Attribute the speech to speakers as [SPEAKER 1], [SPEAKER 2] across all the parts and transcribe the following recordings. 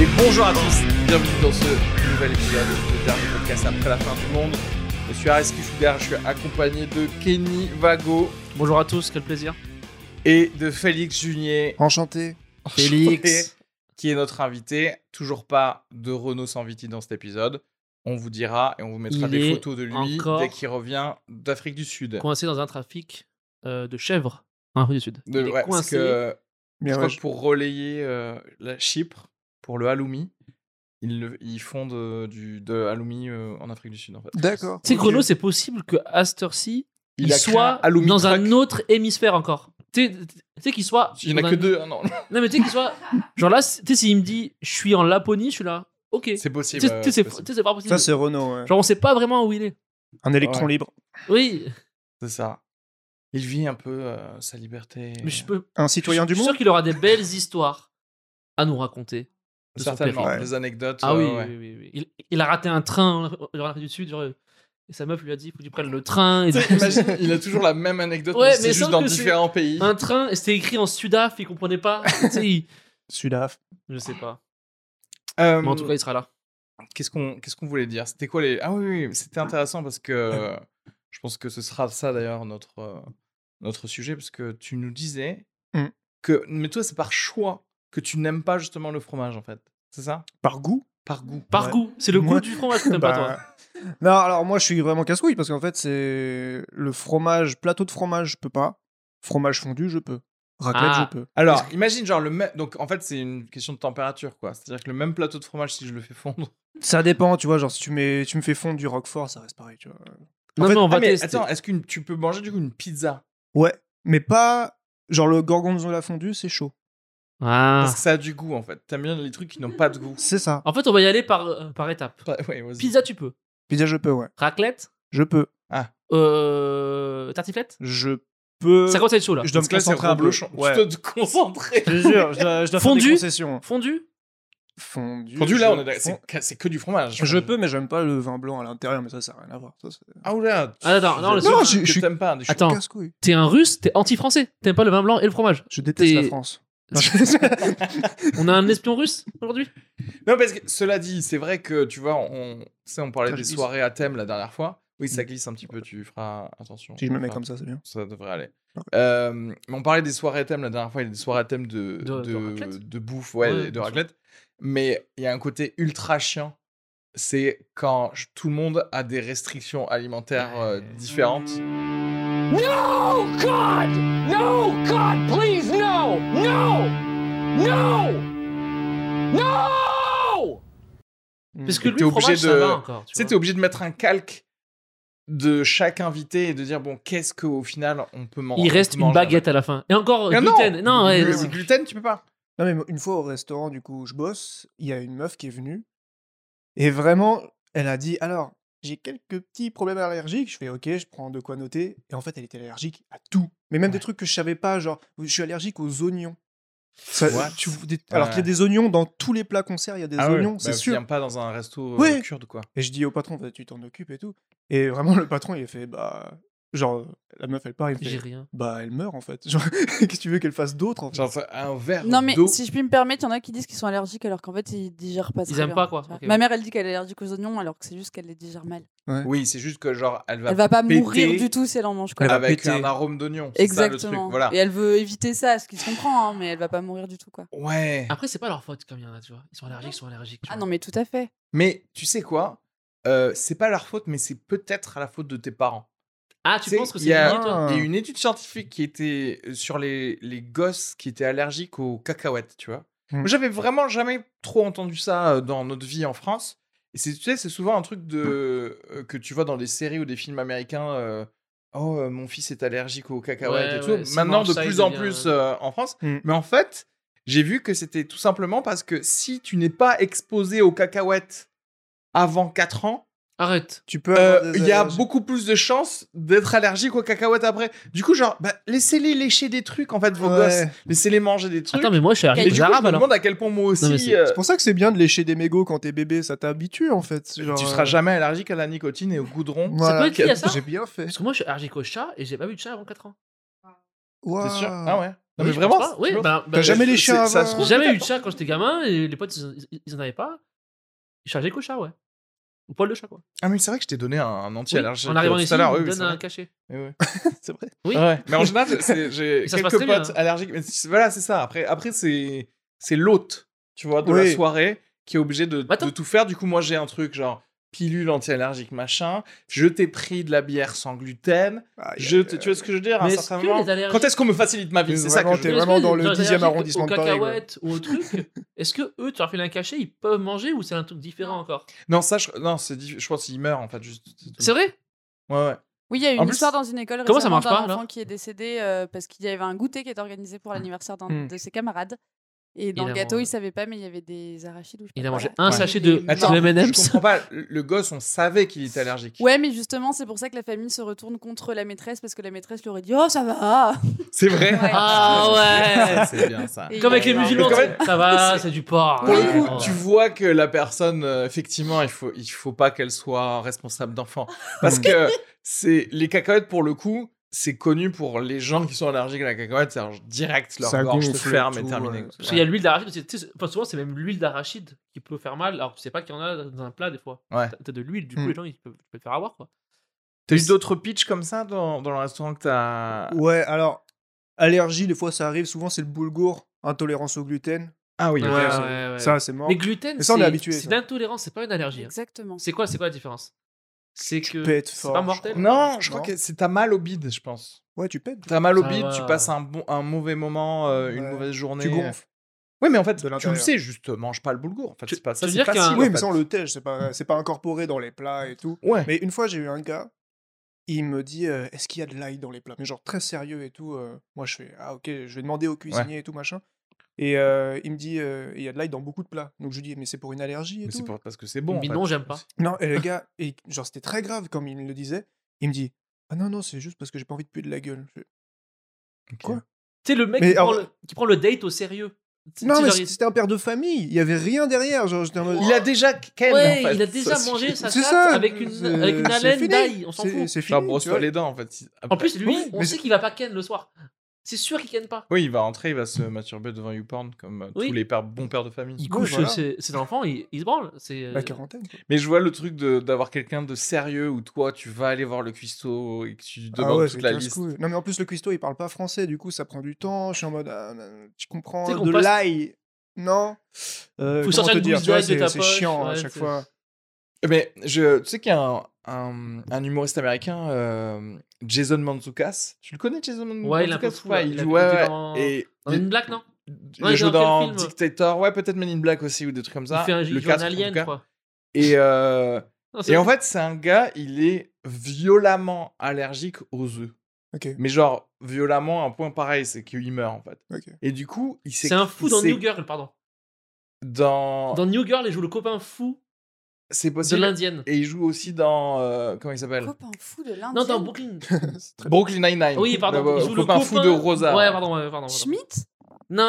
[SPEAKER 1] Et bonjour à tous, bienvenue dans ce nouvel épisode de Dernier Podcast après la fin du monde. Je suis Areski Schubert, je suis accompagné de Kenny Vago
[SPEAKER 2] Bonjour à tous, quel plaisir.
[SPEAKER 1] et de Félix Junier,
[SPEAKER 3] Enchanté.
[SPEAKER 2] Oh, Félix.
[SPEAKER 1] qui est notre invité. Toujours pas de Renaud Sanviti dans cet épisode. On vous dira et on vous mettra
[SPEAKER 2] Il
[SPEAKER 1] des
[SPEAKER 2] est
[SPEAKER 1] photos de lui
[SPEAKER 2] encore-
[SPEAKER 1] dès qu'il revient d'Afrique du Sud.
[SPEAKER 2] Coincé dans un trafic euh, de chèvres en Afrique du Sud.
[SPEAKER 1] De-
[SPEAKER 2] Il est
[SPEAKER 1] ouais, parce
[SPEAKER 2] coincé.
[SPEAKER 1] que
[SPEAKER 3] Bien
[SPEAKER 1] Je crois
[SPEAKER 3] ouais,
[SPEAKER 1] que pour relayer euh, la Chypre, pour le halloumi, ils, le- ils font de, du, de halloumi euh, en Afrique du Sud, en fait.
[SPEAKER 3] D'accord.
[SPEAKER 2] Tu sais,
[SPEAKER 3] Ok.
[SPEAKER 2] Chrono, c'est possible que à cette heure-ci,
[SPEAKER 1] Il
[SPEAKER 2] il,
[SPEAKER 1] a créé un
[SPEAKER 2] soit
[SPEAKER 1] halloumi
[SPEAKER 2] dans
[SPEAKER 1] truck.
[SPEAKER 2] un autre hémisphère encore. Tu sais- tu sais qu'il soit.
[SPEAKER 1] Il n'y en
[SPEAKER 2] dans
[SPEAKER 1] a que
[SPEAKER 2] un-
[SPEAKER 1] deux, hein, non.
[SPEAKER 2] Non, mais tu sais qu'il soit. Genre là, c'est- tu sais, s'il me dit je suis en Laponie, je suis là. Ok. Tu sais,
[SPEAKER 1] C'est possible.
[SPEAKER 2] tu
[SPEAKER 1] euh, c'est
[SPEAKER 2] sais, c'est tu
[SPEAKER 1] possible.
[SPEAKER 2] sais, c'est pas possible.
[SPEAKER 3] Ça, c'est Renault. ouais.
[SPEAKER 2] Genre, on sait pas vraiment où il est.
[SPEAKER 3] Un électron
[SPEAKER 1] Ouais.
[SPEAKER 3] libre.
[SPEAKER 2] Oui,
[SPEAKER 1] C'est ça. Il vit un peu euh, sa liberté.
[SPEAKER 2] mais je peux.
[SPEAKER 3] Un citoyen
[SPEAKER 2] je
[SPEAKER 3] du
[SPEAKER 2] suis
[SPEAKER 3] monde.
[SPEAKER 2] sûr qu'il aura des belles histoires à nous raconter. de son
[SPEAKER 1] Certainement,
[SPEAKER 3] périple.
[SPEAKER 1] des anecdotes.
[SPEAKER 2] Ah
[SPEAKER 1] euh,
[SPEAKER 2] oui,
[SPEAKER 1] ouais.
[SPEAKER 2] oui, oui, oui. Il, il a raté un train en Afrique du Sud. genre, euh, et sa meuf lui a dit faut que tu prennes le train. Et
[SPEAKER 1] Tu sais, imagine, il a toujours la même anecdote,
[SPEAKER 2] Ouais,
[SPEAKER 1] mais
[SPEAKER 2] mais
[SPEAKER 1] c'est juste
[SPEAKER 2] sauf
[SPEAKER 1] dans
[SPEAKER 2] que c'est
[SPEAKER 1] différents pays.
[SPEAKER 2] un train, et c'était écrit en Sudaf, il comprenait pas. Tu sais, il-
[SPEAKER 3] Sudaf.
[SPEAKER 2] Je sais pas.
[SPEAKER 1] Euh,
[SPEAKER 2] Mais en tout cas, il sera là.
[SPEAKER 1] Qu'est-ce qu'on qu'est-ce qu'on voulait dire C'était quoi les Ah oui, oui, oui, c'était intéressant parce que euh, je pense que ce sera ça d'ailleurs notre euh, notre sujet parce que tu nous disais
[SPEAKER 3] Mm.
[SPEAKER 1] que mais toi c'est par choix que tu n'aimes pas justement le fromage en fait. C'est ça
[SPEAKER 3] Par goût.
[SPEAKER 1] Par goût.
[SPEAKER 2] Par
[SPEAKER 3] Ouais.
[SPEAKER 2] goût, c'est le goût
[SPEAKER 3] Moi-
[SPEAKER 2] du fromage que t'aimes pas, toi.
[SPEAKER 3] Bah, Non, alors moi, je suis vraiment casse-couille parce qu'en fait, c'est le fromage, plateau de fromage, je peux pas. Fromage fondu, je peux. Raclette,
[SPEAKER 2] Ah.
[SPEAKER 3] je peux.
[SPEAKER 1] Alors, imagine genre le même donc en fait c'est une question de température quoi. C'est-à-dire que le même plateau de fromage si je le fais fondre.
[SPEAKER 3] Ça dépend, tu vois. Genre, si tu, mets, tu me fais fondre du roquefort, ça reste pareil, tu vois.
[SPEAKER 2] Non,
[SPEAKER 3] fait-
[SPEAKER 2] mais on va
[SPEAKER 1] Ah, mais
[SPEAKER 2] tester.
[SPEAKER 1] attends, est-ce que tu peux manger du coup une pizza
[SPEAKER 3] Ouais, mais pas. Genre, le gorgonzola fondu, c'est chaud.
[SPEAKER 2] Ah.
[SPEAKER 1] Parce que ça a du goût en fait. T'aimes bien les trucs qui n'ont pas de goût.
[SPEAKER 3] C'est ça.
[SPEAKER 2] En fait, on va y aller par, euh, par étapes.
[SPEAKER 1] Ouais, vas-y.
[SPEAKER 2] Pizza, tu peux.
[SPEAKER 3] Pizza, je peux, ouais.
[SPEAKER 2] Raclette.
[SPEAKER 3] Je peux.
[SPEAKER 2] Euh... Tartiflette.
[SPEAKER 3] Je peux.
[SPEAKER 2] Ça commence à être chaud là.
[SPEAKER 3] Je dois
[SPEAKER 1] Parce
[SPEAKER 3] me
[SPEAKER 1] que là, c'est
[SPEAKER 3] concentrer un peu.
[SPEAKER 1] reblochon.
[SPEAKER 3] Ouais.
[SPEAKER 1] Tu dois te concentrer.
[SPEAKER 3] Je te jure, je dois, je dois faire
[SPEAKER 2] Fondu
[SPEAKER 3] des concessions.
[SPEAKER 2] Fondu.
[SPEAKER 3] Fondu.
[SPEAKER 1] Fondu, là,
[SPEAKER 3] je-
[SPEAKER 1] on est d'accord,
[SPEAKER 3] fond-
[SPEAKER 1] c'est que- c'est que du fromage.
[SPEAKER 3] Je peux, mais j'aime pas le vin blanc à l'intérieur, mais ça, ça n'a rien à voir. Ça, c'est-
[SPEAKER 1] Ah oula
[SPEAKER 2] Ah, attends, non, le
[SPEAKER 3] seul truc
[SPEAKER 1] je
[SPEAKER 3] que
[SPEAKER 1] suis...
[SPEAKER 3] t'aimes
[SPEAKER 1] pas.
[SPEAKER 2] Attends.
[SPEAKER 3] Casse-couille.
[SPEAKER 2] T'es un russe, t'es anti-français. T'aimes pas le vin blanc et le fromage.
[SPEAKER 3] Je déteste
[SPEAKER 2] T'es-
[SPEAKER 3] la France.
[SPEAKER 2] On a un espion russe aujourd'hui
[SPEAKER 1] Non, parce que cela dit, c'est vrai que tu vois, on, tu sais, on parlait
[SPEAKER 3] Ça
[SPEAKER 1] des
[SPEAKER 3] glisse.
[SPEAKER 1] soirées à thème la dernière fois. Oui, ça glisse un petit peu, tu feras attention.
[SPEAKER 3] si je me mets comme ça, c'est bien.
[SPEAKER 1] Ça devrait aller.
[SPEAKER 3] Ok.
[SPEAKER 1] Euh, mais on parlait des soirées à thème la dernière fois, il y a des soirées à thème de,
[SPEAKER 2] De- de
[SPEAKER 1] de,
[SPEAKER 2] raclette
[SPEAKER 1] de bouffe, ouais,
[SPEAKER 2] Ouais,
[SPEAKER 1] et de
[SPEAKER 2] bien sûr.
[SPEAKER 1] raclette. Mais il y a un côté ultra chiant. C'est quand je- tout le monde a des restrictions alimentaires euh,
[SPEAKER 2] Ouais.
[SPEAKER 1] différentes.
[SPEAKER 4] No, God! No, God, please, no! No! No! No!
[SPEAKER 2] Parce que
[SPEAKER 1] Et
[SPEAKER 2] lui,
[SPEAKER 1] t'es
[SPEAKER 2] le
[SPEAKER 1] obligé
[SPEAKER 2] fromage, ça
[SPEAKER 1] de-
[SPEAKER 2] va encore. tu
[SPEAKER 1] Tu sais,
[SPEAKER 2] vois.
[SPEAKER 1] t'es obligé de mettre un calque de chaque invité et de dire, bon, qu'est-ce qu'au final on peut man- on peut manger
[SPEAKER 2] Il reste une baguette à la fin. Et encore, euh,
[SPEAKER 1] Ah non
[SPEAKER 2] gluten. Non, ouais,
[SPEAKER 1] Le
[SPEAKER 2] vas-y.
[SPEAKER 1] gluten, tu peux pas.
[SPEAKER 3] Non, mais une fois au restaurant, du coup, où je bosse, il y a une meuf qui est venue. Et vraiment, elle a dit Alors, j'ai quelques petits problèmes allergiques. Je fais Ok, je prends de quoi noter. Et en fait, elle était allergique à tout. Mais même des trucs que je savais pas, genre, je suis allergique aux oignons. Ça-
[SPEAKER 1] What
[SPEAKER 3] tu- des- Alors
[SPEAKER 1] Ouais. Ah bah
[SPEAKER 3] qu'il y a des oignons dans tous les plats concerts, il y a des oignons, c'est sûr.
[SPEAKER 1] Viens pas dans un resto euh,
[SPEAKER 3] Ouais.
[SPEAKER 1] kurde, quoi.
[SPEAKER 3] Et je dis au patron, Bah, tu t'en occupes et tout. Et vraiment, le patron, il fait, bah, genre, la meuf, elle part, il me
[SPEAKER 2] J'ai
[SPEAKER 3] fait,
[SPEAKER 2] rien.
[SPEAKER 3] bah, elle meurt en fait. Genre, qu'est-ce que tu veux qu'elle fasse d'autre en fait
[SPEAKER 1] Genre, c'est un verre
[SPEAKER 5] Non, mais
[SPEAKER 1] d'eau.
[SPEAKER 5] si je puis me permettre, il y en a qui disent qu'ils sont allergiques alors qu'en fait ils digèrent pas. très
[SPEAKER 2] Ils aiment
[SPEAKER 5] bien,
[SPEAKER 2] pas, quoi.
[SPEAKER 5] tu vois.
[SPEAKER 2] Ok,
[SPEAKER 5] Ma
[SPEAKER 2] ouais.
[SPEAKER 5] mère elle dit qu'elle est allergique aux oignons alors que c'est juste qu'elle les digère mal.
[SPEAKER 1] Oui, c'est juste que, genre, elle va,
[SPEAKER 5] elle va pas
[SPEAKER 1] péter
[SPEAKER 5] mourir du tout si elle en mange quoi.
[SPEAKER 3] Elle va
[SPEAKER 1] avec
[SPEAKER 3] péter.
[SPEAKER 1] un arôme d'oignon. c'est ça, le truc,
[SPEAKER 5] Exactement.
[SPEAKER 1] Voilà.
[SPEAKER 5] Et elle veut éviter ça, ce qui se comprend, hein, mais elle va pas mourir du tout quoi.
[SPEAKER 1] Ouais.
[SPEAKER 3] Ah.
[SPEAKER 2] Après, c'est pas leur faute comme il y en a, tu vois. Ils sont allergiques, ils sont allergiques. tu
[SPEAKER 5] Ah
[SPEAKER 2] vois.
[SPEAKER 5] non, mais tout à fait.
[SPEAKER 1] Mais tu sais quoi Euh, C'est pas leur faute, mais c'est peut-être à la faute de tes parents.
[SPEAKER 2] Ah, tu
[SPEAKER 1] C'est-
[SPEAKER 2] penses que
[SPEAKER 1] il
[SPEAKER 2] c'est
[SPEAKER 1] y a-
[SPEAKER 2] lié, toi
[SPEAKER 3] Ah.
[SPEAKER 1] Il y a une étude scientifique qui était euh, sur les, les gosses qui étaient allergiques aux cacahuètes, tu vois.
[SPEAKER 3] Hmm.
[SPEAKER 1] Moi, J'avais vraiment jamais trop entendu ça euh, dans notre vie en France. Et c'est, tu sais, c'est souvent un truc de,
[SPEAKER 2] Hmm.
[SPEAKER 1] euh, que tu vois dans des séries ou des films américains. euh, oh, euh, mon fils est allergique aux cacahuètes
[SPEAKER 2] Ouais,
[SPEAKER 1] et
[SPEAKER 2] ouais,
[SPEAKER 1] tout.
[SPEAKER 2] s'il
[SPEAKER 1] Maintenant,
[SPEAKER 2] mange
[SPEAKER 1] de
[SPEAKER 2] ça, il
[SPEAKER 1] plus en
[SPEAKER 2] devient-
[SPEAKER 1] plus euh, en France.
[SPEAKER 3] Hmm.
[SPEAKER 1] Mais en fait, j'ai vu que c'était tout simplement parce que si tu n'es pas exposé aux cacahuètes avant 4 ans,
[SPEAKER 2] Arrête.
[SPEAKER 3] Tu peux
[SPEAKER 1] euh,
[SPEAKER 3] avoir des
[SPEAKER 1] il y a
[SPEAKER 3] allergies.
[SPEAKER 1] beaucoup plus de chances d'être allergique aux cacahuètes après. Du coup, genre, bah, laissez-les lécher des trucs, en fait, vos
[SPEAKER 3] Ouais.
[SPEAKER 1] gosses. euh, Laissez-les manger des trucs.
[SPEAKER 2] Attends, mais moi, je suis
[SPEAKER 1] Et
[SPEAKER 2] allergique
[SPEAKER 1] du
[SPEAKER 2] aux
[SPEAKER 1] coup, je
[SPEAKER 2] arabes
[SPEAKER 1] me
[SPEAKER 2] alors.
[SPEAKER 1] demande à quel point moi
[SPEAKER 2] Non, mais
[SPEAKER 1] aussi,
[SPEAKER 2] c'est-
[SPEAKER 1] euh,
[SPEAKER 3] C'est pour ça que c'est bien de lécher des mégots quand t'es bébé, ça t'habitue en fait. Genre,
[SPEAKER 1] tu
[SPEAKER 3] euh,
[SPEAKER 1] seras jamais allergique à la nicotine et au goudron.
[SPEAKER 3] voilà.
[SPEAKER 2] peut être lié à ça
[SPEAKER 3] J'ai bien fait.
[SPEAKER 2] Parce que moi, je suis allergique aux chats et j'ai pas vu de chat avant 4 ans.
[SPEAKER 1] T'es
[SPEAKER 3] Ouah.
[SPEAKER 1] sûr Ah ouais. Non,
[SPEAKER 2] Ah Oui,
[SPEAKER 1] mais
[SPEAKER 2] je
[SPEAKER 1] vraiment
[SPEAKER 2] pense pas. Oui,
[SPEAKER 1] genre,
[SPEAKER 2] bah, bah,
[SPEAKER 3] T'as jamais les chiens
[SPEAKER 1] c'est- ça
[SPEAKER 3] avant
[SPEAKER 1] se
[SPEAKER 2] j'ai
[SPEAKER 1] trouve,
[SPEAKER 2] jamais eu de chat quand j'étais gamin et les potes, ils, ils- ils en avaient pas. Ils chargeaient qu'au chat, ouais. Au poil de chat, quoi.
[SPEAKER 1] Ah, mais c'est vrai que je t'ai donné un, un
[SPEAKER 2] Oui,
[SPEAKER 1] anti-allergique. euh,
[SPEAKER 2] en arrivant
[SPEAKER 1] tout à
[SPEAKER 2] ici,
[SPEAKER 1] l'heure,
[SPEAKER 2] ils
[SPEAKER 1] oui, oui,
[SPEAKER 2] me donnent
[SPEAKER 1] c'est vrai.
[SPEAKER 2] un cachet.
[SPEAKER 1] Oui, oui.
[SPEAKER 3] C'est vrai.
[SPEAKER 2] Oui.
[SPEAKER 1] Ouais, Mais en général, c'est- j'ai
[SPEAKER 2] Et ça
[SPEAKER 1] quelques
[SPEAKER 2] se passe très bien,
[SPEAKER 1] potes
[SPEAKER 2] hein.
[SPEAKER 1] allergiques. Mais c'est- voilà, c'est ça. Après, après c'est c'est l'hôte, tu vois, de la
[SPEAKER 3] Oui.
[SPEAKER 1] soirée qui est obligé de,
[SPEAKER 2] Bah, attends.
[SPEAKER 1] de tout faire. Du coup, moi, j'ai un truc genre pilule anti-allergique, machin. Je t'ai pris de la bière sans gluten.
[SPEAKER 3] Ah, y a-
[SPEAKER 1] Je te- tu vois ce que je veux dire à un
[SPEAKER 2] Mais est-ce
[SPEAKER 1] certain
[SPEAKER 2] que
[SPEAKER 1] moment
[SPEAKER 2] les allergiques-
[SPEAKER 1] Ah, Quand est-ce qu'on me facilite ma vie
[SPEAKER 3] Mais
[SPEAKER 1] C'est ça que
[SPEAKER 3] vraiment,
[SPEAKER 1] je
[SPEAKER 3] t'es
[SPEAKER 1] veux
[SPEAKER 2] Mais
[SPEAKER 1] dire.
[SPEAKER 2] est-ce
[SPEAKER 3] vraiment
[SPEAKER 2] que
[SPEAKER 3] dans
[SPEAKER 2] les
[SPEAKER 3] le 10e
[SPEAKER 2] allergiques
[SPEAKER 3] arrondissement
[SPEAKER 2] aux
[SPEAKER 3] de Paris, quoi.
[SPEAKER 2] cacahuètes ou au truc, est-ce que eux, tu leur fais un cachet, ils peuvent manger ou c'est un truc différent encore
[SPEAKER 1] Non, ça, je, non, c'est diff- je pense qu'il meurt en fait. Juste, c'est tout.
[SPEAKER 2] C'est vrai
[SPEAKER 1] Ouais, ouais.
[SPEAKER 5] Oui, il y a eu
[SPEAKER 1] En
[SPEAKER 5] une
[SPEAKER 1] plus-
[SPEAKER 5] histoire dans une école
[SPEAKER 2] Comment ça
[SPEAKER 5] récemment
[SPEAKER 2] marche pas,
[SPEAKER 5] d'un enfant
[SPEAKER 2] alors
[SPEAKER 5] qui est décédé euh, parce qu'il y avait un goûter qui était organisé pour l'anniversaire d'un
[SPEAKER 3] Hmm.
[SPEAKER 5] de ses camarades. Et dans
[SPEAKER 2] Il
[SPEAKER 5] le
[SPEAKER 2] a
[SPEAKER 5] gâteau,
[SPEAKER 2] mangé-
[SPEAKER 5] il savait pas, mais il y avait des arachides. ou je sais
[SPEAKER 2] Il
[SPEAKER 5] pas
[SPEAKER 2] a
[SPEAKER 5] quoi,
[SPEAKER 2] mangé
[SPEAKER 5] là.
[SPEAKER 2] un
[SPEAKER 5] Et
[SPEAKER 2] sachet
[SPEAKER 5] il est
[SPEAKER 2] de-
[SPEAKER 5] mort.
[SPEAKER 1] Attends,
[SPEAKER 2] Le
[SPEAKER 1] je
[SPEAKER 2] M&M's.
[SPEAKER 1] comprends pas. Le, le gosse, on savait qu'il était allergique.
[SPEAKER 5] Ouais, mais justement, c'est pour ça que la famille se retourne contre la maîtresse parce que la maîtresse lui aurait dit Oh, ça va
[SPEAKER 1] C'est vrai.
[SPEAKER 5] Ouais.
[SPEAKER 2] Ah
[SPEAKER 1] C'est bien ça.
[SPEAKER 5] Et
[SPEAKER 2] Comme avec les
[SPEAKER 5] il a-
[SPEAKER 2] musulmans,
[SPEAKER 1] Mais quand même-
[SPEAKER 2] ça va, c'est du porc.
[SPEAKER 1] Pour
[SPEAKER 5] Ouais.
[SPEAKER 1] le coup,
[SPEAKER 2] Oh.
[SPEAKER 1] tu vois que la personne, euh, effectivement, il faut, il faut pas qu'elle soit responsable d'enfant. Parce que c'est les cacahuètes, pour le coup, c'est connu pour les gens qui sont allergiques à la cacahuète. C'est direct, leur
[SPEAKER 3] Ça
[SPEAKER 1] gorge se
[SPEAKER 3] gonfle et
[SPEAKER 1] ferme et
[SPEAKER 3] tout,
[SPEAKER 1] terminé.
[SPEAKER 3] ouais.
[SPEAKER 1] quoi.
[SPEAKER 2] Parce qu'il y a l'huile d'arachide. parce que, tu sais, enfin, souvent, c'est même l'huile d'arachide qui peut faire mal, alors que tu sais pas qu'il y en a dans un plat des fois.
[SPEAKER 1] Ouais.
[SPEAKER 2] T'as- T'as de l'huile, du coup,
[SPEAKER 3] Mm.
[SPEAKER 2] les gens, ils peuvent, tu peux te faire avoir. Quoi.
[SPEAKER 1] T'as eu d'autres pitchs comme ça dans, dans le restaurant que t'as.
[SPEAKER 3] Ouais, alors, allergie, des fois ça arrive, souvent c'est le boulgour, intolérance au gluten.
[SPEAKER 1] Ah oui,
[SPEAKER 3] Ouais,
[SPEAKER 1] ok.
[SPEAKER 3] ouais, Ça, c'est mort.
[SPEAKER 2] Mais gluten,
[SPEAKER 3] Mais ça, on est
[SPEAKER 2] c'est-
[SPEAKER 3] habitué,
[SPEAKER 2] c'est
[SPEAKER 3] ça.
[SPEAKER 2] une intolérance, c'est pas une allergie. hein.
[SPEAKER 5] Exactement.
[SPEAKER 2] C'est quoi, c'est quoi la différence C'est que
[SPEAKER 3] pètes
[SPEAKER 2] c'est
[SPEAKER 3] fort,
[SPEAKER 2] pas
[SPEAKER 3] je
[SPEAKER 2] mortel.
[SPEAKER 3] crois.
[SPEAKER 1] Non, je crois
[SPEAKER 3] Non.
[SPEAKER 1] que c'est t'as mal au bide, je pense.
[SPEAKER 3] Ouais, tu pètes.
[SPEAKER 1] T'as mal au
[SPEAKER 2] Ça
[SPEAKER 1] bide,
[SPEAKER 2] va.
[SPEAKER 1] tu passes un, bon, un mauvais moment, euh, une
[SPEAKER 3] Ouais.
[SPEAKER 1] mauvaise journée.
[SPEAKER 3] Tu gonfles.
[SPEAKER 1] Oui, mais en fait,
[SPEAKER 3] De
[SPEAKER 1] tu le
[SPEAKER 3] l'intérieur.
[SPEAKER 1] sais, juste mange pas le boulgour. En fait,
[SPEAKER 2] Tu-
[SPEAKER 1] c'est pas ça.
[SPEAKER 2] tu veux
[SPEAKER 1] C'est
[SPEAKER 2] dire qu'il y a un-
[SPEAKER 1] facile.
[SPEAKER 3] Oui,
[SPEAKER 1] en
[SPEAKER 3] mais
[SPEAKER 1] fait.
[SPEAKER 3] ça, on le tège, c'est pas, c'est pas incorporé dans les plats et tout.
[SPEAKER 1] Ouais.
[SPEAKER 3] Mais une fois, j'ai eu un gars, il me dit euh, Est-ce qu'il y a de l'ail dans les plats Mais genre très sérieux et tout. euh, moi, je fais Ah, ok, je vais demander au cuisinier et tout, machin. Et euh, il me dit euh, Il y a de l'ail dans beaucoup de plats. Donc je lui dis Mais c'est pour une allergie et
[SPEAKER 1] Mais
[SPEAKER 3] tout.
[SPEAKER 1] c'est pour- parce que c'est bon. en
[SPEAKER 2] mais
[SPEAKER 1] fait.
[SPEAKER 2] non, j'aime pas.
[SPEAKER 3] Non, et le gars, et, genre, c'était très grave comme il le disait. Il me dit Ah non, non, c'est juste parce que j'ai pas envie de puer de la gueule. Je fais, Quoi
[SPEAKER 2] Tu sais, le mec
[SPEAKER 3] Mais
[SPEAKER 2] qui, prend
[SPEAKER 3] alors-
[SPEAKER 2] le, qui prend le date au sérieux. Tu sais,
[SPEAKER 3] non,
[SPEAKER 2] genre,
[SPEAKER 3] mais
[SPEAKER 2] il-
[SPEAKER 3] c'était un père de famille. Il y avait rien derrière. Genre, j'étais en mode.
[SPEAKER 1] Il a déjà Ken.
[SPEAKER 2] Ouais,
[SPEAKER 1] en fait.
[SPEAKER 2] il a déjà mangé sa
[SPEAKER 3] C'est
[SPEAKER 2] chatte
[SPEAKER 3] ça
[SPEAKER 2] avec une,
[SPEAKER 3] c'est-
[SPEAKER 2] avec une
[SPEAKER 3] c'est
[SPEAKER 2] haleine
[SPEAKER 3] fini.
[SPEAKER 2] d'ail, on s'en
[SPEAKER 3] C'est-
[SPEAKER 2] fout.
[SPEAKER 3] C'est fini.
[SPEAKER 1] Genre,
[SPEAKER 3] tu
[SPEAKER 1] brosse-toi
[SPEAKER 3] vois.
[SPEAKER 1] les dents en fait.
[SPEAKER 2] En plus, lui,
[SPEAKER 3] Oui,
[SPEAKER 2] on
[SPEAKER 3] mais
[SPEAKER 2] sait qu'il va pas ken le soir. C'est sûr qu'il ken pas.
[SPEAKER 1] Oui, il va rentrer, il va se masturber devant YouPorn comme euh,
[SPEAKER 2] Oui.
[SPEAKER 1] tous les pères, bons pères de famille.
[SPEAKER 2] Il
[SPEAKER 3] Oui,
[SPEAKER 2] couche
[SPEAKER 3] voilà.
[SPEAKER 2] ses, ses enfants, il, il se branle. C'est euh,
[SPEAKER 3] La quarantaine. quoi.
[SPEAKER 1] Mais je vois le truc de- d'avoir quelqu'un de sérieux où toi tu vas aller voir le cuistot et que tu demandes
[SPEAKER 3] Ah ouais,
[SPEAKER 1] toute
[SPEAKER 3] c'est
[SPEAKER 1] la
[SPEAKER 3] casse
[SPEAKER 1] liste.
[SPEAKER 3] couille. Non, mais en plus, le cuistot, il parle pas français, du coup, ça prend du temps. Je suis en mode, ah, euh, tu comprends,
[SPEAKER 2] Tu sais qu'on
[SPEAKER 3] de
[SPEAKER 2] passe-
[SPEAKER 3] l'ail. Non. Euh,
[SPEAKER 2] Faut
[SPEAKER 3] comment
[SPEAKER 2] sortir
[SPEAKER 3] te
[SPEAKER 2] une
[SPEAKER 3] dire,
[SPEAKER 2] douzaine
[SPEAKER 3] tu vois,
[SPEAKER 2] de ta
[SPEAKER 3] c'est c'est
[SPEAKER 2] poche,
[SPEAKER 3] chiant hein, à
[SPEAKER 2] ouais,
[SPEAKER 3] chaque
[SPEAKER 2] c'est-
[SPEAKER 3] fois.
[SPEAKER 1] Mais je, tu sais qu'il y a un, un- un humoriste américain, euh, Jason Mantzoukas. Tu le connais, Jason Mantzoukas
[SPEAKER 2] Ouais, il est un peu
[SPEAKER 1] ou
[SPEAKER 2] fou,
[SPEAKER 1] pas
[SPEAKER 2] là.
[SPEAKER 1] Il
[SPEAKER 2] Il a
[SPEAKER 1] joue, ouais,
[SPEAKER 2] été
[SPEAKER 1] ouais.
[SPEAKER 2] dans-
[SPEAKER 1] Et
[SPEAKER 2] dans
[SPEAKER 1] il-
[SPEAKER 2] une blague, non
[SPEAKER 1] Il
[SPEAKER 2] Ouais, il est
[SPEAKER 1] joue
[SPEAKER 2] dans
[SPEAKER 1] dans,
[SPEAKER 2] quel film
[SPEAKER 1] Dictator, ouais, peut-être Men in Black aussi ou des trucs comme ça.
[SPEAKER 2] Il fait un, il
[SPEAKER 1] le
[SPEAKER 2] joue un
[SPEAKER 1] 4, en tout
[SPEAKER 2] alien,
[SPEAKER 1] cas.
[SPEAKER 2] je crois.
[SPEAKER 1] Et, euh,
[SPEAKER 2] Non, c'est-
[SPEAKER 1] et en fait, c'est un gars, il est violemment allergique aux œufs.
[SPEAKER 3] Ok,
[SPEAKER 1] Mais genre, violemment, un point pareil, c'est qu'il meurt en fait.
[SPEAKER 3] ok.
[SPEAKER 1] Et du coup, il s'est.
[SPEAKER 2] c'est un fou
[SPEAKER 1] il
[SPEAKER 2] dans
[SPEAKER 1] s'est-
[SPEAKER 2] New Girl, pardon.
[SPEAKER 1] Dans.
[SPEAKER 2] Dans New Girl, il joue le copain fou
[SPEAKER 1] C'est
[SPEAKER 2] de
[SPEAKER 1] possible.
[SPEAKER 2] l'indienne.
[SPEAKER 1] Et il joue aussi dans. euh, comment il s'appelle
[SPEAKER 5] Copain fou de l'Inde.
[SPEAKER 2] Non, dans Brooklyn.
[SPEAKER 1] Brooklyn Nine-Nine.
[SPEAKER 2] Oui, pardon.
[SPEAKER 1] Le-
[SPEAKER 2] il joue le
[SPEAKER 1] copain
[SPEAKER 2] copain
[SPEAKER 1] fou de Rosa.
[SPEAKER 2] Ouais, pardon, ouais, pardon. pardon.
[SPEAKER 5] Schmidt
[SPEAKER 2] Non,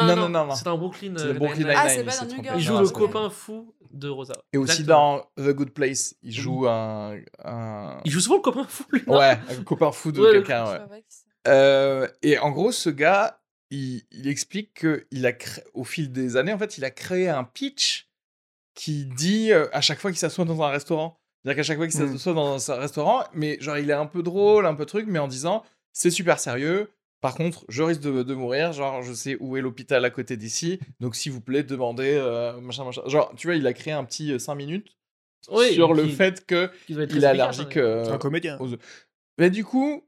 [SPEAKER 1] Non,
[SPEAKER 2] non,
[SPEAKER 1] non,
[SPEAKER 2] non,
[SPEAKER 1] non, non.
[SPEAKER 2] C'est dans Brooklyn.
[SPEAKER 1] C'est
[SPEAKER 2] euh,
[SPEAKER 1] le Brooklyn
[SPEAKER 2] Nine-Nine.
[SPEAKER 1] Nine-Nine.
[SPEAKER 5] Ah, c'est
[SPEAKER 1] il
[SPEAKER 5] pas
[SPEAKER 1] s'est
[SPEAKER 5] dans New
[SPEAKER 1] trompé.
[SPEAKER 5] Girl.
[SPEAKER 2] Il joue
[SPEAKER 1] Non,
[SPEAKER 2] le
[SPEAKER 1] c'est-
[SPEAKER 2] copain fou de Rosa.
[SPEAKER 1] Et aussi
[SPEAKER 2] Exactement.
[SPEAKER 1] dans The Good Place, il
[SPEAKER 5] Mm.
[SPEAKER 1] joue un. un-
[SPEAKER 2] Il joue souvent le copain fou, lui. non
[SPEAKER 1] Ouais, un copain fou de
[SPEAKER 2] Ah Ouais, le-
[SPEAKER 1] quelqu'un, ouais. Euh, et en gros, ce gars, il, il explique que il a cré- au fil des années, en fait, il a créé un pitch qui dit euh, à chaque fois qu'il s'assoit dans un restaurant. C'est-à-dire qu'à chaque fois qu'il
[SPEAKER 3] Mm.
[SPEAKER 1] s'assoit dans un restaurant, mais genre, il est un peu drôle, un peu truc, mais en disant c'est super sérieux. Par contre, je risque de, de mourir. Genre, je sais où est l'hôpital à côté d'ici. Donc, s'il vous plaît, demandez. euh, machin, machin. Genre, tu vois, il a créé un petit 5 minutes
[SPEAKER 2] Oui,
[SPEAKER 1] sur le
[SPEAKER 2] qui-
[SPEAKER 1] fait que
[SPEAKER 2] qui doit être
[SPEAKER 1] il est
[SPEAKER 2] très efficace,
[SPEAKER 1] allergique.
[SPEAKER 2] hein,
[SPEAKER 1] euh,
[SPEAKER 3] C'est un comédien.
[SPEAKER 1] aux œufs. Mais du coup,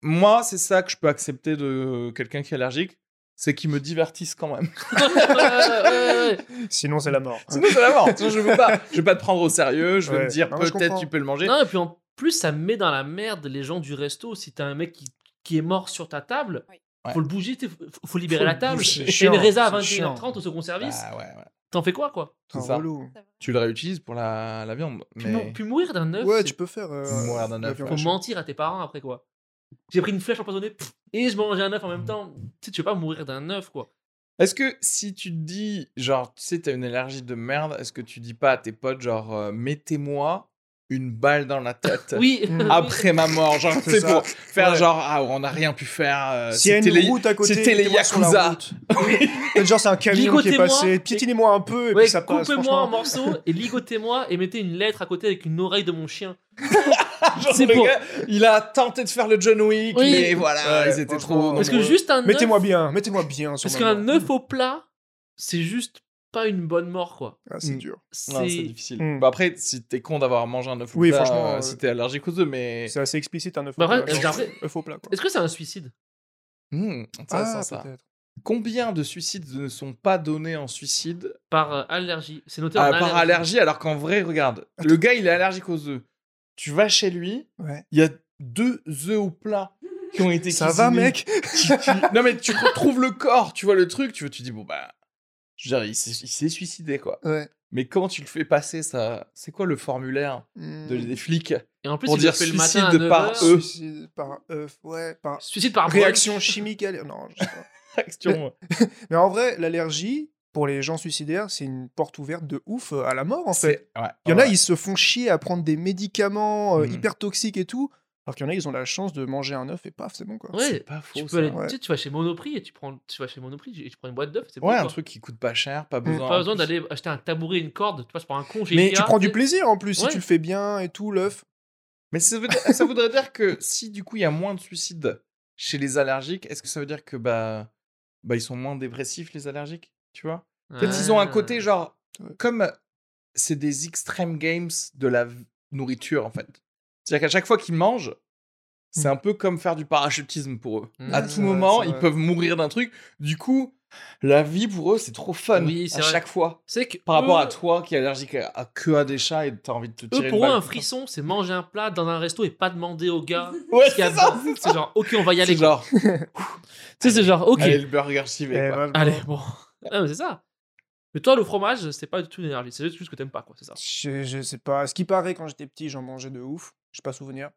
[SPEAKER 1] moi, c'est ça que je peux accepter de quelqu'un qui est allergique, c'est qu'il me divertisse quand même.
[SPEAKER 2] d'ailleurs. Ouais, ouais, ouais, ouais.
[SPEAKER 3] Sinon, c'est la mort.
[SPEAKER 1] Sinon, c'est la mort. Sinon, je veux pas, je veux pas te prendre au sérieux. Je vais
[SPEAKER 3] Ouais.
[SPEAKER 1] me dire
[SPEAKER 3] Non, mais je
[SPEAKER 1] peut-être
[SPEAKER 3] comprends.
[SPEAKER 1] tu peux le manger.
[SPEAKER 2] Non, et puis en plus, ça met dans la merde les gens du resto. Si t'as un mec qui, qui est mort sur ta table,
[SPEAKER 5] Oui.
[SPEAKER 1] Ouais.
[SPEAKER 2] faut le bouger, t'sais, faut, faut libérer
[SPEAKER 1] Faut
[SPEAKER 2] la
[SPEAKER 1] le
[SPEAKER 2] table.
[SPEAKER 1] bouger.
[SPEAKER 2] Et
[SPEAKER 3] Chiant,
[SPEAKER 2] une résa à
[SPEAKER 3] c'est chiant.
[SPEAKER 2] 21h30 au second service,
[SPEAKER 1] Bah, ouais, ouais.
[SPEAKER 2] t'en fais quoi, quoi
[SPEAKER 1] C'est
[SPEAKER 3] C'est
[SPEAKER 1] ça.
[SPEAKER 3] relou.
[SPEAKER 1] Tu le réutilises pour la, la viande.
[SPEAKER 2] puis, mou-
[SPEAKER 1] Mais...
[SPEAKER 2] puis mourir d'un œuf,
[SPEAKER 3] Ouais,
[SPEAKER 2] c'est
[SPEAKER 3] tu peux faire. euh,
[SPEAKER 1] Mourir d'un
[SPEAKER 3] la
[SPEAKER 1] œuf,
[SPEAKER 3] viande
[SPEAKER 1] ouais.
[SPEAKER 2] pour
[SPEAKER 3] hachée.
[SPEAKER 2] mentir à tes parents après, quoi. J'ai pris une flèche empoisonnée pff, et je mangeais un œuf en même temps. Tu sais, tu veux pas mourir d'un œuf, quoi.
[SPEAKER 1] Est-ce que si tu te dis, genre, tu sais, t'as une allergie de merde, est-ce que tu dis pas à tes potes, genre, euh, mettez-moi une balle dans la tête
[SPEAKER 2] Oui.
[SPEAKER 3] Mm.
[SPEAKER 1] après ma mort. Genre,
[SPEAKER 3] C'est
[SPEAKER 1] c'est
[SPEAKER 3] ça.
[SPEAKER 1] pour faire
[SPEAKER 3] Ouais.
[SPEAKER 1] genre, ah, on n'a rien pu faire. euh,
[SPEAKER 3] S'il y a
[SPEAKER 1] c'était
[SPEAKER 3] une
[SPEAKER 1] les-
[SPEAKER 3] route à côté,
[SPEAKER 1] c'était les
[SPEAKER 3] mettez-moi sur la
[SPEAKER 1] Yakuza.
[SPEAKER 3] route. Peut-être genre c'est un camion qui est
[SPEAKER 2] Ligotez-moi.
[SPEAKER 3] passé, piétinez-moi un peu et
[SPEAKER 2] Ouais,
[SPEAKER 3] puis ça passe.
[SPEAKER 2] coupez-moi en
[SPEAKER 3] franchement.
[SPEAKER 2] morceaux et ligotez-moi et mettez une lettre à côté avec une oreille de mon chien.
[SPEAKER 1] Genre,
[SPEAKER 2] C'est
[SPEAKER 1] le
[SPEAKER 2] pour-
[SPEAKER 1] gars, il a tenté de faire le John Wick,
[SPEAKER 2] Oui.
[SPEAKER 1] mais voilà,
[SPEAKER 3] Ouais,
[SPEAKER 1] ils étaient
[SPEAKER 3] franchement,
[SPEAKER 1] trop.
[SPEAKER 2] Parce que
[SPEAKER 1] nombreux.
[SPEAKER 2] juste un œuf,
[SPEAKER 3] Mettez-moi bien, mettez-moi bien. sur
[SPEAKER 2] parce qu'un
[SPEAKER 3] ma main.
[SPEAKER 2] œuf au plat, c'est juste pas une bonne mort quoi.
[SPEAKER 3] Ah, c'est
[SPEAKER 1] Mm.
[SPEAKER 3] dur.
[SPEAKER 1] Non, c'est
[SPEAKER 2] C'est
[SPEAKER 1] difficile.
[SPEAKER 3] Mm.
[SPEAKER 1] Bah après, si t'es con d'avoir mangé un œuf au
[SPEAKER 3] Oui,
[SPEAKER 1] plat,
[SPEAKER 3] franchement,
[SPEAKER 1] euh,
[SPEAKER 3] euh,
[SPEAKER 1] si t'es allergique aux œufs, mais.
[SPEAKER 3] C'est assez explicite un œuf
[SPEAKER 2] Bah,
[SPEAKER 3] au plat.
[SPEAKER 2] après, Ah,
[SPEAKER 3] genre,
[SPEAKER 2] j'ai-
[SPEAKER 3] œuf au plat quoi. Ah,
[SPEAKER 2] Est-ce que c'est un suicide
[SPEAKER 1] Hmm, intéressant, ça.
[SPEAKER 3] peut-être.
[SPEAKER 1] Combien de suicides ne sont pas donnés en suicide
[SPEAKER 2] par euh, allergie C'est noté en
[SPEAKER 1] euh, par allergie, alors qu'en vrai, regarde, le gars, il est allergique aux œufs. Tu vas chez lui,
[SPEAKER 3] Ouais.
[SPEAKER 1] il y a deux œufs au plat qui ont été
[SPEAKER 3] Ça va
[SPEAKER 1] cuisinés.
[SPEAKER 3] mec
[SPEAKER 1] Tu- tu- Non, mais tu retrouves le corps, tu vois le truc, tu, tu dis, bon, bah. Je veux dire, il s'est il s'est suicidé, quoi.
[SPEAKER 3] Ouais.
[SPEAKER 1] Mais comment tu le fais passer, ça C'est quoi le formulaire
[SPEAKER 3] Mm.
[SPEAKER 1] de- des flics
[SPEAKER 2] Et en plus,
[SPEAKER 1] Pour
[SPEAKER 2] il
[SPEAKER 1] dire
[SPEAKER 2] le fait le
[SPEAKER 1] suicide
[SPEAKER 2] matin à
[SPEAKER 1] de par
[SPEAKER 2] 9 heures.
[SPEAKER 1] œuf.
[SPEAKER 3] Suicide Mmh. par œuf, ouais, par
[SPEAKER 2] Suicide par brol.
[SPEAKER 3] réaction chimique. allez- Non, je sais pas.
[SPEAKER 1] Action.
[SPEAKER 3] Mais en vrai, l'allergie, pour les gens suicidaires, c'est une porte ouverte de ouf euh, à la mort, en fait.
[SPEAKER 1] C'est- ouais,
[SPEAKER 3] Il y en a,
[SPEAKER 1] ouais.
[SPEAKER 3] ils se font chier à prendre des médicaments euh,
[SPEAKER 1] Mm.
[SPEAKER 3] hyper toxiques et tout, alors qu'il y en a, ils ont la chance de manger un œuf et paf, c'est bon, quoi.
[SPEAKER 2] Ouais.
[SPEAKER 1] Pas
[SPEAKER 2] Tu,
[SPEAKER 1] faux,
[SPEAKER 2] peux
[SPEAKER 1] ça.
[SPEAKER 2] aller-
[SPEAKER 3] ouais.
[SPEAKER 2] tu sais, tu vas chez Monoprix et tu prends, tu vas chez Monoprix et tu prends une boîte d'œufs. c'est bon,
[SPEAKER 1] Ouais, un
[SPEAKER 2] quoi. Mmh,
[SPEAKER 1] truc qui coûte pas cher, pas
[SPEAKER 2] Pas
[SPEAKER 1] besoin.
[SPEAKER 2] besoin d'aller acheter un tabouret, une corde. Tu passes par un con chez
[SPEAKER 1] Mais
[SPEAKER 2] Ikea,
[SPEAKER 3] Tu prends du
[SPEAKER 2] sais.
[SPEAKER 3] plaisir, en plus,
[SPEAKER 2] Ouais.
[SPEAKER 3] si tu le fais bien et tout, l'œuf.
[SPEAKER 1] Mais ça, veut dire- ça voudrait dire que si du coup il y a moins de suicides chez les allergiques, est-ce que ça veut dire que bah, bah ils sont moins dépressifs les allergiques Tu vois Peut-être qu'ils ont un
[SPEAKER 2] Ah.
[SPEAKER 1] côté genre
[SPEAKER 3] Ouais.
[SPEAKER 1] comme c'est des extreme games de la v- nourriture en fait. C'est-à-dire qu'à chaque fois qu'ils mangent, c'est
[SPEAKER 2] Mmh.
[SPEAKER 3] Mm.
[SPEAKER 1] un peu comme faire du parachutisme pour eux.
[SPEAKER 2] Mm.
[SPEAKER 1] À
[SPEAKER 3] Ouais,
[SPEAKER 1] tout
[SPEAKER 3] c'est vrai,
[SPEAKER 1] moment,
[SPEAKER 3] c'est
[SPEAKER 1] ils
[SPEAKER 3] vrai.
[SPEAKER 1] peuvent mourir d'un truc. Du coup, la vie pour eux, c'est trop fun
[SPEAKER 2] Oui, c'est
[SPEAKER 1] à
[SPEAKER 2] vrai.
[SPEAKER 1] chaque fois.
[SPEAKER 2] C'est que
[SPEAKER 1] Par rapport
[SPEAKER 2] eux-
[SPEAKER 1] à toi qui est allergique à, à que à des chats et t'as envie de te tirer
[SPEAKER 2] Eux,
[SPEAKER 1] une
[SPEAKER 2] pour eux,
[SPEAKER 1] balle.
[SPEAKER 2] un frisson, c'est manger un plat dans un resto et pas demander au gars
[SPEAKER 1] Ouais,
[SPEAKER 2] ce qu'il y a
[SPEAKER 1] c'est ça,
[SPEAKER 2] dedans. C'est genre, ok, on va y
[SPEAKER 1] c'est
[SPEAKER 2] aller. quoi.
[SPEAKER 1] genre,
[SPEAKER 2] Tu sais, c'est genre, ok,
[SPEAKER 1] allez, le burger s'y va,
[SPEAKER 3] Eh,
[SPEAKER 1] quoi.
[SPEAKER 3] vraiment.
[SPEAKER 2] bah, allez, bon. Ah, mais c'est ça. Mais toi, le fromage, c'est pas du tout une énergie. C'est juste que t'aimes pas, quoi. C'est ça.
[SPEAKER 1] Euh,
[SPEAKER 3] Je, je sais pas. Ce qui paraît, quand j'étais petit, j'en mangeais de ouf. Je pas souvenir.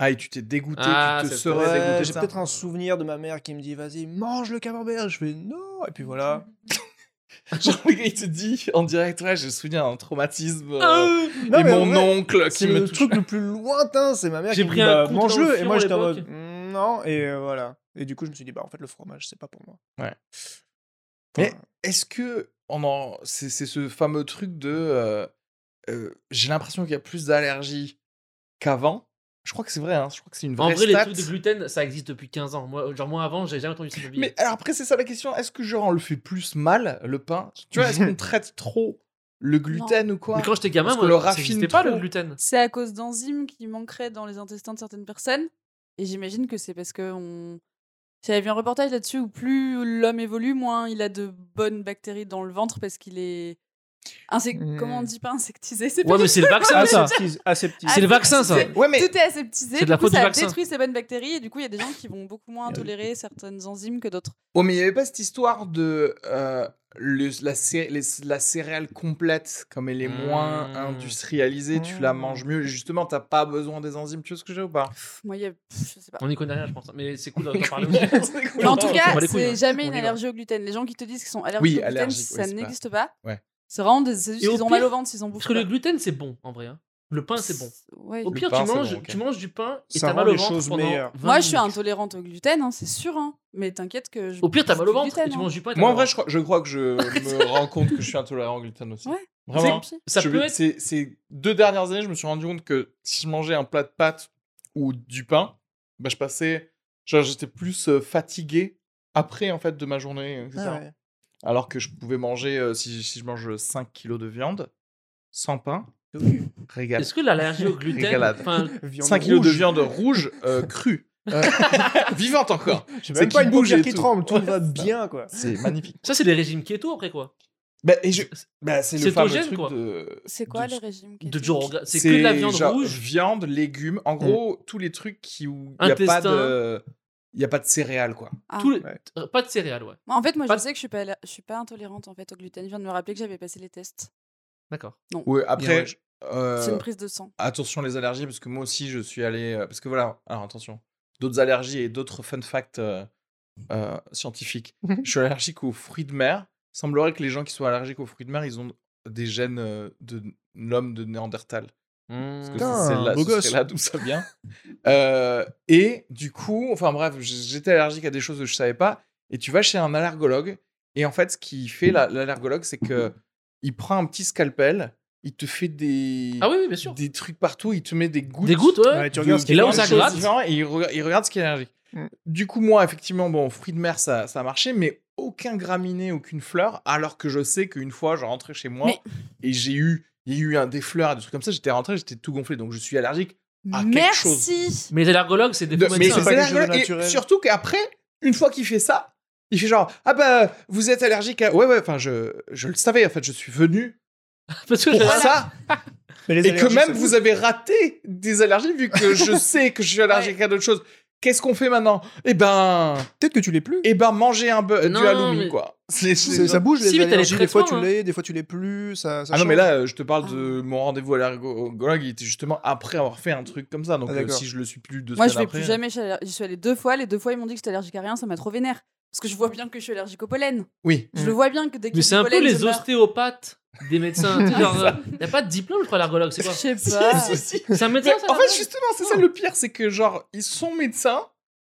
[SPEAKER 1] Ah, et tu t'es dégoûté,
[SPEAKER 2] Ah,
[SPEAKER 1] tu te
[SPEAKER 2] c'est
[SPEAKER 1] serais
[SPEAKER 2] vrai,
[SPEAKER 1] dégoûté.
[SPEAKER 3] Ouais,
[SPEAKER 1] de
[SPEAKER 3] J'ai
[SPEAKER 1] ça.
[SPEAKER 3] peut-être un souvenir de ma mère qui me dit vas-y, mange le camembert. Je fais non. Et puis voilà.
[SPEAKER 1] Genre, le gars, il te dit en direct, ouais, je me souviens d'un traumatisme. euh,
[SPEAKER 2] Ah,
[SPEAKER 3] Non,
[SPEAKER 1] et
[SPEAKER 3] mais en
[SPEAKER 1] mon
[SPEAKER 3] vrai,
[SPEAKER 1] oncle qui
[SPEAKER 3] C'est le
[SPEAKER 1] me touche.
[SPEAKER 3] truc le plus lointain, c'est ma mère
[SPEAKER 2] J'ai
[SPEAKER 3] qui me
[SPEAKER 2] pris
[SPEAKER 3] dit
[SPEAKER 2] un
[SPEAKER 3] bah,
[SPEAKER 2] coup dans le
[SPEAKER 3] mange-le. Et
[SPEAKER 2] fion
[SPEAKER 3] moi
[SPEAKER 2] à
[SPEAKER 3] j'étais en mode
[SPEAKER 2] l'époque.
[SPEAKER 3] Mm, non. Et euh, voilà. Et du coup, je me suis dit bah en fait, le fromage, c'est pas pour moi.
[SPEAKER 1] Ouais.
[SPEAKER 3] Enfin,
[SPEAKER 1] Est-ce que on en... c'est c'est ce fameux truc de. euh, euh, J'ai l'impression qu'il y a plus d'allergies qu'avant. Je crois que c'est vrai, hein, je crois que c'est une
[SPEAKER 2] En
[SPEAKER 1] vraie
[SPEAKER 2] vrai, les
[SPEAKER 1] stat.
[SPEAKER 2] trucs de gluten, ça existe depuis 15 ans. Moi, genre, moi avant, j'ai jamais entendu ça de ma vie.
[SPEAKER 1] Mais alors après, c'est ça la question. Est-ce que genre on le fait plus mal, le pain Tu vois, est-ce qu'on traite trop le gluten ou quoi
[SPEAKER 2] Mais quand j'étais gamin,
[SPEAKER 1] Parce que
[SPEAKER 2] moi,
[SPEAKER 1] le
[SPEAKER 2] ça
[SPEAKER 1] raffine
[SPEAKER 2] existait pas
[SPEAKER 1] trop.
[SPEAKER 2] le gluten.
[SPEAKER 5] C'est à cause d'enzymes qui manqueraient dans les intestins de certaines personnes. Et j'imagine que c'est parce que on... J'avais vu un reportage là-dessus où plus l'homme évolue, moins il a de bonnes bactéries dans le ventre parce qu'il est. insec-
[SPEAKER 3] Hmm.
[SPEAKER 5] Comment on dit pas insectisé C'est pas
[SPEAKER 2] Mmh. Ouais, mais c'est le vaccin, ah, ça.
[SPEAKER 1] Ah,
[SPEAKER 3] aseptise, aseptise.
[SPEAKER 2] C'est le vaccin, ça.
[SPEAKER 5] Aseptisé.
[SPEAKER 1] Ouais, mais
[SPEAKER 5] Tout est aseptisé,
[SPEAKER 2] C'est de la
[SPEAKER 5] du coup,
[SPEAKER 2] faute du
[SPEAKER 5] ça
[SPEAKER 2] vaccin.
[SPEAKER 5] détruit ces bonnes bactéries et du coup il y a des gens qui vont beaucoup moins
[SPEAKER 3] Ah oui.
[SPEAKER 5] tolérer certaines enzymes que d'autres.
[SPEAKER 1] Oh, mais il n'y avait pas cette histoire de euh, le- la, cé- les- la céréale complète, comme elle est moins
[SPEAKER 2] Mmh.
[SPEAKER 1] industrialisée, tu la manges mieux. et Justement, t'as pas besoin des enzymes. Tu vois ce que j'ai ou pas
[SPEAKER 5] Pff, Moi il y a... pff, je sais pas.
[SPEAKER 2] On y connaît rien, je pense. hein. Mais c'est cool d'en parler aussi.
[SPEAKER 1] C'est cool.
[SPEAKER 5] Mais en
[SPEAKER 2] on
[SPEAKER 5] tout
[SPEAKER 2] s'en
[SPEAKER 5] cas,
[SPEAKER 2] bat les couilles, hein.
[SPEAKER 5] c'est jamais
[SPEAKER 2] On
[SPEAKER 5] une
[SPEAKER 2] y va.
[SPEAKER 5] allergie au gluten. Les gens qui te disent qu'ils sont allergiques
[SPEAKER 1] Oui,
[SPEAKER 5] au gluten,
[SPEAKER 1] allergique, oui,
[SPEAKER 5] ça
[SPEAKER 1] c'est pas-
[SPEAKER 5] n'existe pas.
[SPEAKER 1] Ouais.
[SPEAKER 5] C'est vraiment des... c'est juste
[SPEAKER 2] Et au
[SPEAKER 5] qu'ils ont mal
[SPEAKER 2] pire-
[SPEAKER 5] au ventre s'ils en bouffent.
[SPEAKER 2] Parce que le
[SPEAKER 5] pas.
[SPEAKER 2] gluten, c'est bon, en vrai. hein. Le pain, c'est bon.
[SPEAKER 5] Ouais.
[SPEAKER 2] Au
[SPEAKER 1] Le
[SPEAKER 2] pire,
[SPEAKER 1] pain,
[SPEAKER 2] tu,
[SPEAKER 1] c'est
[SPEAKER 2] manges,
[SPEAKER 1] bon, ok.
[SPEAKER 2] tu manges du pain et
[SPEAKER 3] Ça
[SPEAKER 2] t'as
[SPEAKER 3] rend
[SPEAKER 2] mal au
[SPEAKER 3] les
[SPEAKER 2] ventre
[SPEAKER 3] choses
[SPEAKER 2] pendant
[SPEAKER 3] meilleures.
[SPEAKER 2] 20
[SPEAKER 5] Moi, je suis
[SPEAKER 2] minutes.
[SPEAKER 5] intolérante au gluten, hein, c'est sûr. hein. Mais t'inquiète que je.
[SPEAKER 2] Au pire, t'as mal au
[SPEAKER 5] bouffe du
[SPEAKER 2] ventre et
[SPEAKER 5] gluten,
[SPEAKER 2] tu
[SPEAKER 5] hein.
[SPEAKER 2] manges du pain. et t'as
[SPEAKER 1] Moi, en
[SPEAKER 2] mal
[SPEAKER 1] vrai,
[SPEAKER 2] au ventre.
[SPEAKER 1] je, crois- je crois que je me rends compte que je suis intolérant au gluten aussi.
[SPEAKER 5] Ouais.
[SPEAKER 1] Vraiment.
[SPEAKER 5] hein. C'est-
[SPEAKER 2] Ça
[SPEAKER 1] Je-
[SPEAKER 2] peut être.
[SPEAKER 1] ces, ces deux dernières années, je me suis rendu compte que si je mangeais un plat de pâtes ou du pain, bah, je passais. Genre, j'étais plus euh, fatigué après, en fait, de ma journée, etc.
[SPEAKER 3] Ah ouais.
[SPEAKER 1] Alors que je pouvais manger, euh, si, si je mange 5 kilos de viande, sans pain, régal.
[SPEAKER 2] Est-ce que l'allergie au gluten.
[SPEAKER 1] Régalade.
[SPEAKER 2] enfin,
[SPEAKER 3] Viande
[SPEAKER 1] 5 kilos de
[SPEAKER 3] rouge.
[SPEAKER 1] viande rouge euh, crue, Euh, vivante encore.
[SPEAKER 3] J'ai
[SPEAKER 1] C'est
[SPEAKER 3] même pas
[SPEAKER 1] qui
[SPEAKER 3] une
[SPEAKER 1] bouge
[SPEAKER 3] bougie
[SPEAKER 1] et
[SPEAKER 3] qui
[SPEAKER 1] tout.
[SPEAKER 3] tremble. Tout
[SPEAKER 1] Ouais,
[SPEAKER 3] va
[SPEAKER 1] c'est ça.
[SPEAKER 3] bien, quoi.
[SPEAKER 1] C'est magnifique.
[SPEAKER 2] Ça, c'est des régimes keto après quoi.
[SPEAKER 1] Bah, et je- bah, c'est le fameux
[SPEAKER 2] Cétogène,
[SPEAKER 1] truc
[SPEAKER 2] quoi.
[SPEAKER 1] de.
[SPEAKER 5] C'est quoi
[SPEAKER 1] de-
[SPEAKER 5] les régimes keto
[SPEAKER 2] De Joe Rogan. C'est que de la viande
[SPEAKER 1] genre
[SPEAKER 2] rouge. Mm.
[SPEAKER 1] Viande, légumes, en gros, tous les trucs qui où il n'y a pas
[SPEAKER 2] Intestin.
[SPEAKER 1] de. Il n'y a pas de céréales, quoi.
[SPEAKER 5] Ah.
[SPEAKER 2] tous les-
[SPEAKER 3] Ouais.
[SPEAKER 2] euh, Pas de céréales, ouais.
[SPEAKER 5] En fait, moi, je
[SPEAKER 2] Pas-
[SPEAKER 5] sais que je suis pas, aller- je suis pas intolérante en fait au gluten. Je viens de me rappeler que j'avais passé les tests.
[SPEAKER 2] D'accord.
[SPEAKER 1] Ouais,
[SPEAKER 3] Bien,
[SPEAKER 1] après,
[SPEAKER 3] ouais.
[SPEAKER 1] je- euh,
[SPEAKER 5] C'est une prise de sang.
[SPEAKER 1] attention les allergies, parce que moi aussi, je suis allé. euh, Parce que voilà, alors attention, d'autres allergies et d'autres fun facts euh, euh, scientifiques. je suis allergique aux fruits de mer. Il semblerait que les gens qui sont allergiques aux fruits de mer, ils ont des gènes euh, de l'homme de Néandertal. Parce que
[SPEAKER 3] Putain,
[SPEAKER 1] c'est là,
[SPEAKER 3] beau
[SPEAKER 1] ce serait
[SPEAKER 3] gosse.
[SPEAKER 1] là d'où ça vient. Euh, et du coup, enfin bref, j- j'étais allergique à des choses que je savais pas. Et tu vas chez un allergologue. Et en fait, ce qu'il fait, la- l'allergologue, c'est que il prend un petit scalpel, il te fait des,
[SPEAKER 2] Ah oui, oui, bien sûr.
[SPEAKER 1] des trucs partout, il te met des gouttes.
[SPEAKER 2] Des gouttes, ouais.
[SPEAKER 3] Ouais, tu regardes ce qu'il y
[SPEAKER 2] là
[SPEAKER 3] a
[SPEAKER 2] où
[SPEAKER 3] dans
[SPEAKER 2] ça
[SPEAKER 3] les choses.
[SPEAKER 2] gratte.
[SPEAKER 1] différentes Et il, rega- il regarde ce qui est allergique.
[SPEAKER 3] Mm.
[SPEAKER 1] Du coup, moi, effectivement, bon, fruits de mer, ça, ça a marché, mais aucun graminé, aucune fleur, alors que je sais qu'une fois, je rentrais chez moi
[SPEAKER 5] Mais-
[SPEAKER 1] et j'ai eu, il y a eu un, des fleurs, des trucs comme ça, j'étais rentré, j'étais tout gonflé, donc je suis allergique. Ah, quelque
[SPEAKER 5] Merci.
[SPEAKER 2] Mais les allergologues, c'est des
[SPEAKER 1] De-
[SPEAKER 2] faux
[SPEAKER 1] mais
[SPEAKER 2] médecins.
[SPEAKER 1] c'est
[SPEAKER 3] pas quelque
[SPEAKER 1] allergologue,
[SPEAKER 3] chose de
[SPEAKER 1] et
[SPEAKER 3] naturel.
[SPEAKER 1] surtout qu'après, une fois qu'il fait ça, il fait genre, ah bah, vous êtes allergique à... Ouais, ouais, enfin, je, je le savais, en fait, je suis venu
[SPEAKER 2] Parce que
[SPEAKER 1] pour
[SPEAKER 2] j'avais-
[SPEAKER 1] ça.
[SPEAKER 3] Mais les
[SPEAKER 1] Et que
[SPEAKER 3] allergies,
[SPEAKER 1] même
[SPEAKER 3] ça-
[SPEAKER 1] vous avez raté des allergies vu que je sais que je suis allergique à d'autres choses. Qu'est-ce qu'on fait maintenant Eh ben,
[SPEAKER 3] Peut-être que tu l'es plus.
[SPEAKER 1] eh ben manger un bœuf-
[SPEAKER 2] Non,
[SPEAKER 1] du halloumi
[SPEAKER 2] mais-
[SPEAKER 1] quoi. C'est- c'est-
[SPEAKER 3] C'est- Ça bouge
[SPEAKER 2] Si, mais
[SPEAKER 3] les
[SPEAKER 2] t'as les
[SPEAKER 3] allergies. Des fois tu
[SPEAKER 2] traitements, hein.
[SPEAKER 3] l'es, des fois tu l'es plus. Ça, ça
[SPEAKER 1] Ah non mais
[SPEAKER 3] change.
[SPEAKER 1] là euh, je te parle de mon rendez-vous à l'ergologue, il était justement après avoir fait un truc comme ça. Donc
[SPEAKER 3] Ah,
[SPEAKER 1] euh,
[SPEAKER 3] d'accord.
[SPEAKER 1] si je le suis plus deux
[SPEAKER 5] Moi, je
[SPEAKER 1] semaines
[SPEAKER 5] vais
[SPEAKER 2] euh.
[SPEAKER 1] après.
[SPEAKER 5] plus jamais. chez aller- J'y suis allée deux fois. Les deux fois, ils m'ont dit que j'étais allergique à rien. Ça m'a trop vénère. Parce que je vois bien que je suis allergique au pollen.
[SPEAKER 1] Oui.
[SPEAKER 5] Je
[SPEAKER 3] Mm.
[SPEAKER 5] le vois bien que dès qu'il y
[SPEAKER 2] Mais
[SPEAKER 5] a
[SPEAKER 2] c'est
[SPEAKER 5] du
[SPEAKER 2] un peu
[SPEAKER 5] pollen, je
[SPEAKER 2] les
[SPEAKER 5] meurs.
[SPEAKER 2] ostéopathes des médecins. Il n'y a pas de diplôme, je crois, allergologue, c'est
[SPEAKER 5] Je
[SPEAKER 2] quoi
[SPEAKER 5] sais pas.
[SPEAKER 1] Si, si, si.
[SPEAKER 2] C'est un
[SPEAKER 1] Mais
[SPEAKER 2] médecin, ça
[SPEAKER 1] en fait
[SPEAKER 2] l'allergologue
[SPEAKER 1] justement c'est ça le pire, c'est que genre ils sont médecins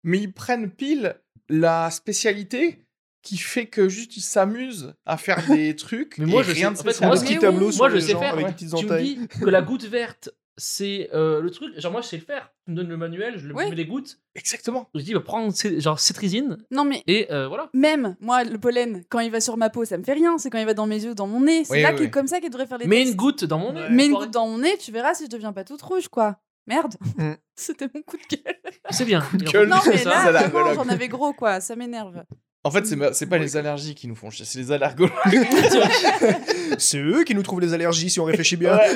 [SPEAKER 1] mais ils prennent pile la spécialité qui fait que juste ils s'amusent à faire des trucs.
[SPEAKER 2] Mais moi,
[SPEAKER 1] et
[SPEAKER 2] je
[SPEAKER 1] rien
[SPEAKER 2] sais-
[SPEAKER 1] de
[SPEAKER 2] en fait,
[SPEAKER 1] spécial.
[SPEAKER 3] Un
[SPEAKER 2] moi,
[SPEAKER 3] petit
[SPEAKER 5] Mais
[SPEAKER 3] tableau
[SPEAKER 5] oui.
[SPEAKER 3] sur
[SPEAKER 2] Moi, je
[SPEAKER 3] les
[SPEAKER 2] sais
[SPEAKER 3] gens
[SPEAKER 2] faire,
[SPEAKER 3] avec
[SPEAKER 1] ouais.
[SPEAKER 3] des petites
[SPEAKER 2] Tu me
[SPEAKER 3] entailles.
[SPEAKER 2] dis que la goutte verte, c'est euh, le truc. Genre, moi, je sais le faire. Tu me donnes le manuel, je le
[SPEAKER 5] Ouais.
[SPEAKER 2] mets les gouttes.
[SPEAKER 1] Exactement.
[SPEAKER 2] Je dis, bah, prends cé- genre cétrizine
[SPEAKER 5] Non, mais
[SPEAKER 2] et euh, voilà.
[SPEAKER 5] même, moi, le pollen, quand il va sur ma peau, ça me fait rien. C'est quand il va dans mes yeux ou dans mon nez. C'est
[SPEAKER 1] Oui,
[SPEAKER 5] là
[SPEAKER 1] oui,
[SPEAKER 5] que,
[SPEAKER 1] oui.
[SPEAKER 5] comme ça qu'il devrait faire les
[SPEAKER 2] Mets
[SPEAKER 5] tests.
[SPEAKER 2] une goutte dans mon nez.
[SPEAKER 5] Mets une
[SPEAKER 2] Forêt.
[SPEAKER 5] goutte dans mon nez, tu verras si je deviens pas toute rouge, quoi. Merde.
[SPEAKER 3] Mm.
[SPEAKER 5] C'était mon coup de gueule.
[SPEAKER 2] C'est bien.
[SPEAKER 1] de gueule.
[SPEAKER 5] Non,
[SPEAKER 1] C'est
[SPEAKER 5] mais
[SPEAKER 1] ça.
[SPEAKER 5] là,
[SPEAKER 1] Ça, la
[SPEAKER 5] vraiment,
[SPEAKER 1] gologue.
[SPEAKER 5] j'en avais gros, quoi. Ça m'énerve.
[SPEAKER 1] En fait, c'est
[SPEAKER 2] Mm.
[SPEAKER 1] ma- c'est pas les allergies qui nous font chier, c'est les allergologues.
[SPEAKER 3] C'est eux qui nous trouvent les allergies si on réfléchit bien.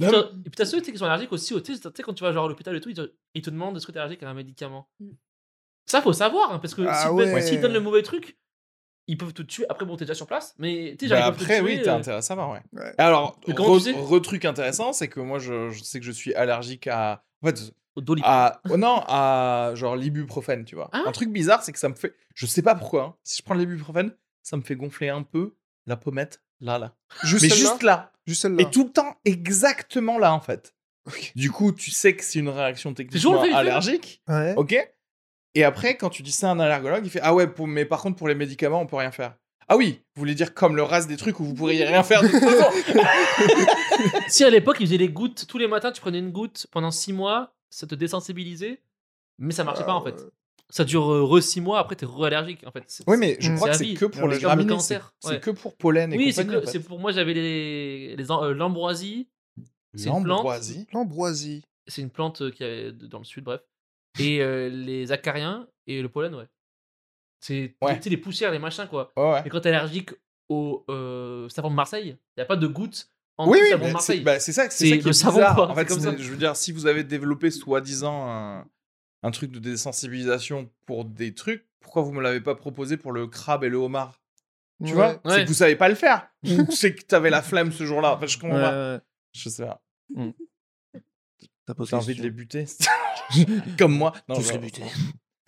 [SPEAKER 1] Ouais, Bah, c'est ça.
[SPEAKER 2] Et puis, t'as- et puis t'as ceux tu sais, qui sont allergiques aussi au thé. Tu sais, quand tu vas genre à l'hôpital et tout, ils te, ils te demandent est-ce que t'es allergique à un médicament.
[SPEAKER 5] Mm.
[SPEAKER 2] Ça, faut savoir, hein, parce que
[SPEAKER 3] Ah
[SPEAKER 2] s'ils te-
[SPEAKER 3] ouais.
[SPEAKER 2] s'ils te donnent le mauvais truc, ils peuvent te tuer. Après, bon, t'es déjà sur place, mais tu sais,
[SPEAKER 1] Bah
[SPEAKER 2] genre, ils peuvent te
[SPEAKER 1] après,
[SPEAKER 2] tuer,
[SPEAKER 1] oui,
[SPEAKER 2] euh,
[SPEAKER 1] t'as intérêt à savoir, ouais.
[SPEAKER 3] Ouais.
[SPEAKER 1] Alors,
[SPEAKER 2] Mais comment
[SPEAKER 1] re-
[SPEAKER 2] tu sais
[SPEAKER 1] retruc intéressant, c'est que moi, je, je sais que je suis allergique à. En fait,
[SPEAKER 2] au Dolly.
[SPEAKER 1] à. oh non, à genre l'ibuprofène, tu vois.
[SPEAKER 2] Ah ouais
[SPEAKER 1] un truc bizarre, c'est que ça me fait. Je sais pas pourquoi. hein. Si je prends de l'ibuprofène, ça me fait gonfler un peu la pommette, là, là.
[SPEAKER 3] Juste
[SPEAKER 1] Mais
[SPEAKER 3] celle-là.
[SPEAKER 1] juste là.
[SPEAKER 3] Juste celle-là.
[SPEAKER 1] Et tout le temps, exactement là, en fait. Du coup, tu sais que c'est une réaction
[SPEAKER 2] toujours le
[SPEAKER 1] techniquement
[SPEAKER 2] fait, il fait.
[SPEAKER 1] allergique.
[SPEAKER 3] Ouais.
[SPEAKER 1] Ok Et après, quand tu dis ça à un allergologue, il fait Ah ouais, pour- mais par contre, pour les médicaments, on peut rien faire. Ah oui, vous voulez dire comme le reste des trucs où vous pourriez rien faire de toute façon.
[SPEAKER 2] Si à l'époque, ils faisaient des gouttes, tous les matins, tu prenais une goutte pendant 6 mois, ça te désensibilisait, mais ça marchait pas en fait. Ça dure euh, re 6 mois, après t'es re-allergique en fait. C'est-
[SPEAKER 1] Euh. Oui, mais je
[SPEAKER 3] Mm.
[SPEAKER 1] crois que
[SPEAKER 2] C'est
[SPEAKER 1] c'est
[SPEAKER 2] la
[SPEAKER 1] que
[SPEAKER 2] vie.
[SPEAKER 1] pour
[SPEAKER 2] Le
[SPEAKER 1] les
[SPEAKER 2] germe de
[SPEAKER 1] graminées. C'est
[SPEAKER 2] cancer,
[SPEAKER 1] c'est
[SPEAKER 2] ouais.
[SPEAKER 1] que pour pollen et
[SPEAKER 2] Oui, c'est
[SPEAKER 1] compagnie.
[SPEAKER 2] que-
[SPEAKER 1] en fait.
[SPEAKER 2] c'est pour moi j'avais les, les am- euh, l'ambroisie, c'est une plante.
[SPEAKER 1] L'ambroisie.
[SPEAKER 3] L'ambroisie.
[SPEAKER 2] c'est une plante euh, qui est de- dans le sud, bref. Et euh, les acariens et le pollen, ouais. C'est
[SPEAKER 1] Ouais.
[SPEAKER 2] tu sais, les poussières, les machins, quoi.
[SPEAKER 1] Ouais, ouais.
[SPEAKER 2] Et quand t'es allergique au euh, savon de Marseille, il n'y a pas de gouttes en
[SPEAKER 1] Oui,
[SPEAKER 2] dessous
[SPEAKER 1] oui,
[SPEAKER 2] du savon de
[SPEAKER 1] mais c'est
[SPEAKER 2] Marseille.
[SPEAKER 1] bah, c'est ça, que- c'est
[SPEAKER 2] C'est
[SPEAKER 1] ça qui
[SPEAKER 2] le
[SPEAKER 1] est
[SPEAKER 2] savon,
[SPEAKER 1] bizarre.
[SPEAKER 2] quoi,
[SPEAKER 1] En
[SPEAKER 2] c'est
[SPEAKER 1] fait,
[SPEAKER 2] comme
[SPEAKER 1] c'est-
[SPEAKER 2] ça.
[SPEAKER 1] je veux dire, si vous avez développé soi-disant un, un truc de désensibilisation pour des trucs, pourquoi vous me l'avez pas proposé pour le crabe et le homard Tu vois
[SPEAKER 3] Ouais.
[SPEAKER 1] C'est
[SPEAKER 2] Ouais.
[SPEAKER 1] que vous savez pas le faire. Ou c'est que t'avais la flemme ce jour-là. Enfin, je comprends
[SPEAKER 3] Ouais,
[SPEAKER 2] Euh.
[SPEAKER 1] pas.
[SPEAKER 3] ouais.
[SPEAKER 1] Je sais pas.
[SPEAKER 3] Ça pose
[SPEAKER 1] J'ai envie de
[SPEAKER 3] question.
[SPEAKER 1] les buter. Comme moi. Non,
[SPEAKER 3] Tous
[SPEAKER 1] je-
[SPEAKER 3] les buter.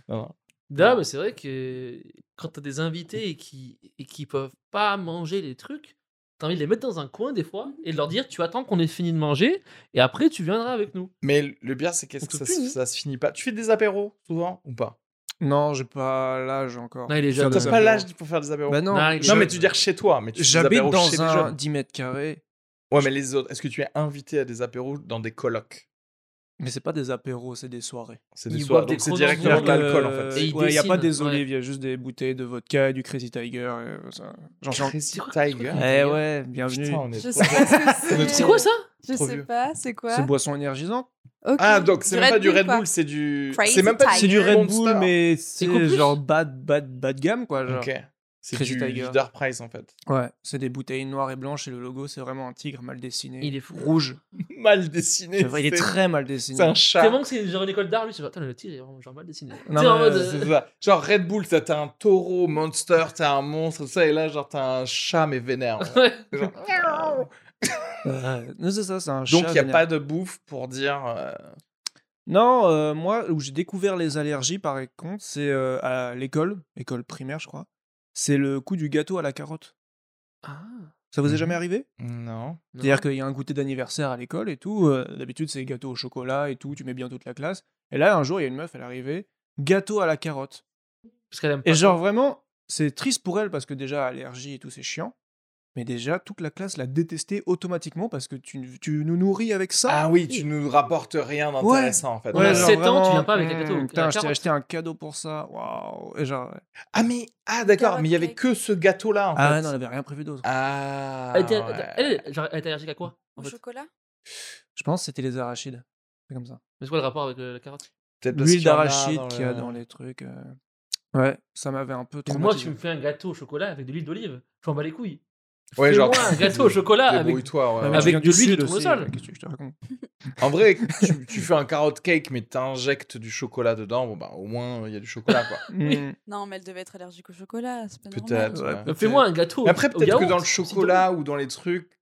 [SPEAKER 1] Non, non.
[SPEAKER 2] Là, bah, c'est vrai que quand t'as
[SPEAKER 1] Mmh.
[SPEAKER 2] des invités et qui et qui peuvent pas manger les trucs, t'as envie de les mettre dans un coin des fois et de leur dire tu attends qu'on ait fini de manger et après tu viendras avec nous.
[SPEAKER 1] Mais le pire, c'est qu'est-ce
[SPEAKER 2] On
[SPEAKER 1] que
[SPEAKER 2] te
[SPEAKER 1] ça, se-
[SPEAKER 2] punit.
[SPEAKER 1] ça se finit pas Tu fais des apéros souvent ou pas
[SPEAKER 3] Non, j'ai pas l'âge encore.
[SPEAKER 2] Non, il est
[SPEAKER 3] Faire
[SPEAKER 2] jeune,
[SPEAKER 3] des
[SPEAKER 1] T'as
[SPEAKER 2] Des
[SPEAKER 1] pas
[SPEAKER 3] apéros.
[SPEAKER 1] l'âge pour faire des apéros
[SPEAKER 3] Bah non,
[SPEAKER 2] Non, il est
[SPEAKER 1] Non,
[SPEAKER 2] je-
[SPEAKER 1] mais tu veux dire chez toi. Mais tu fais des
[SPEAKER 3] j'habite
[SPEAKER 1] apéros chez
[SPEAKER 3] dans
[SPEAKER 1] les
[SPEAKER 3] un
[SPEAKER 1] jeunes.
[SPEAKER 3] 10 mètres carrés,
[SPEAKER 1] Ouais, mais les autres. Est-ce que tu es invité à des apéros dans des colocs
[SPEAKER 3] mais c'est pas des apéros, c'est des soirées.
[SPEAKER 1] C'est des
[SPEAKER 2] Ils
[SPEAKER 1] soirs.
[SPEAKER 2] boivent des
[SPEAKER 1] Donc c'est
[SPEAKER 2] chronos
[SPEAKER 1] directement
[SPEAKER 2] de-
[SPEAKER 1] de l'alcool en
[SPEAKER 2] Et
[SPEAKER 1] fait.
[SPEAKER 2] ils
[SPEAKER 3] il n'y a pas
[SPEAKER 2] dessinent,
[SPEAKER 3] des
[SPEAKER 2] ouais.
[SPEAKER 3] olives, il y a juste des bouteilles de vodka et du Crazy Tiger. euh, ça. J'en suis en-
[SPEAKER 1] Crazy
[SPEAKER 2] C'est quoi-
[SPEAKER 1] Tiger.
[SPEAKER 2] c'est
[SPEAKER 3] Eh ouais, bienvenue.
[SPEAKER 1] Putain, on est
[SPEAKER 5] Je
[SPEAKER 1] trop-
[SPEAKER 5] sais pas ce
[SPEAKER 1] On est
[SPEAKER 5] que c'est.
[SPEAKER 2] C'est quoi ça
[SPEAKER 5] Je
[SPEAKER 1] Trop
[SPEAKER 5] sais
[SPEAKER 1] vieux.
[SPEAKER 5] pas, c'est quoi
[SPEAKER 3] C'est boisson énergisante.
[SPEAKER 5] Ok.
[SPEAKER 1] Ah, donc c'est même pas du Red
[SPEAKER 5] quoi.
[SPEAKER 1] Bull, c'est du.
[SPEAKER 5] Crazy
[SPEAKER 1] C'est même pas
[SPEAKER 5] Tiger.
[SPEAKER 3] C'est du Red Bull,
[SPEAKER 1] Monster.
[SPEAKER 3] mais
[SPEAKER 2] quoi
[SPEAKER 3] c'est
[SPEAKER 2] plus
[SPEAKER 3] genre bad, bad, bad gamme, quoi. genre.
[SPEAKER 1] Ok. C'est
[SPEAKER 3] Crazy
[SPEAKER 1] du
[SPEAKER 3] Tiger.
[SPEAKER 1] leader price en fait.
[SPEAKER 3] Ouais, c'est des bouteilles noires et blanches et le logo, c'est vraiment un tigre mal dessiné.
[SPEAKER 2] Il est fou.
[SPEAKER 3] rouge.
[SPEAKER 1] Mal dessiné.
[SPEAKER 3] C'est vrai, il
[SPEAKER 1] c'est-
[SPEAKER 3] est très mal dessiné.
[SPEAKER 1] C'est un
[SPEAKER 2] C'est
[SPEAKER 1] chat.
[SPEAKER 2] vraiment que c'est genre une école d'art, lui, c'est genre, Attends, le tir, il est vraiment genre mal dessiné. Tu
[SPEAKER 3] Non,
[SPEAKER 2] sais, en
[SPEAKER 3] mais
[SPEAKER 2] mode, euh,
[SPEAKER 1] C'est ça. Genre Red Bull, t'as t'as un taureau, Monster, t'as un monstre, tout ça, et là, genre, t'as un chat, mais vénère. en fait.
[SPEAKER 2] ouais.
[SPEAKER 1] Genre,
[SPEAKER 3] Ouais, non, c'est ça, c'est un
[SPEAKER 1] Donc,
[SPEAKER 3] chat
[SPEAKER 1] il a
[SPEAKER 3] vénère.
[SPEAKER 1] pas de bouffe pour dire. euh,
[SPEAKER 3] Non, euh, moi, où j'ai découvert les allergies, par contre, c'est euh, à l'école, école primaire, je crois. C'est le coup du gâteau à la carotte.
[SPEAKER 2] Ah.
[SPEAKER 3] Ça vous est
[SPEAKER 1] Mhm.
[SPEAKER 3] jamais arrivé
[SPEAKER 1] Non.
[SPEAKER 3] C'est-à-dire qu'il y a un goûter d'anniversaire à l'école et tout. euh, D'habitude, c'est gâteau au chocolat et tout. Tu mets bien toute la classe. Et là, un jour, il y a une meuf, elle est arrivée, gâteau à la carotte.
[SPEAKER 2] Parce qu'elle aime pas.
[SPEAKER 3] Et genre, vraiment, c'est triste pour elle parce que déjà, allergie et tout, c'est chiant. Mais déjà, toute la classe l'a détesté automatiquement parce que tu, tu nous nourris avec ça.
[SPEAKER 1] Ah oui, tu nous rapportes rien d'intéressant en fait.
[SPEAKER 2] Ouais,
[SPEAKER 1] Ouais,
[SPEAKER 2] genre-
[SPEAKER 1] c'est-
[SPEAKER 2] 7 ans, tu viens pas avec un
[SPEAKER 3] hmm,
[SPEAKER 2] gâteau, avec
[SPEAKER 3] Putain,
[SPEAKER 2] la
[SPEAKER 3] je t'ai
[SPEAKER 2] carotte.
[SPEAKER 3] acheté un cadeau pour ça. Waouh. Et genre.
[SPEAKER 1] Ah mais ah d'accord,
[SPEAKER 5] Carotte
[SPEAKER 1] mais il y avait
[SPEAKER 5] cake.
[SPEAKER 1] que ce gâteau là en
[SPEAKER 3] Ah
[SPEAKER 1] fait.
[SPEAKER 3] non, elle avait rien prévu d'autre.
[SPEAKER 1] Ah.
[SPEAKER 2] Elle était, elle-
[SPEAKER 1] ouais.
[SPEAKER 2] elle, genre, elle était allergique à quoi en
[SPEAKER 5] Au
[SPEAKER 2] fait
[SPEAKER 5] chocolat
[SPEAKER 3] Je pense que c'était les arachides. C'est comme ça.
[SPEAKER 2] Mais c'est quoi le rapport avec euh, la carotte
[SPEAKER 1] Peut-être parce
[SPEAKER 3] L'huile
[SPEAKER 1] qu'il y en a
[SPEAKER 3] d'arachide
[SPEAKER 1] dans
[SPEAKER 3] qu'il y a
[SPEAKER 1] le-
[SPEAKER 3] dans les trucs. euh. Ouais, ça m'avait un peu
[SPEAKER 2] Pour
[SPEAKER 3] traumatisé.
[SPEAKER 2] moi, tu me fais un gâteau au chocolat avec de l'huile d'olive. J'en bats les couilles.
[SPEAKER 1] Ouais,
[SPEAKER 2] Fais-moi
[SPEAKER 1] genre,
[SPEAKER 2] un gâteau au chocolat avec.
[SPEAKER 1] Débrouille-toi. ouais.
[SPEAKER 3] Non, mais
[SPEAKER 2] Avec
[SPEAKER 3] tu viens
[SPEAKER 2] de
[SPEAKER 3] du
[SPEAKER 2] l'huile de
[SPEAKER 3] sud
[SPEAKER 2] tournesol.
[SPEAKER 3] aussi, Qu'est-ce que je te raconte
[SPEAKER 1] En vrai, tu, tu fais un carotte cake, mais t'injectes du chocolat dedans. Bon bah au moins il y a du chocolat quoi.
[SPEAKER 3] Hmm.
[SPEAKER 5] Non, mais elle devait être allergique au chocolat, c'est pas normal.
[SPEAKER 1] Peut-être.
[SPEAKER 3] Ouais,
[SPEAKER 1] ouais.
[SPEAKER 3] peut-
[SPEAKER 2] euh, Fais-moi un
[SPEAKER 3] Oh,
[SPEAKER 2] gâteau.
[SPEAKER 1] Après
[SPEAKER 2] au
[SPEAKER 1] peut-être que
[SPEAKER 2] yaourt,
[SPEAKER 1] dans le
[SPEAKER 2] si t'en veux.
[SPEAKER 1] chocolat ou dans les trucs.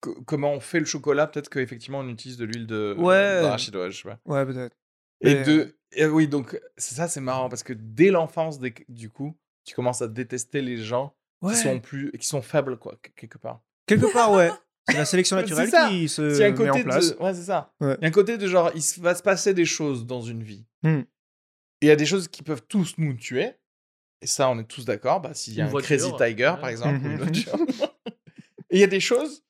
[SPEAKER 1] co- Comment on fait le chocolat Peut-être qu'effectivement on utilise de l'huile de euh,
[SPEAKER 3] Ouais.
[SPEAKER 1] d'arachide, ouais, je sais pas.
[SPEAKER 3] Ouais, peut-être.
[SPEAKER 1] Et
[SPEAKER 3] Mais-
[SPEAKER 1] de. et oui, donc euh, c'est ça, c'est marrant parce que dès l'enfance, dès que- du coup, tu commences à détester les gens
[SPEAKER 3] Ouais.
[SPEAKER 1] qui sont plus, qui sont faibles, quoi, que- quelque part.
[SPEAKER 3] Quelque part, ouais. C'est la sélection
[SPEAKER 1] C'est
[SPEAKER 3] naturelle
[SPEAKER 1] ça.
[SPEAKER 3] qui se
[SPEAKER 1] C'est un
[SPEAKER 3] met en
[SPEAKER 1] côté
[SPEAKER 3] place.
[SPEAKER 1] de. Ouais, c'est ça. Il
[SPEAKER 3] Ouais.
[SPEAKER 1] y a un côté de genre, il se- va se passer des choses dans une vie.
[SPEAKER 3] Hmm.
[SPEAKER 1] Et il y a des choses qui peuvent tous nous tuer. Et ça, on est tous d'accord. Bah, S'il y a
[SPEAKER 2] Une
[SPEAKER 1] un
[SPEAKER 2] voiture,
[SPEAKER 1] Crazy Tiger,
[SPEAKER 2] ouais.
[SPEAKER 1] par exemple, ou une
[SPEAKER 3] Mhm.
[SPEAKER 1] voiture. et il y a des choses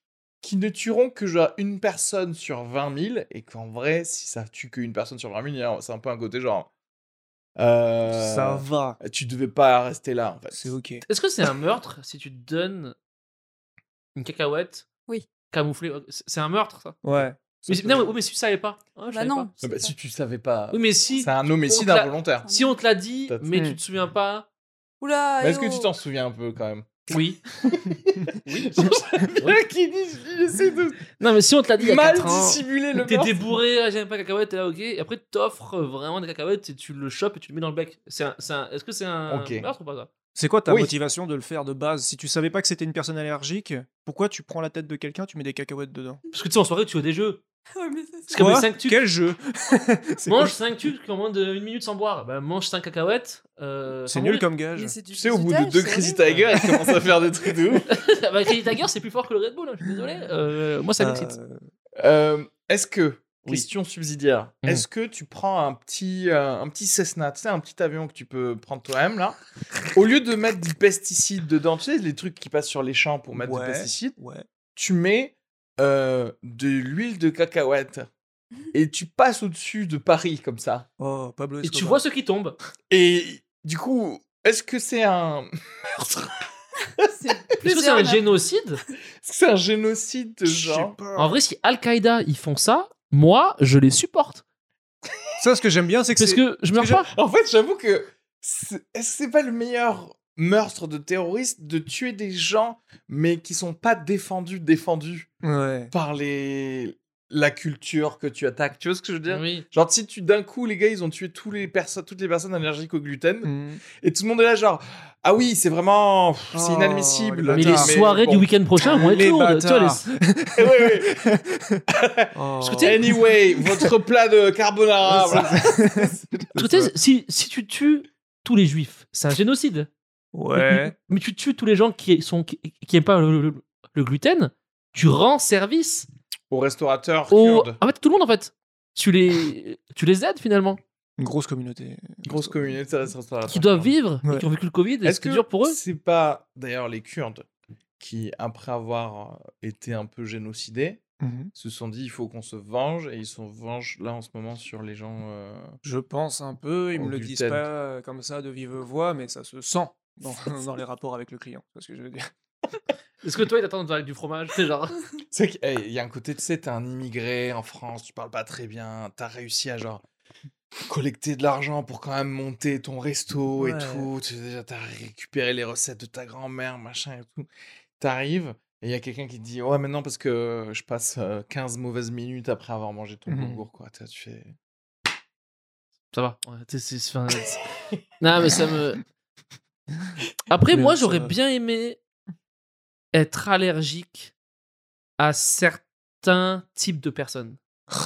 [SPEAKER 1] qui ne tueront que genre une personne sur 20 000. Et qu'en vrai, si ça tue qu'une personne sur 20 000, il y a- c'est un peu un côté genre. euh,
[SPEAKER 3] Ça va.
[SPEAKER 1] Tu devais pas rester là, en fait.
[SPEAKER 3] C'est ok.
[SPEAKER 2] Est-ce que c'est un meurtre si tu donnes une cacahuète
[SPEAKER 5] Oui.
[SPEAKER 2] camouflée C'est c'est un meurtre, ça.
[SPEAKER 3] Ouais.
[SPEAKER 2] Mais, si- non, mais, oui, mais si tu savais pas. Ah, je
[SPEAKER 5] Bah
[SPEAKER 2] savais
[SPEAKER 5] non.
[SPEAKER 2] pas.
[SPEAKER 1] Ah
[SPEAKER 5] c'est
[SPEAKER 1] bah,
[SPEAKER 5] pas-
[SPEAKER 1] si tu savais pas.
[SPEAKER 2] Oui, mais si,
[SPEAKER 1] C'est un homicide
[SPEAKER 2] on te l'a-
[SPEAKER 1] involontaire.
[SPEAKER 2] si on te l'a dit,
[SPEAKER 1] Peut-être.
[SPEAKER 2] mais
[SPEAKER 3] Hmm.
[SPEAKER 2] tu te souviens pas.
[SPEAKER 5] Oula
[SPEAKER 2] Ah,
[SPEAKER 1] Mais Est-ce que
[SPEAKER 5] eh
[SPEAKER 1] tu
[SPEAKER 5] oh.
[SPEAKER 1] t'en souviens un peu quand même
[SPEAKER 2] Oui. oui. Oui.
[SPEAKER 1] Qui dit, j'essaie de
[SPEAKER 2] Non, mais si on te l'a dit il y a
[SPEAKER 1] mal
[SPEAKER 2] quatre ans,
[SPEAKER 1] dissimuler le
[SPEAKER 2] T'es
[SPEAKER 1] meurtre.
[SPEAKER 2] débourré, ah, j'aime pas les cacahuètes, t'es là, ok. Et après, t'offres euh, vraiment des cacahuètes et tu le chopes et tu le mets dans le bec. C'est un- c'est un- Est-ce que c'est un
[SPEAKER 1] Ok.
[SPEAKER 2] meurtre ou pas ça
[SPEAKER 3] C'est quoi ta
[SPEAKER 1] Oui.
[SPEAKER 3] motivation de le faire de base Si tu savais pas que c'était une personne allergique, pourquoi tu prends la tête de quelqu'un, tu mets des cacahuètes dedans
[SPEAKER 2] Parce que tu sais, en soirée, tu joues à des jeux.
[SPEAKER 5] oh. Ouais, mais c'est
[SPEAKER 2] C'est
[SPEAKER 5] ça.
[SPEAKER 2] comme les
[SPEAKER 3] Quoi
[SPEAKER 2] 5 tucs.
[SPEAKER 3] Quel jeu C'est
[SPEAKER 2] Mange 5 tucs en moins d'une minute sans boire. Bah, mange 5 cacahuètes. euh,
[SPEAKER 3] C'est
[SPEAKER 2] sans
[SPEAKER 3] nul
[SPEAKER 2] mourir.
[SPEAKER 3] comme
[SPEAKER 5] Mais
[SPEAKER 3] gage.
[SPEAKER 5] c'est du
[SPEAKER 1] Tu sais, au bout de
[SPEAKER 5] visitage,
[SPEAKER 1] deux
[SPEAKER 5] c'est
[SPEAKER 1] Crazy
[SPEAKER 5] horrible.
[SPEAKER 1] Tiger, elle commence à faire des trucs de ouf.
[SPEAKER 2] bah, Crazy Tiger, c'est plus fort que le Red Bull, hein, je suis désolé. Euh, moi, ça m'excite.
[SPEAKER 3] Euh,
[SPEAKER 1] Euh, est-ce que,
[SPEAKER 2] Oui.
[SPEAKER 1] question subsidiaire,
[SPEAKER 2] Mhm.
[SPEAKER 1] est-ce que tu prends un petit, euh, un petit Cessna, tu sais, un petit avion que tu peux prendre toi-même, là, au lieu de mettre du pesticide dedans, tu sais, les trucs qui passent sur les champs pour mettre
[SPEAKER 3] Ouais.
[SPEAKER 1] du pesticide,
[SPEAKER 3] Ouais.
[SPEAKER 1] tu mets euh, de l'huile de cacahuète et tu passes au-dessus de Paris comme ça.
[SPEAKER 3] Oh, Pablo
[SPEAKER 2] Et tu
[SPEAKER 3] Escobar.
[SPEAKER 2] vois ceux qui tombent.
[SPEAKER 1] Et du coup, est-ce que c'est un,
[SPEAKER 5] C'est
[SPEAKER 2] Est-ce que c'est un génocide
[SPEAKER 1] est-ce que c'est un génocide de
[SPEAKER 3] Je sais
[SPEAKER 1] genre
[SPEAKER 3] pas.
[SPEAKER 2] En vrai, si Al-Qaïda, ils font ça, moi, je les supporte.
[SPEAKER 3] Ça, ce que j'aime bien, c'est que.
[SPEAKER 2] Parce
[SPEAKER 3] c'est-
[SPEAKER 2] que je meurs
[SPEAKER 3] que
[SPEAKER 2] pas.
[SPEAKER 1] En fait, j'avoue que c'est- est-ce que c'est pas le meilleur meurtre de terroriste de tuer des gens mais qui sont pas défendus défendus
[SPEAKER 3] Ouais.
[SPEAKER 1] par les la culture que tu attaques. Tu vois ce que je veux dire
[SPEAKER 2] Oui.
[SPEAKER 1] Genre si tu d'un coup les gars ils ont tué tous les perso- toutes les personnes allergiques au gluten
[SPEAKER 3] Hmm.
[SPEAKER 1] et tout le monde est là genre ah oui c'est vraiment pff, c'est
[SPEAKER 3] Oh,
[SPEAKER 1] inadmissible.
[SPEAKER 3] les
[SPEAKER 2] Mais les
[SPEAKER 3] Bâtard, mais
[SPEAKER 2] soirées du
[SPEAKER 1] bon.
[SPEAKER 2] week-end prochain vont être
[SPEAKER 3] Les
[SPEAKER 2] lourdes. Tu vois, les-
[SPEAKER 3] bâtards.
[SPEAKER 1] Ouais, ouais.
[SPEAKER 3] Oh.
[SPEAKER 1] Anyway votre plat de carbonara.
[SPEAKER 3] C'est
[SPEAKER 1] voilà.
[SPEAKER 2] Parce que tu sais, si, si tu tues tous les juifs, c'est un génocide.
[SPEAKER 3] Ouais.
[SPEAKER 2] Mais tu tues tous les gens qui sont qui, qui aiment pas le, le- le gluten, tu rends service
[SPEAKER 1] Au restaurateur
[SPEAKER 2] au
[SPEAKER 1] kurde.
[SPEAKER 2] en fait, tout le monde en fait. Tu les tu les aides finalement,
[SPEAKER 3] Une grosse communauté.
[SPEAKER 1] Grosse communauté de restaurateurs.
[SPEAKER 2] qui doivent vivre, et
[SPEAKER 3] Ouais.
[SPEAKER 2] qui ont vécu le Covid, et
[SPEAKER 1] Est-ce
[SPEAKER 2] c'est
[SPEAKER 1] que
[SPEAKER 2] dur pour eux.
[SPEAKER 1] c'est pas d'ailleurs les Kurdes qui, après avoir euh, été un peu génocidés,
[SPEAKER 3] Mhm.
[SPEAKER 1] se sont dit il faut qu'on se venge et ils se vengent là en ce moment sur les gens. euh,
[SPEAKER 3] Je pense un peu, ils
[SPEAKER 1] Au
[SPEAKER 3] me le
[SPEAKER 1] gluten.
[SPEAKER 3] disent pas euh, comme ça de vive voix, mais ça se sent dans, dans les rapports avec le client. C'est ce que je veux dire.
[SPEAKER 2] Est-ce que toi ils t'attendent avec du fromage, c'est genre
[SPEAKER 1] C'est vrai qu'il hey, il y a un côté, tu sais, t'es un immigré en France, tu parles pas très bien, t'as réussi à genre collecter de l'argent pour quand même monter ton resto et
[SPEAKER 3] Ouais.
[SPEAKER 1] tout. Tu sais, déjà, t'as récupéré les recettes de ta grand-mère, machin et tout. T'arrives et il y a quelqu'un qui te dit Ouais, maintenant parce que je passe euh, 15 mauvaises minutes après avoir mangé ton
[SPEAKER 3] Mhm.
[SPEAKER 1] bourgour, quoi. Tu vois, tu fais.
[SPEAKER 2] ça va. Ouais, t'es- c'est- c'est- enfin, c'est- non mais ça me Après
[SPEAKER 3] Mais
[SPEAKER 2] moi
[SPEAKER 3] ça
[SPEAKER 2] j'aurais
[SPEAKER 3] va.
[SPEAKER 2] bien aimé être allergique à certains types de personnes.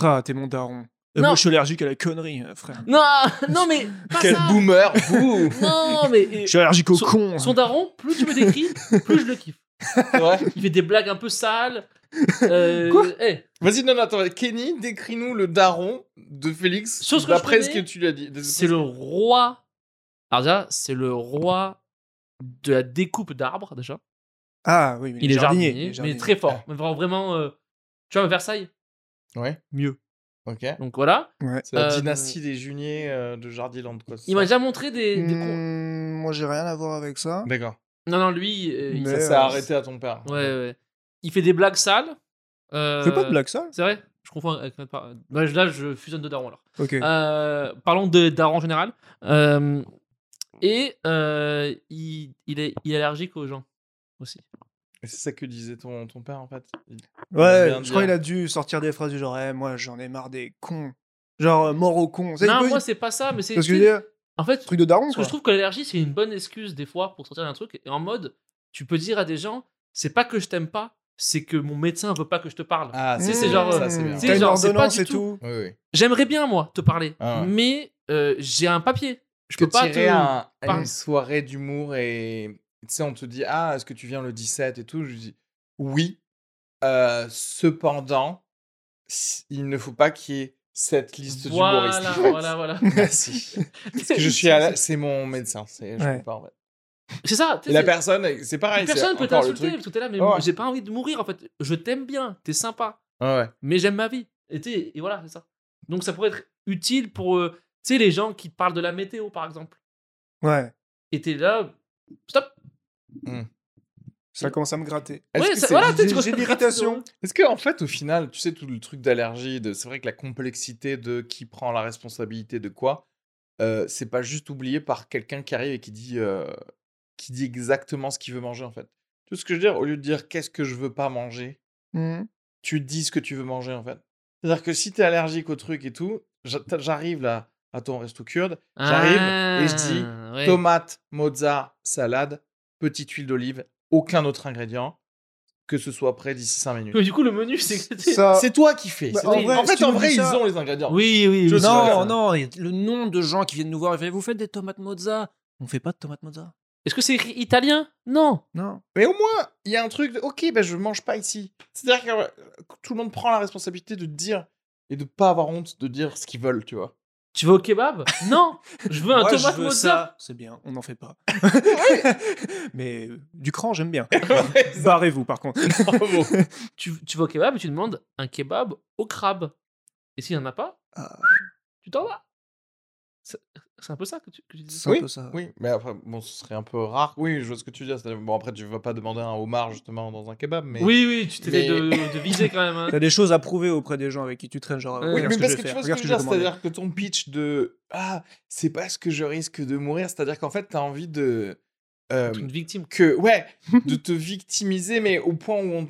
[SPEAKER 3] Ah, t'es mon daron. Euh,
[SPEAKER 2] Non.
[SPEAKER 3] Moi, je suis allergique à la connerie, euh, frère.
[SPEAKER 2] Non, non mais pas
[SPEAKER 1] Quel
[SPEAKER 2] ça.
[SPEAKER 1] boomer vous
[SPEAKER 2] Non mais
[SPEAKER 3] Je suis allergique au
[SPEAKER 2] Son-
[SPEAKER 3] con. hein.
[SPEAKER 2] Son daron, plus tu me décris, plus je le kiffe.
[SPEAKER 1] C'est vrai
[SPEAKER 2] Il fait des blagues un peu sales. Euh,
[SPEAKER 3] Quoi
[SPEAKER 2] eh,
[SPEAKER 1] Vas-y, non, non, attends. Kenny, décris-nous le daron de Félix
[SPEAKER 2] Sur ce que je
[SPEAKER 1] d'après ce que
[SPEAKER 2] connais,
[SPEAKER 1] tu lui as dit. Des-
[SPEAKER 2] c'est le roi. Alors déjà, c'est le roi de la découpe d'arbres déjà.
[SPEAKER 3] Ah oui, mais
[SPEAKER 2] Il est jardinier,
[SPEAKER 3] il est
[SPEAKER 2] mais très fort. Mais vra- vraiment, euh, tu vois, Versailles.
[SPEAKER 1] Ouais.
[SPEAKER 2] Mieux.
[SPEAKER 1] Ok.
[SPEAKER 2] Donc voilà.
[SPEAKER 1] C'est la
[SPEAKER 2] Euh,
[SPEAKER 1] dynastie des juniers euh, de Jardiland, quoi. c'est
[SPEAKER 2] Il m'a
[SPEAKER 1] ça
[SPEAKER 2] déjà montré des. des cours.
[SPEAKER 3] Hmm, moi, j'ai rien à voir avec ça.
[SPEAKER 1] D'accord.
[SPEAKER 2] Non, non, lui. euh, il-
[SPEAKER 3] Mais,
[SPEAKER 1] Ça s'est
[SPEAKER 3] euh,
[SPEAKER 1] arrêté à ton père.
[SPEAKER 2] Ouais, ouais. Il fait des blagues sales.
[SPEAKER 3] Je
[SPEAKER 2] Euh,
[SPEAKER 3] Fais pas de blague, ça
[SPEAKER 2] C'est vrai Je confonds avec notre par- Ouais, je- Là, je fusionne de Daron alors.
[SPEAKER 3] Ok.
[SPEAKER 2] Euh, parlons de Daron en général. Euh, et euh, il, il est, il est allergique aux gens aussi.
[SPEAKER 1] Et C'est ça que disait ton, ton père, en fait. Il- il vient
[SPEAKER 3] ouais,
[SPEAKER 1] de
[SPEAKER 3] je
[SPEAKER 1] dire-
[SPEAKER 3] crois qu'il a dû sortir des phrases du genre, eh, moi, j'en ai marre des cons. Genre, euh, mort aux cons. Ça, il
[SPEAKER 2] non,
[SPEAKER 3] peut-
[SPEAKER 2] moi, c'est pas ça, mais c'est.
[SPEAKER 3] Parce que je
[SPEAKER 2] tu
[SPEAKER 3] veux
[SPEAKER 2] sais,
[SPEAKER 3] dire,
[SPEAKER 2] En fait,
[SPEAKER 3] truc de daron,
[SPEAKER 2] parce que
[SPEAKER 3] quoi.
[SPEAKER 2] je trouve que l'allergie, c'est une bonne excuse des fois pour sortir d'un truc. Et en mode, tu peux dire à des gens, c'est pas que je t'aime pas, c'est que mon médecin veut pas que je te parle.
[SPEAKER 1] Ah,
[SPEAKER 2] Tu sais,
[SPEAKER 1] c'est
[SPEAKER 2] c'est genre,
[SPEAKER 1] Ça, c'est bien.
[SPEAKER 3] T'as
[SPEAKER 2] tu sais,
[SPEAKER 3] une
[SPEAKER 2] genre, c'est pas
[SPEAKER 3] ordonnance
[SPEAKER 2] du
[SPEAKER 3] et
[SPEAKER 2] tout.
[SPEAKER 3] tout.
[SPEAKER 1] Oui, oui.
[SPEAKER 2] J'aimerais bien, moi, te parler,
[SPEAKER 1] Ah ouais.
[SPEAKER 2] mais euh, j'ai un papier. Je peux
[SPEAKER 1] que
[SPEAKER 2] pas
[SPEAKER 1] t'irais
[SPEAKER 2] te.
[SPEAKER 1] à, à
[SPEAKER 2] parler.
[SPEAKER 1] une soirée d'humour et tu sais, on te dit Ah, est-ce que tu viens le 17 et tout Je dis Oui. Euh, cependant, s- il ne faut pas qu'il y ait cette liste
[SPEAKER 2] Voilà,
[SPEAKER 1] d'humoristes.
[SPEAKER 2] voilà, voilà.
[SPEAKER 1] Merci. Parce que je suis à la- C'est mon médecin. C'est je
[SPEAKER 3] Ouais.
[SPEAKER 1] peux pas, en fait.
[SPEAKER 2] C'est ça. tu
[SPEAKER 1] Et
[SPEAKER 2] sais,
[SPEAKER 1] la
[SPEAKER 2] c'est-
[SPEAKER 1] personne, c'est pareil. c'est
[SPEAKER 2] personne peut
[SPEAKER 1] encore le
[SPEAKER 2] t'insulter
[SPEAKER 1] truc. Oh
[SPEAKER 2] parce que t'es là, mais
[SPEAKER 1] Ouais.
[SPEAKER 2] j'ai pas envie de mourir en fait. Je t'aime bien, t'es sympa,
[SPEAKER 1] Ouais, ouais.
[SPEAKER 2] mais j'aime ma vie. Et, t'es- et voilà, c'est ça. Donc ça pourrait être utile pour euh, tu sais, les gens qui te parlent de la météo par exemple.
[SPEAKER 3] Ouais,
[SPEAKER 2] Et t'es là, stop.
[SPEAKER 3] ça commence à me gratter.
[SPEAKER 1] Est-ce
[SPEAKER 2] Ouais,
[SPEAKER 1] que
[SPEAKER 2] ça-
[SPEAKER 1] c'est-
[SPEAKER 2] voilà, tu sais,
[SPEAKER 3] j'ai-
[SPEAKER 2] tu
[SPEAKER 3] j'ai
[SPEAKER 2] vois,
[SPEAKER 3] l'irritation.
[SPEAKER 1] Est-ce que en fait au final, tu sais tout le truc d'allergie, de c'est vrai que la complexité de qui prend la responsabilité de quoi, euh, c'est pas juste oublié par quelqu'un qui arrive et qui dit euh, qui dit exactement ce qu'il veut manger en fait. Tout ce que je veux dire, au lieu de dire qu'est-ce que je veux pas manger,
[SPEAKER 3] Mhm.
[SPEAKER 1] tu dis ce que tu veux manger en fait. C'est-à-dire que si t'es allergique au truc et tout, j'a- t'as- j'arrive là à ton resto kurde, j'arrive et je dis
[SPEAKER 2] Ah, ouais.
[SPEAKER 1] tomate, mozza, salade, petite huile d'olive, aucun autre ingrédient, que ce soit prêt d'ici 5 minutes.
[SPEAKER 2] Mais du coup, le menu, c'est.
[SPEAKER 3] Ça...
[SPEAKER 1] C'est toi qui fais.
[SPEAKER 3] Bah,
[SPEAKER 1] c'est
[SPEAKER 3] en
[SPEAKER 1] toi.
[SPEAKER 3] vrai,
[SPEAKER 1] en
[SPEAKER 3] si
[SPEAKER 1] fait,
[SPEAKER 3] tu
[SPEAKER 1] en
[SPEAKER 3] me
[SPEAKER 1] vrai,
[SPEAKER 3] dis
[SPEAKER 1] ils
[SPEAKER 3] ça-
[SPEAKER 1] ont les ingrédients.
[SPEAKER 2] Oui, oui.
[SPEAKER 1] Je
[SPEAKER 2] oui.
[SPEAKER 1] sais
[SPEAKER 6] Non,
[SPEAKER 1] pas.
[SPEAKER 6] non, et le nombre de gens qui viennent nous voir, et vous faites des tomates mozza. On fait pas de tomates mozza.
[SPEAKER 2] Est-ce que c'est écrit italien Non.
[SPEAKER 3] Non.
[SPEAKER 1] Mais au moins, il y a un truc de OK, ben je mange pas ici. C'est-à-dire que euh, tout le monde prend la responsabilité de dire et de pas avoir honte de dire ce qu'ils veulent, tu vois.
[SPEAKER 2] Tu veux au kebab Non. Je veux un
[SPEAKER 6] Moi, je
[SPEAKER 2] tomate
[SPEAKER 6] veux
[SPEAKER 2] mozza.
[SPEAKER 6] ça.
[SPEAKER 3] C'est bien, on n'en fait pas. Mais euh, du cran, j'aime bien. Barrez-vous, par contre.
[SPEAKER 1] Bravo.
[SPEAKER 2] Tu, tu vas au kebab et tu demandes un kebab au crabe. Et s'il n'y en a pas,
[SPEAKER 3] Ah.
[SPEAKER 2] tu t'en vas. C'est c'est un peu ça que tu, que tu disais.
[SPEAKER 3] C'est un
[SPEAKER 1] Oui,
[SPEAKER 3] peu ça.
[SPEAKER 1] oui, mais après, bon, ce serait un peu rare. Oui, je vois ce que tu dis. c'est-à-dire, Bon, après, tu vas pas demander un homard justement dans un kebab, mais.
[SPEAKER 2] Oui, oui, tu t'essayes
[SPEAKER 1] mais-
[SPEAKER 2] de, de viser quand même. hein.
[SPEAKER 3] T'as des choses à prouver auprès des gens avec qui tu traînes, genre.
[SPEAKER 2] Euh,
[SPEAKER 1] Oui,
[SPEAKER 3] regarde
[SPEAKER 1] mais
[SPEAKER 3] ce
[SPEAKER 1] parce
[SPEAKER 3] je
[SPEAKER 1] que,
[SPEAKER 3] vais
[SPEAKER 1] tu
[SPEAKER 3] faire,
[SPEAKER 1] vois ce que
[SPEAKER 3] regarde
[SPEAKER 1] je veux dire,
[SPEAKER 3] vais
[SPEAKER 1] c'est-à-dire
[SPEAKER 3] commander.
[SPEAKER 1] que ton pitch de Ah, c'est parce que je risque de mourir, c'est-à-dire qu'en fait, t'as envie de. euh,
[SPEAKER 2] Une victime.
[SPEAKER 1] que ouais de te victimiser mais au point où on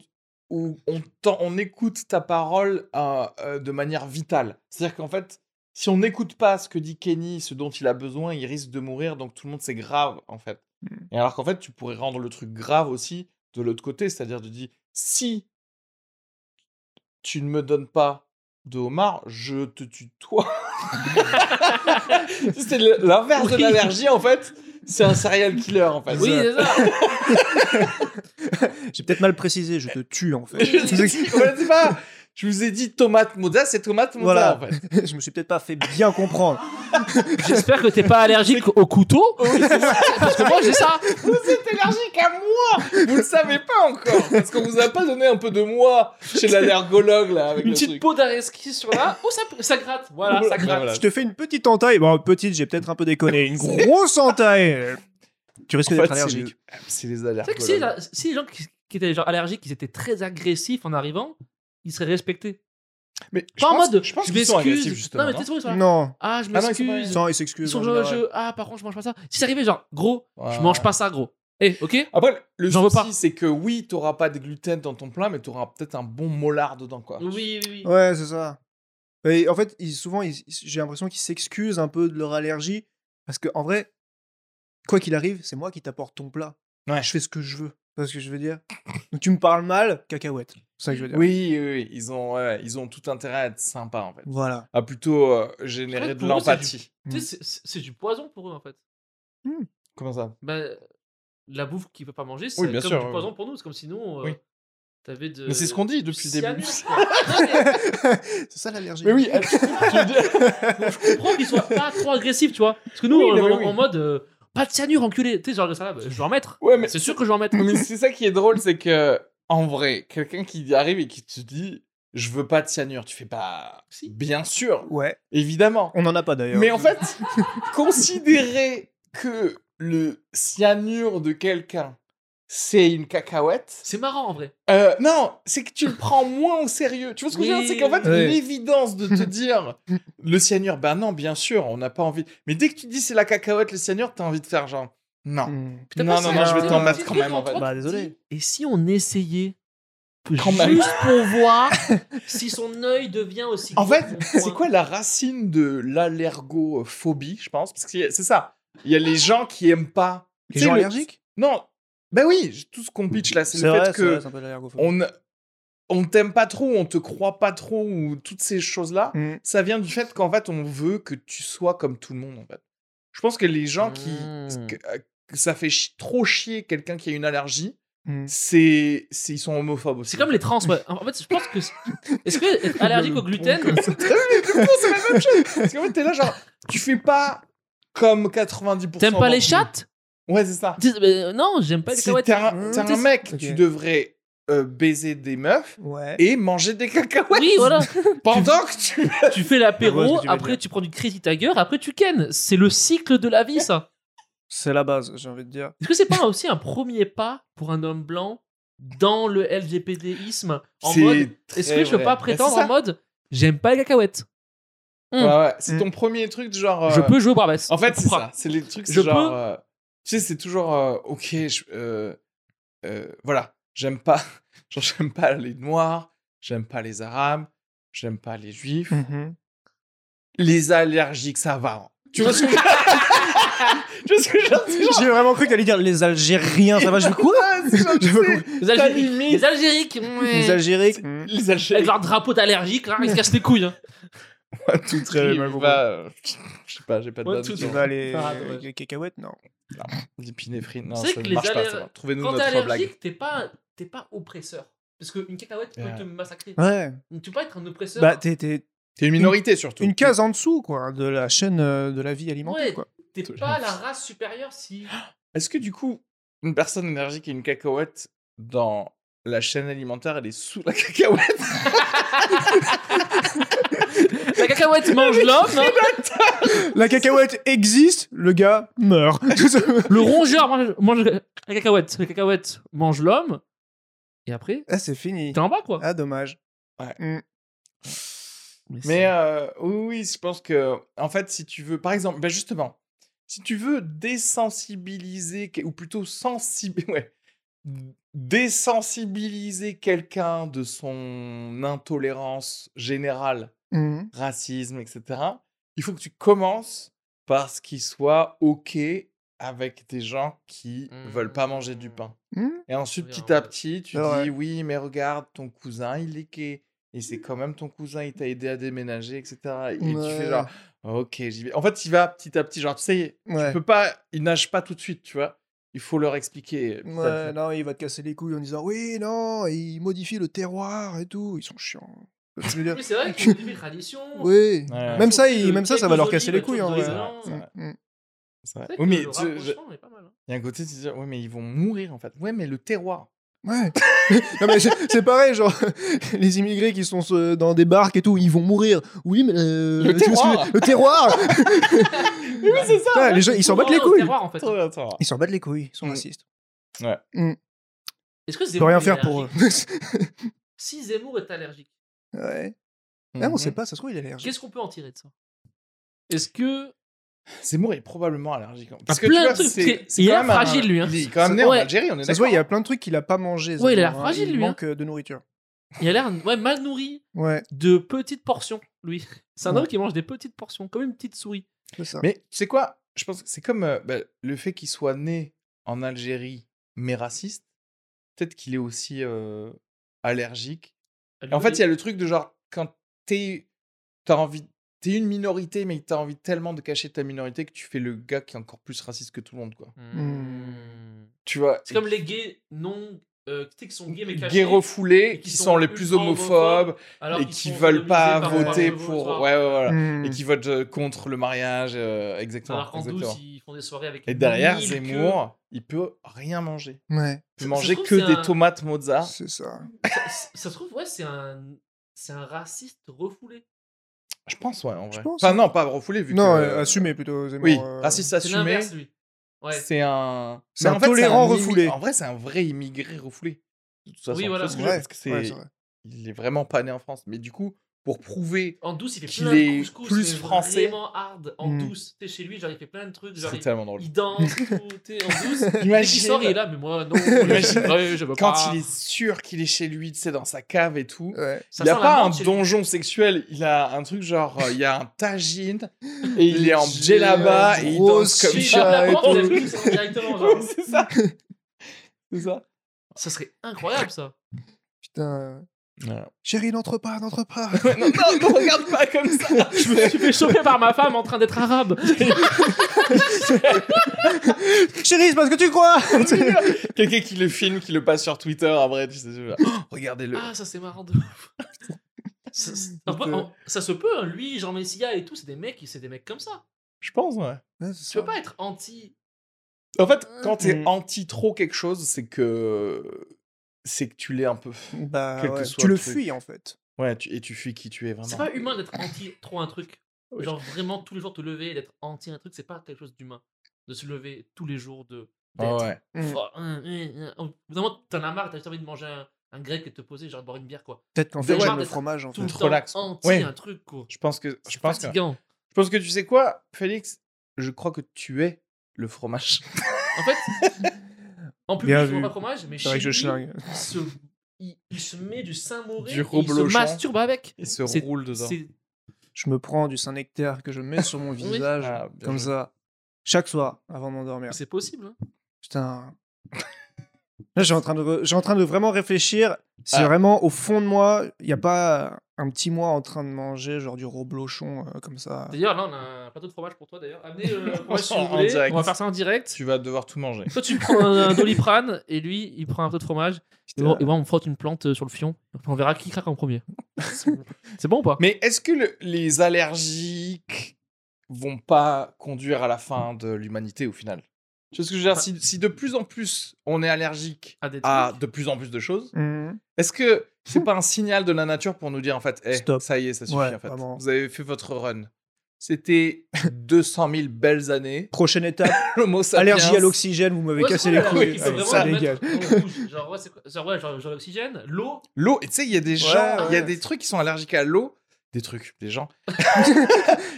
[SPEAKER 1] où on, t'en- on écoute ta parole euh, euh, de manière vitale c'est à dire qu'en fait si on n'écoute pas ce que dit Kenny ce dont il a besoin il risque de mourir donc tout le monde c'est grave en fait
[SPEAKER 2] Mmh.
[SPEAKER 1] et alors qu'en fait tu pourrais rendre le truc grave aussi de l'autre côté c'est à dire de dire si tu ne me donnes pas de homard je te tutoie c'est le- l'inverse de
[SPEAKER 2] Oui.
[SPEAKER 1] l'allergie en fait c'est un serial killer en fait
[SPEAKER 2] Oui, c'est ça.
[SPEAKER 3] J'ai peut-être mal précisé, je te tue en fait.
[SPEAKER 1] Je sais- voilà, c'est pas- Je vous ai dit tomate mozza, c'est tomate mozza
[SPEAKER 3] Voilà.
[SPEAKER 1] en fait.
[SPEAKER 3] je me suis peut-être pas fait bien comprendre.
[SPEAKER 2] J'espère que t'es pas allergique au couteau. parce que moi, j'ai ça.
[SPEAKER 1] Vous êtes allergique à moi Vous le savez pas encore Parce qu'on vous a pas donné un peu de moi chez l'allergologue là avec
[SPEAKER 2] Une
[SPEAKER 1] le
[SPEAKER 2] petite
[SPEAKER 1] truc.
[SPEAKER 2] peau d'arresquis sur là. Oh, ça, ça gratte.
[SPEAKER 1] Ah,
[SPEAKER 2] Voilà, ça gratte.
[SPEAKER 1] Voilà.
[SPEAKER 3] Je te fais une petite entaille. Bon, petite, j'ai peut-être un peu déconné. Une grosse entaille. Tu risques
[SPEAKER 1] En
[SPEAKER 3] d'être
[SPEAKER 1] fait, c'est
[SPEAKER 3] allergique.
[SPEAKER 1] le- C'est les
[SPEAKER 2] Tu sais que si,
[SPEAKER 1] allergologues.
[SPEAKER 2] la- si les gens qui, qui étaient genre allergiques, ils étaient très agressifs en arrivant, ils seraient respectés.
[SPEAKER 1] Mais je
[SPEAKER 2] Pas en
[SPEAKER 1] pense-
[SPEAKER 2] mode.
[SPEAKER 1] je pense
[SPEAKER 2] je
[SPEAKER 1] qu'ils sont agressifs
[SPEAKER 2] m'excuse.
[SPEAKER 1] justement.
[SPEAKER 2] Non, mais
[SPEAKER 1] hein.
[SPEAKER 2] t'es trop, ils sont là.
[SPEAKER 3] Non.
[SPEAKER 2] Ah, je
[SPEAKER 1] Ah non, ils sont pas-
[SPEAKER 2] m'excuse.
[SPEAKER 3] Sans, ils
[SPEAKER 2] Ils
[SPEAKER 3] s'excusent.
[SPEAKER 2] sont
[SPEAKER 3] en
[SPEAKER 2] genre,
[SPEAKER 3] général.
[SPEAKER 2] je- ah, par contre, je mange pas ça. Si c'est arrivé, genre, gros,
[SPEAKER 1] Ouais.
[SPEAKER 2] je mange pas ça, gros. Eh, ok
[SPEAKER 1] Après, le
[SPEAKER 2] J'en veux
[SPEAKER 1] souci,
[SPEAKER 2] pas.
[SPEAKER 1] c'est que oui, t'auras pas de gluten dans ton plat, mais t'auras peut-être un bon molar dedans, quoi.
[SPEAKER 2] Oui, oui, oui.
[SPEAKER 3] Ouais, c'est ça. Et en fait, ils- souvent, ils- j'ai l'impression qu'ils s'excusent un peu de leur allergie. Parce que, en vrai, quoi qu'il arrive, c'est moi qui t'apporte ton plat.
[SPEAKER 1] Ouais.
[SPEAKER 3] Je fais ce que je veux. Tu vois ce que je veux dire Donc, tu me parles mal, cacahuète. C'est ça que je veux dire.
[SPEAKER 1] Oui, oui, oui, ils ont, ouais, ils ont tout intérêt à être sympas, en fait.
[SPEAKER 3] Voilà.
[SPEAKER 1] À plutôt euh,
[SPEAKER 2] En fait,
[SPEAKER 1] générer de
[SPEAKER 2] pour eux, c'est du-
[SPEAKER 1] l'empathie.
[SPEAKER 2] Tu sais, c'est- c'est c'est du poison pour eux, en fait.
[SPEAKER 1] Comment ça
[SPEAKER 2] Ben, de la bouffe qu'il peut pas manger, c'est
[SPEAKER 1] bien
[SPEAKER 2] comme
[SPEAKER 1] sûr,
[SPEAKER 2] du
[SPEAKER 1] ouais,
[SPEAKER 2] poison pour nous. C'est comme si nous, euh,
[SPEAKER 1] Oui.
[SPEAKER 2] t'avais de.
[SPEAKER 1] Mais c'est ce qu'on dit
[SPEAKER 2] du
[SPEAKER 1] depuis le début.
[SPEAKER 2] cyanure, quoi. Non, mais-
[SPEAKER 3] C'est ça l'allergie.
[SPEAKER 1] Mais oui, elle- tu dis-
[SPEAKER 2] je comprends qu'ils soient pas trop agressifs, tu vois. Parce que nous,
[SPEAKER 1] Oui,
[SPEAKER 2] on
[SPEAKER 1] non,
[SPEAKER 2] est
[SPEAKER 1] mais
[SPEAKER 2] en,
[SPEAKER 1] oui.
[SPEAKER 2] en mode euh, pas de cyanure, enculé. Tu sais, genre, ça, bah, je vais en mettre.
[SPEAKER 1] Ouais, mais
[SPEAKER 2] C'est sûr que je vais en mettre.
[SPEAKER 1] Mais c'est ça qui est drôle, c'est que, en vrai, quelqu'un qui arrive et qui te dit Je veux pas de cyanure, tu fais pas.
[SPEAKER 2] Si.
[SPEAKER 1] Bien sûr,
[SPEAKER 3] Ouais,
[SPEAKER 1] évidemment.
[SPEAKER 3] on en a pas d'ailleurs.
[SPEAKER 1] Mais en fait, considérer que le cyanure de quelqu'un, c'est une cacahuète.
[SPEAKER 2] C'est marrant en vrai.
[SPEAKER 1] euh, non, c'est que tu le prends moins au sérieux. Tu vois ce que je veux
[SPEAKER 2] Oui.
[SPEAKER 1] dire C'est qu'en fait,
[SPEAKER 3] Ouais.
[SPEAKER 1] l'évidence de te dire le cyanure, ben non, bien sûr, on n'a pas envie. Mais dès que tu dis c'est la cacahuète, le cyanure, t'as envie de faire genre non.
[SPEAKER 3] Hmm.
[SPEAKER 2] Putain,
[SPEAKER 1] Non,
[SPEAKER 2] pas
[SPEAKER 1] non,
[SPEAKER 2] ça,
[SPEAKER 1] non, je
[SPEAKER 2] c'est
[SPEAKER 1] vais
[SPEAKER 2] un
[SPEAKER 1] t'en
[SPEAKER 2] petit
[SPEAKER 1] mettre
[SPEAKER 2] truc
[SPEAKER 1] quand même,
[SPEAKER 2] en
[SPEAKER 1] en fait.
[SPEAKER 2] toi,
[SPEAKER 3] Bah,
[SPEAKER 2] tu te
[SPEAKER 3] désolé.
[SPEAKER 2] dis, Et si on essayait
[SPEAKER 1] Quand
[SPEAKER 2] juste
[SPEAKER 1] même.
[SPEAKER 2] pour voir si son œil devient aussi.
[SPEAKER 1] En
[SPEAKER 2] gros
[SPEAKER 1] fait,
[SPEAKER 2] que son
[SPEAKER 1] c'est
[SPEAKER 2] poing.
[SPEAKER 1] quoi la racine de l'allergophobie, je pense Parce que c'est ça. Il y a les gens qui aiment pas.
[SPEAKER 3] Les
[SPEAKER 1] Tu sais,
[SPEAKER 3] gens
[SPEAKER 1] le-
[SPEAKER 3] allergiques
[SPEAKER 1] Non. Ben oui, je- tout ce qu'on pitch là, c'est le fait
[SPEAKER 3] vrai,
[SPEAKER 1] que
[SPEAKER 3] vrai, c'est un peu l'allergophobie.
[SPEAKER 1] on on t'aime pas trop, on te croit pas trop ou toutes ces choses-là,
[SPEAKER 3] Hmm.
[SPEAKER 1] ça vient du fait qu'en fait on veut que tu sois comme tout le monde en fait. Je pense que les gens qui
[SPEAKER 2] Mm.
[SPEAKER 1] que- euh, que ça fait chi- trop chier quelqu'un qui a une allergie,
[SPEAKER 3] Hmm.
[SPEAKER 1] c'est c'est- ils sont homophobes aussi.
[SPEAKER 2] C'est comme les trans, ouais. En fait, je pense que. c'est- Est-ce que être allergique au gluten.
[SPEAKER 1] c'est la même chose. Parce qu'en fait, t'es là, genre, tu fais pas comme 90%.
[SPEAKER 2] T'aimes pas les
[SPEAKER 1] d'entre
[SPEAKER 2] chattes
[SPEAKER 1] nous. Ouais, c'est ça.
[SPEAKER 2] Tu dis, euh, Non, j'aime pas les
[SPEAKER 1] Si
[SPEAKER 2] cacahuètes.
[SPEAKER 1] t'es un,
[SPEAKER 3] Mmh.
[SPEAKER 1] t'es un mec,
[SPEAKER 3] Ok.
[SPEAKER 1] tu devrais euh, baiser des meufs
[SPEAKER 3] Ouais.
[SPEAKER 1] et manger des cacahuètes
[SPEAKER 2] Oui, voilà.
[SPEAKER 1] pendant que tu.
[SPEAKER 2] tu fais
[SPEAKER 3] Je vois
[SPEAKER 2] l'apéro,
[SPEAKER 3] ce que tu veux
[SPEAKER 2] après
[SPEAKER 3] dire.
[SPEAKER 2] tu prends du Crazy Tiger, après tu ken. C'est le cycle de la vie, ça.
[SPEAKER 3] C'est la base, j'ai envie de dire.
[SPEAKER 2] Est-ce que c'est pas aussi un premier pas pour un homme blanc dans le LGBTisme en
[SPEAKER 1] C'est
[SPEAKER 2] mode
[SPEAKER 1] très
[SPEAKER 2] Est-ce que je peux
[SPEAKER 1] vrai.
[SPEAKER 2] pas
[SPEAKER 1] Ben,
[SPEAKER 2] prétendre
[SPEAKER 1] c'est ça.
[SPEAKER 2] en mode J'aime pas les cacahuètes
[SPEAKER 1] Ouais, ouais, c'est
[SPEAKER 3] Mm.
[SPEAKER 1] ton premier truc, de genre.
[SPEAKER 2] Je
[SPEAKER 1] euh,
[SPEAKER 2] peux jouer au Barbès.
[SPEAKER 1] En fait,
[SPEAKER 2] Je
[SPEAKER 1] c'est
[SPEAKER 2] comprends.
[SPEAKER 1] ça. C'est les trucs, c'est
[SPEAKER 2] Je
[SPEAKER 1] genre.
[SPEAKER 2] peux-
[SPEAKER 1] euh, Tu sais, c'est toujours. euh, ok, je, euh, euh, voilà, j'aime pas. Genre, j'aime pas les noirs, j'aime pas les arabes, j'aime pas les juifs.
[SPEAKER 3] Mm-hmm.
[SPEAKER 1] Les allergiques, ça va. hein. Tu vois ce que je Tu vois ce que je veux dire
[SPEAKER 3] J'ai vraiment cru que t'allais dire les Algériens, ça va, je fais quoi
[SPEAKER 1] Ouais, c'est genre, tu sais,
[SPEAKER 2] Les
[SPEAKER 1] t'as
[SPEAKER 2] Algériques.
[SPEAKER 1] limite-
[SPEAKER 2] Les Algériques.
[SPEAKER 3] Les Hmm.
[SPEAKER 2] ouais.
[SPEAKER 3] Algériens.
[SPEAKER 1] Les
[SPEAKER 2] Avec
[SPEAKER 1] Algériens.
[SPEAKER 2] leur drapeau d'allergique, là, ils se cassent les couilles. hein.
[SPEAKER 1] Tout
[SPEAKER 3] très mal compris.
[SPEAKER 1] Bah, euh, Je sais pas, j'ai pas de
[SPEAKER 2] Ouais,
[SPEAKER 1] date
[SPEAKER 2] tout-
[SPEAKER 1] sur-
[SPEAKER 3] Tu vas aller
[SPEAKER 2] Ah, ouais.
[SPEAKER 3] les cacahuètes Non.
[SPEAKER 1] l'épinéphrine. Non,
[SPEAKER 2] C'est
[SPEAKER 1] ça
[SPEAKER 2] que
[SPEAKER 1] ne
[SPEAKER 2] les
[SPEAKER 1] marche pas.
[SPEAKER 2] aller-
[SPEAKER 1] ça va. Trouvez-nous
[SPEAKER 2] Quand t'es
[SPEAKER 1] notre blague.
[SPEAKER 2] allergique, t'es pas, t'es pas oppresseur. Parce qu'une cacahuète peut
[SPEAKER 1] Ouais.
[SPEAKER 2] te massacrer.
[SPEAKER 3] Ouais.
[SPEAKER 2] Donc, Tu peux pas être un oppresseur.
[SPEAKER 3] Hein Bah, t'es- t'es
[SPEAKER 1] T'es une minorité surtout.
[SPEAKER 3] une case en dessous, quoi, de la chaîne euh, de la vie alimentaire,
[SPEAKER 2] Ouais.
[SPEAKER 3] quoi.
[SPEAKER 2] T'es
[SPEAKER 1] Tout-
[SPEAKER 2] pas la race supérieure si.
[SPEAKER 1] Est-ce que du coup, une personne énergique et une cacahuète dans la chaîne alimentaire, elle est sous la cacahuète
[SPEAKER 2] La cacahuète mange l'homme, hein.
[SPEAKER 3] La cacahuète existe, le gars meurt.
[SPEAKER 2] le rongeur mange, mange la cacahuète, la cacahuète mange l'homme, et après,
[SPEAKER 3] ah, c'est fini.
[SPEAKER 2] t'es en bas quoi.
[SPEAKER 3] Ah, dommage.
[SPEAKER 1] Mais euh, oui, oui, je pense que, en fait, si tu veux, par exemple, ben justement, si tu veux désensibiliser, que- ou plutôt sensibiliser, désensibiliser quelqu'un de son intolérance générale,
[SPEAKER 3] Mhm.
[SPEAKER 1] racisme, etc., il faut que tu commences par ce qui soit OK avec des gens qui
[SPEAKER 2] Mhm.
[SPEAKER 1] veulent pas manger du pain.
[SPEAKER 3] Mhm.
[SPEAKER 1] Et ensuite,
[SPEAKER 2] Oui,
[SPEAKER 1] petit
[SPEAKER 2] en
[SPEAKER 1] à
[SPEAKER 2] vrai.
[SPEAKER 1] petit, tu
[SPEAKER 3] C'est
[SPEAKER 1] dis
[SPEAKER 3] vrai. Mmh.
[SPEAKER 1] oui, mais regarde, ton cousin, il est gay. Et c'est quand même ton cousin, il t'a aidé à déménager, etc. Et tu fais
[SPEAKER 3] Ouais.
[SPEAKER 1] genre, ok, j'y vais. En fait, il va petit à petit, genre, tu sais,
[SPEAKER 3] Ouais.
[SPEAKER 1] tu peux pas, il nage pas tout de suite, tu vois. Il faut leur expliquer. petit à
[SPEAKER 3] Ouais,
[SPEAKER 1] petit.
[SPEAKER 3] non, il va te casser les couilles en disant oui, non, il modifie le terroir et tout. Ils sont chiants. Je veux dire,
[SPEAKER 2] Oui, c'est vrai qu'il y a des traditions. Euh,
[SPEAKER 3] euh, oui.
[SPEAKER 1] Ouais,
[SPEAKER 3] Même ça,
[SPEAKER 2] Sauf
[SPEAKER 3] il-
[SPEAKER 2] que
[SPEAKER 3] même ça, ça va
[SPEAKER 2] quelques
[SPEAKER 3] leur casser les
[SPEAKER 2] olives,
[SPEAKER 3] couilles. En
[SPEAKER 2] quelques
[SPEAKER 3] vrai.
[SPEAKER 1] raisins.
[SPEAKER 3] Mm, mm.
[SPEAKER 1] c'est vrai.
[SPEAKER 2] C'est vrai
[SPEAKER 1] Oui,
[SPEAKER 2] que
[SPEAKER 1] mais
[SPEAKER 2] le
[SPEAKER 1] tu- je-
[SPEAKER 2] rapprochement est pas mal, hein.
[SPEAKER 1] il y a un côté, tu te dis, ouais, mais ils vont mourir, en fait. Ouais, mais le terroir.
[SPEAKER 3] Ouais. non, mais c'est c'est pareil, genre, les immigrés qui sont euh, dans des barques et tout, ils vont mourir. Oui, mais. euh,
[SPEAKER 1] Le
[SPEAKER 3] tu vois ce que je veux
[SPEAKER 1] terroir.
[SPEAKER 3] dire le terroir
[SPEAKER 1] Mais oui, c'est ça.
[SPEAKER 3] Putain, les gens, ils s'en battent les
[SPEAKER 2] Au
[SPEAKER 3] couilles.
[SPEAKER 2] terroir, en fait.
[SPEAKER 1] Attends, attends.
[SPEAKER 3] Ils s'en battent les couilles, ils sont
[SPEAKER 1] Mm.
[SPEAKER 3] racistes.
[SPEAKER 2] Est-ce que
[SPEAKER 3] Je
[SPEAKER 2] Zemmour
[SPEAKER 3] peux rien
[SPEAKER 2] est
[SPEAKER 3] faire pour eux.
[SPEAKER 2] allergique Si Zemmour est allergique,
[SPEAKER 3] ouais. Ah, on
[SPEAKER 1] Mhm.
[SPEAKER 3] sait pas, ça se trouve, il est allergique.
[SPEAKER 2] qu'est-ce qu'on peut en tirer de ça Est-ce que.
[SPEAKER 1] Zemmour est probablement allergique. hein. Parce
[SPEAKER 2] Ah,
[SPEAKER 1] que
[SPEAKER 2] plein
[SPEAKER 1] tu
[SPEAKER 2] de
[SPEAKER 1] vois,
[SPEAKER 2] trucs.
[SPEAKER 1] c'est, c'est
[SPEAKER 2] Il est
[SPEAKER 1] quand même un-
[SPEAKER 2] fragile, lui, hein.
[SPEAKER 1] Il est quand même né en
[SPEAKER 2] Ouais.
[SPEAKER 1] Algérie, on est
[SPEAKER 3] Ça
[SPEAKER 1] d'accord.
[SPEAKER 3] se voit, il y a plein de trucs qu'il a pas mangé.
[SPEAKER 2] Ouais, il a l'air
[SPEAKER 3] Zemmour, hein.
[SPEAKER 2] fragile,
[SPEAKER 3] Il
[SPEAKER 2] lui, hein.
[SPEAKER 3] manque euh, de nourriture.
[SPEAKER 2] Il a l'air ouais, mal nourri
[SPEAKER 3] Ouais,
[SPEAKER 2] de petites portions, lui. C'est un
[SPEAKER 3] Ouais.
[SPEAKER 2] homme qui mange des petites portions, comme une petite souris.
[SPEAKER 3] c'est ça.
[SPEAKER 1] Mais tu sais quoi Je pense que c'est comme euh, bah, le fait qu'il soit né en Algérie, mais raciste. Peut-être qu'il est aussi euh, allergique. Et en fait, il y a le truc de genre, quand t'es, t'as envie, t'es une minorité, mais t'as envie tellement de cacher ta minorité que tu fais le gars qui est encore plus raciste que tout le monde, quoi.
[SPEAKER 2] Hmm.
[SPEAKER 1] Tu vois
[SPEAKER 2] C'est comme les gays non. Euh, tu sais, qui sont gays mais cachés.
[SPEAKER 1] gays refoulés
[SPEAKER 2] et
[SPEAKER 1] qui, sont, les plus homophobes
[SPEAKER 2] alors
[SPEAKER 1] et
[SPEAKER 2] qu'ils
[SPEAKER 1] qui
[SPEAKER 2] sont
[SPEAKER 1] veulent pas
[SPEAKER 2] anonymisés par
[SPEAKER 1] voter
[SPEAKER 2] le
[SPEAKER 1] pour.
[SPEAKER 2] vote,
[SPEAKER 1] Ouais, ouais, voilà.
[SPEAKER 3] Hmm.
[SPEAKER 1] Et qui votent euh, contre le mariage, euh, exactement.
[SPEAKER 2] Alors qu'en
[SPEAKER 1] exactement.
[SPEAKER 2] douce, ils font des soirées avec.
[SPEAKER 1] Et derrière,
[SPEAKER 2] mille
[SPEAKER 1] Zemmour, il peut rien manger.
[SPEAKER 3] Ouais,
[SPEAKER 1] Il peut
[SPEAKER 2] Ça- ça
[SPEAKER 1] manger
[SPEAKER 2] se trouve,
[SPEAKER 1] que
[SPEAKER 2] c'est
[SPEAKER 1] des
[SPEAKER 2] un-
[SPEAKER 1] tomates Mozart.
[SPEAKER 3] c'est ça.
[SPEAKER 2] queues. Ça, ça se trouve, ouais, c'est un, c'est un raciste refoulé.
[SPEAKER 1] Je pense, ouais, en vrai.
[SPEAKER 3] Je pense,
[SPEAKER 1] enfin,
[SPEAKER 3] hein.
[SPEAKER 1] non, pas refoulé, vu
[SPEAKER 3] Non,
[SPEAKER 1] que.
[SPEAKER 3] euh, assumé plutôt. Zemmour,
[SPEAKER 1] Oui,
[SPEAKER 3] euh,
[SPEAKER 1] raciste
[SPEAKER 2] C'est
[SPEAKER 1] assumé.
[SPEAKER 2] l'inverse, lui. Ouais.
[SPEAKER 1] C'est un.
[SPEAKER 3] C'est
[SPEAKER 1] Mais
[SPEAKER 3] un
[SPEAKER 1] en fait,
[SPEAKER 3] tolérant
[SPEAKER 1] immi-
[SPEAKER 3] refoulé.
[SPEAKER 1] En vrai, c'est un vrai immigré refoulé. De toute façon,
[SPEAKER 2] Oui,
[SPEAKER 1] tu
[SPEAKER 2] voilà.
[SPEAKER 1] vois ce que je veux dire, parce
[SPEAKER 3] Ouais,
[SPEAKER 1] que c'est-
[SPEAKER 3] ouais, c'est vrai.
[SPEAKER 1] Il est vraiment pas né en France. Mais du coup, pour prouver.
[SPEAKER 2] En douce, il fait
[SPEAKER 1] Qu'il
[SPEAKER 2] plein de
[SPEAKER 1] est
[SPEAKER 2] couscous.
[SPEAKER 1] plus
[SPEAKER 2] c'est
[SPEAKER 1] français. Mmh.
[SPEAKER 2] vraiment hard. En
[SPEAKER 3] Hmm.
[SPEAKER 2] douce. T'es chez lui, genre, il fait plein de trucs. Genre,
[SPEAKER 1] C'est
[SPEAKER 2] il,
[SPEAKER 1] tellement drôle.
[SPEAKER 2] il danse, tout. T'es en douce. Dès qu'il
[SPEAKER 1] Imagine
[SPEAKER 2] sort, il est là, mais moi, non.
[SPEAKER 1] Imagine
[SPEAKER 2] ouais, je veux
[SPEAKER 1] quand
[SPEAKER 2] pas.
[SPEAKER 1] il est sûr qu'il est chez lui, tu sais, dans sa cave et tout.
[SPEAKER 3] Ouais.
[SPEAKER 2] Ça
[SPEAKER 1] il a
[SPEAKER 2] sent la
[SPEAKER 1] pas un
[SPEAKER 2] menthe chez lui.
[SPEAKER 1] donjon sexuel, il a un truc genre, euh, il y a un tagine, et il est en
[SPEAKER 3] J'ai
[SPEAKER 1] djellaba,
[SPEAKER 3] un
[SPEAKER 1] et il
[SPEAKER 3] gros
[SPEAKER 1] danse
[SPEAKER 2] Tu
[SPEAKER 1] comme
[SPEAKER 2] lui
[SPEAKER 3] chat
[SPEAKER 2] tapes
[SPEAKER 1] ça.
[SPEAKER 2] la
[SPEAKER 1] et
[SPEAKER 2] porte,
[SPEAKER 1] tout.
[SPEAKER 2] il a plus, c'est
[SPEAKER 1] Ouais,
[SPEAKER 2] directement. genre.
[SPEAKER 1] C'est ça. C'est ça.
[SPEAKER 2] Ça serait incroyable, ça.
[SPEAKER 3] Putain. euh,
[SPEAKER 1] Voilà.
[SPEAKER 3] Chérie, n'entre pas, n'entre pas.
[SPEAKER 1] Ouais, non, non, ne regarde pas comme ça.
[SPEAKER 2] Je me suis fait choper par ma femme en train d'être arabe.
[SPEAKER 3] Chérie, c'est parce que tu crois.
[SPEAKER 1] Quelqu'un qui le filme, qui le passe sur Twitter après, tu sais, c'est genre, Oh, regardez-le.
[SPEAKER 2] Ah, ça c'est marrant de euh, ouf. ça, c'est- en
[SPEAKER 3] euh,
[SPEAKER 2] vrai, en- ça se peut, hein, lui, Jean Messia et tout, c'est des mecs, c'est des mecs comme ça.
[SPEAKER 1] Je pense, ouais.
[SPEAKER 3] Ouais, c'est
[SPEAKER 2] Tu peux
[SPEAKER 3] ça.
[SPEAKER 2] pas être anti.
[SPEAKER 1] En fait, quand t'es
[SPEAKER 3] Mm.
[SPEAKER 1] anti trop quelque chose, c'est que c'est que tu l'es un peu.
[SPEAKER 3] Bah,
[SPEAKER 1] Quel que
[SPEAKER 3] ouais.
[SPEAKER 1] soit
[SPEAKER 3] Tu
[SPEAKER 1] le
[SPEAKER 3] le
[SPEAKER 1] truc.
[SPEAKER 3] fuis en fait.
[SPEAKER 1] Ouais, tu- et tu fuis qui tu es vraiment.
[SPEAKER 2] C'est pas humain d'être anti trop un truc.
[SPEAKER 1] Oui.
[SPEAKER 2] Genre vraiment tous les jours te lever et d'être anti un truc, c'est pas quelque chose d'humain. De se lever tous les jours de.
[SPEAKER 1] Ah
[SPEAKER 2] d'être-
[SPEAKER 1] ouais.
[SPEAKER 3] Mm.
[SPEAKER 2] Oh, hum, hum, hum. Au bout d'un moment, t'en as marre, t'as juste envie de manger un, un grec et de te poser, genre de boire une bière quoi.
[SPEAKER 3] Peut-être qu'en
[SPEAKER 2] De
[SPEAKER 3] fait,
[SPEAKER 2] genre
[SPEAKER 3] j'aime le
[SPEAKER 2] d'être
[SPEAKER 3] fromage en
[SPEAKER 2] Tout
[SPEAKER 3] fait.
[SPEAKER 2] le
[SPEAKER 1] te
[SPEAKER 2] temps
[SPEAKER 1] relax, quoi.
[SPEAKER 2] anti
[SPEAKER 1] Ouais.
[SPEAKER 2] un truc quoi.
[SPEAKER 1] Je pense que je
[SPEAKER 2] C'est
[SPEAKER 1] pense que
[SPEAKER 2] fatigant.
[SPEAKER 1] je pense que tu sais quoi, Félix. Je crois que tu es le fromage.
[SPEAKER 2] En fait, en plus,
[SPEAKER 3] Bien
[SPEAKER 2] je
[SPEAKER 3] vu.
[SPEAKER 2] vois pas fromage, mais
[SPEAKER 3] C'est vrai
[SPEAKER 2] chez
[SPEAKER 3] que je
[SPEAKER 2] lui,
[SPEAKER 3] schlingue.
[SPEAKER 2] se- il, il se met du Saint-Mauré,
[SPEAKER 1] Du
[SPEAKER 2] et il se
[SPEAKER 1] reblochon.
[SPEAKER 2] masturbe avec.
[SPEAKER 1] Il se
[SPEAKER 2] C'est-
[SPEAKER 1] roule dedans.
[SPEAKER 2] C'est
[SPEAKER 3] Je me prends du Saint-Nectaire que je mets sur mon visage,
[SPEAKER 1] Ah, bien
[SPEAKER 3] comme
[SPEAKER 1] joué.
[SPEAKER 3] ça, chaque soir, avant de m'endormir.
[SPEAKER 2] c'est possible. hein.
[SPEAKER 3] Putain. Là, j'ai en train de, re- j'ai en train de vraiment réfléchir. Si
[SPEAKER 1] Ah.
[SPEAKER 3] vraiment, au fond de moi, il n'y a pas un petit moi en train de manger, genre du roblochon, euh, comme ça.
[SPEAKER 2] Ah. D'ailleurs, là, on a un plateau de fromage pour toi. D'ailleurs, amenez euh, le fromage si
[SPEAKER 1] En-
[SPEAKER 2] vous
[SPEAKER 1] en
[SPEAKER 2] voulez.
[SPEAKER 1] direct.
[SPEAKER 2] On va faire ça en direct.
[SPEAKER 1] Tu vas devoir tout manger.
[SPEAKER 2] Toi, tu prends un, un doliprane et lui, il prend un plateau de fromage. Et moi, et moi, on me frotte une plante euh, sur le fion. On verra qui craque en premier. c'est bon ou pas
[SPEAKER 1] Mais est-ce que le- les allergiques vont pas conduire à la fin de l'humanité au final Tu vois ce que je
[SPEAKER 3] Bah
[SPEAKER 1] veux dire si, si de plus en plus on est allergique
[SPEAKER 2] Ah, des
[SPEAKER 1] à
[SPEAKER 2] trucs.
[SPEAKER 1] de plus en plus de choses,
[SPEAKER 3] Mhm.
[SPEAKER 1] est-ce que c'est pas un signal de la nature pour nous dire en fait, Eh,
[SPEAKER 3] Stop.
[SPEAKER 1] ça y est, ça suffit
[SPEAKER 3] Ouais,
[SPEAKER 1] en fait.
[SPEAKER 3] vraiment.
[SPEAKER 1] Vous avez fait votre run. C'était 200 000 belles années.
[SPEAKER 3] Prochaine étape,
[SPEAKER 1] L'homo
[SPEAKER 3] allergie
[SPEAKER 1] sapiens.
[SPEAKER 3] à l'oxygène, vous m'avez
[SPEAKER 2] Ouais, c'est
[SPEAKER 3] cassé les
[SPEAKER 2] quoi,
[SPEAKER 1] couilles.
[SPEAKER 2] là, il
[SPEAKER 3] couilles.
[SPEAKER 2] faut
[SPEAKER 3] Allez,
[SPEAKER 2] vraiment
[SPEAKER 3] ça
[SPEAKER 2] le
[SPEAKER 3] dégage.
[SPEAKER 2] mettre en rouge. Genre, ouais, c'est quoi- genre, ouais, genre, genre l'oxygène, l'eau.
[SPEAKER 1] L'eau, et tu sais, il y a des gens, il y a
[SPEAKER 3] ouais.
[SPEAKER 1] des trucs qui sont allergiques à l'eau, des trucs, des gens.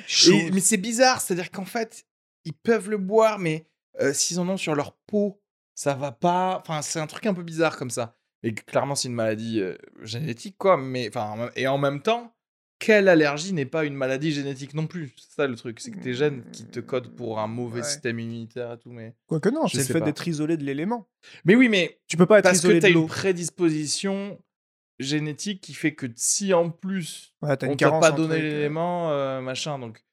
[SPEAKER 3] Chaud.
[SPEAKER 1] Et- mais c'est bizarre, c'est-à-dire qu'en fait, ils peuvent le boire, mais euh, s'ils en ont sur leur peau, ça va pas. Enfin, c'est un truc un peu bizarre comme ça. Et que clairement, c'est une maladie euh, génétique, quoi. Mais enfin, en même- et en même temps, quelle allergie n'est pas une maladie génétique non plus C'est ça le truc, c'est que tes gènes qui te codent pour un mauvais
[SPEAKER 3] Ouais.
[SPEAKER 1] système immunitaire et tout. Mais,
[SPEAKER 3] Quoique non,
[SPEAKER 1] Je
[SPEAKER 3] c'est le
[SPEAKER 1] sais
[SPEAKER 3] fait
[SPEAKER 1] pas.
[SPEAKER 3] d'être isolé de l'élément.
[SPEAKER 1] mais oui, mais
[SPEAKER 3] Tu peux pas être
[SPEAKER 1] parce que
[SPEAKER 3] isolé
[SPEAKER 1] t'as
[SPEAKER 3] de
[SPEAKER 1] une
[SPEAKER 3] l'eau.
[SPEAKER 1] prédisposition génétique qui fait que si en plus
[SPEAKER 3] Ouais, t'as
[SPEAKER 1] on
[SPEAKER 3] une
[SPEAKER 1] t'a
[SPEAKER 3] carence.
[SPEAKER 1] pas
[SPEAKER 3] en
[SPEAKER 1] donné
[SPEAKER 3] truc, euh.
[SPEAKER 1] l'élément, euh, machin, donc.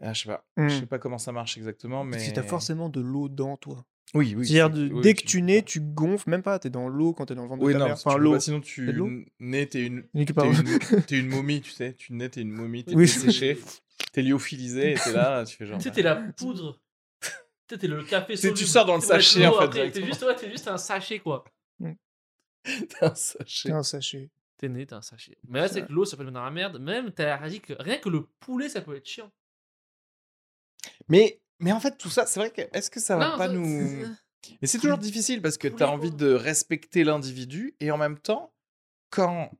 [SPEAKER 1] ah, je sais pas.
[SPEAKER 3] Mm.
[SPEAKER 1] Je sais pas comment ça marche exactement, mais.
[SPEAKER 3] Parce que t'as forcément de l'eau dans toi.
[SPEAKER 1] Oui, oui.
[SPEAKER 3] C'est-à-dire,
[SPEAKER 1] c'est-
[SPEAKER 3] de-
[SPEAKER 1] oui,
[SPEAKER 3] dès
[SPEAKER 1] oui,
[SPEAKER 3] que
[SPEAKER 1] c'est-
[SPEAKER 3] tu nais, tu gonfles même pas. T'es dans l'eau quand t'es dans le ventre
[SPEAKER 1] Oui,
[SPEAKER 3] de ta
[SPEAKER 1] non,
[SPEAKER 3] mère.
[SPEAKER 1] si
[SPEAKER 3] Enfin,
[SPEAKER 1] tu veux
[SPEAKER 3] l'eau.
[SPEAKER 1] pas, sinon
[SPEAKER 3] C'est de l'eau
[SPEAKER 1] tu nais, t'es une,
[SPEAKER 3] Quelque
[SPEAKER 1] t'es
[SPEAKER 3] part.
[SPEAKER 1] une, t'es une momie, tu sais. Tu nais, t'es une momie, t'es
[SPEAKER 3] Oui.
[SPEAKER 1] séché, t'es lyophilisé, et t'es là, tu fais genre. bah,
[SPEAKER 2] Tu sais, t'es la poudre. Tu sais, t'es le café
[SPEAKER 1] Tu sais,
[SPEAKER 2] soluble.
[SPEAKER 1] tu sors dans le
[SPEAKER 2] Ouais, t'es
[SPEAKER 1] sachet, en
[SPEAKER 2] l'eau
[SPEAKER 1] fait,
[SPEAKER 2] après. T'es
[SPEAKER 1] directement. Mm.
[SPEAKER 2] juste, ouais, t'es juste un sachet, quoi.
[SPEAKER 1] T'es un sachet.
[SPEAKER 3] T'es un sachet.
[SPEAKER 2] T'es né, t'es un sachet. Mais là, c'est que l'eau, ça peut être dans la merde. Même, t'as allergique. que Rien que le poulet, ça peut être chiant.
[SPEAKER 1] Mais, mais en fait, tout ça, c'est vrai que. Est-ce que ça va
[SPEAKER 2] Non,
[SPEAKER 1] pas
[SPEAKER 2] ça-
[SPEAKER 1] nous. Mais c'est
[SPEAKER 3] Mmh.
[SPEAKER 1] toujours difficile parce que
[SPEAKER 2] Tous
[SPEAKER 1] tu as
[SPEAKER 2] les
[SPEAKER 1] envie
[SPEAKER 2] jours.
[SPEAKER 1] de respecter l'individu et en même temps, quand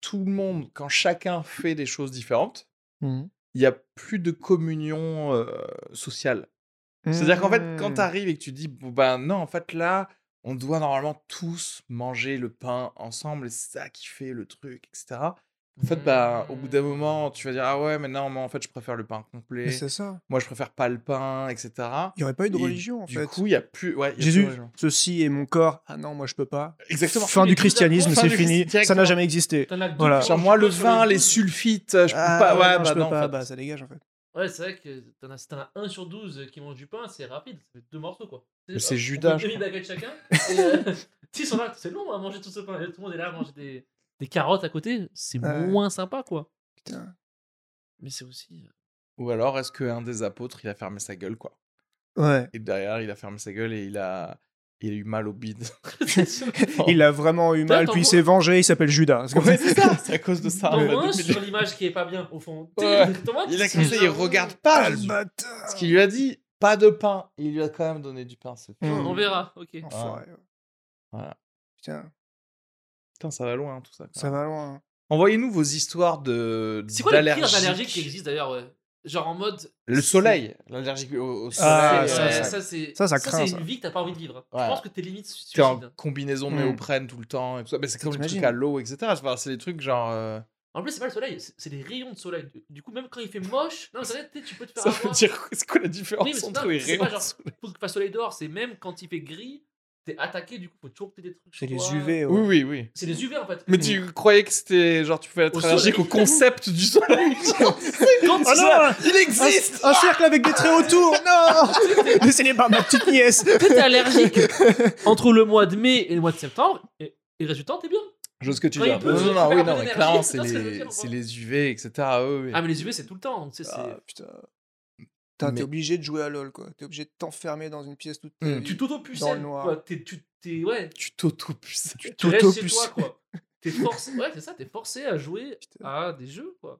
[SPEAKER 1] tout le monde, quand chacun fait des choses différentes,
[SPEAKER 3] Mhm.
[SPEAKER 1] il n'y a plus de communion euh, sociale. C'est-à-dire qu'en fait,
[SPEAKER 3] Mmh.
[SPEAKER 1] quand tu arrives et que tu dis, bon, ben non, en fait là, on doit normalement tous manger le pain ensemble, et c'est ça qui fait le truc, etc. En fait, bah, au bout d'un moment, tu vas dire Ah ouais, mais non, moi, en fait, je préfère le pain
[SPEAKER 3] Mmh. Mais
[SPEAKER 1] complet.
[SPEAKER 3] c'est ça.
[SPEAKER 1] Moi, je préfère pas le pain, etc.
[SPEAKER 3] Il n'y aurait pas eu de
[SPEAKER 1] Et
[SPEAKER 3] religion, en
[SPEAKER 1] du
[SPEAKER 3] fait.
[SPEAKER 1] coup, il y a plus. Ouais, il y a plus de
[SPEAKER 3] Jésus,
[SPEAKER 1] religion.
[SPEAKER 3] ceci est mon corps. Ah non, moi je peux pas.
[SPEAKER 1] Exactement.
[SPEAKER 3] Fin
[SPEAKER 2] Mais
[SPEAKER 3] du
[SPEAKER 2] tout
[SPEAKER 3] christianisme,
[SPEAKER 1] d'abord, fin
[SPEAKER 3] c'est
[SPEAKER 1] du
[SPEAKER 3] fini.
[SPEAKER 1] christi-
[SPEAKER 3] Ça n'a
[SPEAKER 2] directement.
[SPEAKER 3] jamais existé.
[SPEAKER 2] T'en as deux
[SPEAKER 3] Voilà.
[SPEAKER 2] qui
[SPEAKER 1] Genre,
[SPEAKER 2] ont
[SPEAKER 1] moi, le
[SPEAKER 2] joué sur
[SPEAKER 1] vin,
[SPEAKER 2] deux.
[SPEAKER 1] les sulfites, je peux pas.
[SPEAKER 3] Ah,
[SPEAKER 1] Ouais,
[SPEAKER 3] non,
[SPEAKER 1] bah
[SPEAKER 3] je peux
[SPEAKER 1] non. en
[SPEAKER 3] pas.
[SPEAKER 1] fait.
[SPEAKER 3] Bah, ça dégage en fait.
[SPEAKER 2] Ouais, c'est vrai que t'en as, t'en as un sur 12 qui mange du pain, c'est rapide, ça fait deux morceaux quoi.
[SPEAKER 1] Mais c'est
[SPEAKER 2] hop, on
[SPEAKER 1] Judas,
[SPEAKER 2] fait
[SPEAKER 1] je
[SPEAKER 2] Demi baguette chacun. et, euh, ils sont là, c'est long à manger tout ce pain. et Tout le monde est là à manger des, des carottes à côté, c'est
[SPEAKER 3] Ouais.
[SPEAKER 2] moins sympa quoi.
[SPEAKER 3] Putain.
[SPEAKER 2] Mais c'est aussi.
[SPEAKER 1] euh, Ou alors, est-ce qu'un des apôtres, il a fermé sa gueule, quoi
[SPEAKER 3] Ouais.
[SPEAKER 1] Et derrière, il a fermé sa gueule et il a, il a eu mal au bide. Oh,
[SPEAKER 3] Il a vraiment eu mal,
[SPEAKER 2] t'en
[SPEAKER 3] puis il
[SPEAKER 2] vois-
[SPEAKER 3] s'est vengé, il s'appelle Judas.
[SPEAKER 1] Ouais, c'est ça, c'est à cause de ça.
[SPEAKER 2] T'en
[SPEAKER 1] en fait,
[SPEAKER 2] vois un
[SPEAKER 1] depuis
[SPEAKER 2] sur
[SPEAKER 1] le-
[SPEAKER 2] l'image qui est pas bien au fond.
[SPEAKER 1] Ouais.
[SPEAKER 2] T'en vois un qui
[SPEAKER 1] Il a
[SPEAKER 2] se
[SPEAKER 1] comme ça,
[SPEAKER 2] dit,
[SPEAKER 1] il
[SPEAKER 2] ah,
[SPEAKER 1] regarde pas. Jésus.
[SPEAKER 3] bâtard
[SPEAKER 1] Parce qu'il lui a dit Pas de pain. Il lui a quand même donné du pain, ce
[SPEAKER 3] Mm.
[SPEAKER 2] On verra, ok.
[SPEAKER 3] Enfoiré.
[SPEAKER 1] Voilà.
[SPEAKER 3] Putain,
[SPEAKER 1] Putain, ça va loin, hein, tout ça. quand
[SPEAKER 3] ça
[SPEAKER 1] même.
[SPEAKER 3] va loin. hein.
[SPEAKER 1] Envoyez-nous vos histoires de.
[SPEAKER 2] C'est quoi les pires
[SPEAKER 1] d'allergies.
[SPEAKER 2] allergiques qui existent d'ailleurs ouais Genre en mode.
[SPEAKER 1] Le soleil. L'allergie au, au
[SPEAKER 2] c'est-
[SPEAKER 1] soleil.
[SPEAKER 3] Ah,
[SPEAKER 1] euh,
[SPEAKER 2] ouais,
[SPEAKER 3] ça,
[SPEAKER 2] ça,
[SPEAKER 3] ça-
[SPEAKER 2] c'est
[SPEAKER 3] ça, ça craint,
[SPEAKER 2] c'est
[SPEAKER 3] ça.
[SPEAKER 2] une vie que t'as pas envie de vivre. hein.
[SPEAKER 1] Ouais.
[SPEAKER 2] Je pense que t'es limite
[SPEAKER 1] T'es en
[SPEAKER 2] suicide.
[SPEAKER 1] combinaison
[SPEAKER 3] Mm.
[SPEAKER 1] néoprène tout le temps et tout ça. Mais c'est comme les trucs
[SPEAKER 3] T'imagines.
[SPEAKER 1] à l'eau, etc. Enfin, c'est des trucs genre. euh,
[SPEAKER 2] En plus, c'est pas le soleil, c'est c'est les rayons de soleil. Du- Du coup, même quand il fait moche, non, mais c'est vrai, tu sais, tu peux te faire
[SPEAKER 1] Ça veut
[SPEAKER 2] avoir.
[SPEAKER 1] dire quoi C'est quoi la différence
[SPEAKER 2] Oui, mais c'est
[SPEAKER 1] entre
[SPEAKER 2] pas-
[SPEAKER 1] les
[SPEAKER 2] c'est
[SPEAKER 1] rayons
[SPEAKER 2] pas genre- Faut qu'il fasse soleil dehors, c'est même quand il fait gris, t'es attaqué, du coup, faut toujours que t'aies des trucs.
[SPEAKER 3] C'est
[SPEAKER 2] sur
[SPEAKER 3] les
[SPEAKER 2] toi.
[SPEAKER 3] UV. ouais.
[SPEAKER 1] Oui, oui, oui.
[SPEAKER 2] C'est les UV en fait.
[SPEAKER 1] Mais tu croyais que c'était genre tu pouvais être
[SPEAKER 2] Au
[SPEAKER 1] allergique au
[SPEAKER 2] soleil.
[SPEAKER 1] concept du soleil
[SPEAKER 2] Quand
[SPEAKER 3] Oh
[SPEAKER 2] tu-
[SPEAKER 3] non
[SPEAKER 1] Il
[SPEAKER 3] un,
[SPEAKER 1] existe
[SPEAKER 3] un cercle avec des traits autour Non Dessinez pas ma petite nièce
[SPEAKER 2] t'es allergique entre le mois de mai et le mois de septembre, et, et le résultat, t'es bien.
[SPEAKER 1] Je vois ce que tu
[SPEAKER 2] Quand
[SPEAKER 1] dis.
[SPEAKER 2] il
[SPEAKER 1] Non,
[SPEAKER 2] pleut,
[SPEAKER 1] non,
[SPEAKER 2] tu
[SPEAKER 1] non,
[SPEAKER 2] fais
[SPEAKER 1] oui,
[SPEAKER 2] la
[SPEAKER 1] non,
[SPEAKER 2] bonne
[SPEAKER 1] mais clairement,
[SPEAKER 2] énergie,
[SPEAKER 1] c'est
[SPEAKER 2] putain, c'est le
[SPEAKER 1] les,
[SPEAKER 2] pire,
[SPEAKER 1] c'est
[SPEAKER 2] quoi.
[SPEAKER 1] les UV, etc. oui, oui.
[SPEAKER 2] Ah, mais les UV, c'est tout le temps. donc, tu sais,
[SPEAKER 3] Ah, putain. Putain,
[SPEAKER 1] Mais-
[SPEAKER 3] t'es obligé de jouer à LoL, quoi. T'es obligé de t'enfermer dans une pièce toute ta
[SPEAKER 1] Mm.
[SPEAKER 3] vie.
[SPEAKER 2] c'est- Tu t'auto-pucelles,
[SPEAKER 3] noir.
[SPEAKER 2] quoi. T'es- Tu t'es. Ouais.
[SPEAKER 1] Tu t'auto-puces.
[SPEAKER 2] Tu restes chez
[SPEAKER 3] t'auto-puces.
[SPEAKER 2] toi, quoi. T'es forcé. Ouais, c'est ça, t'es forcé à jouer à des jeux, quoi.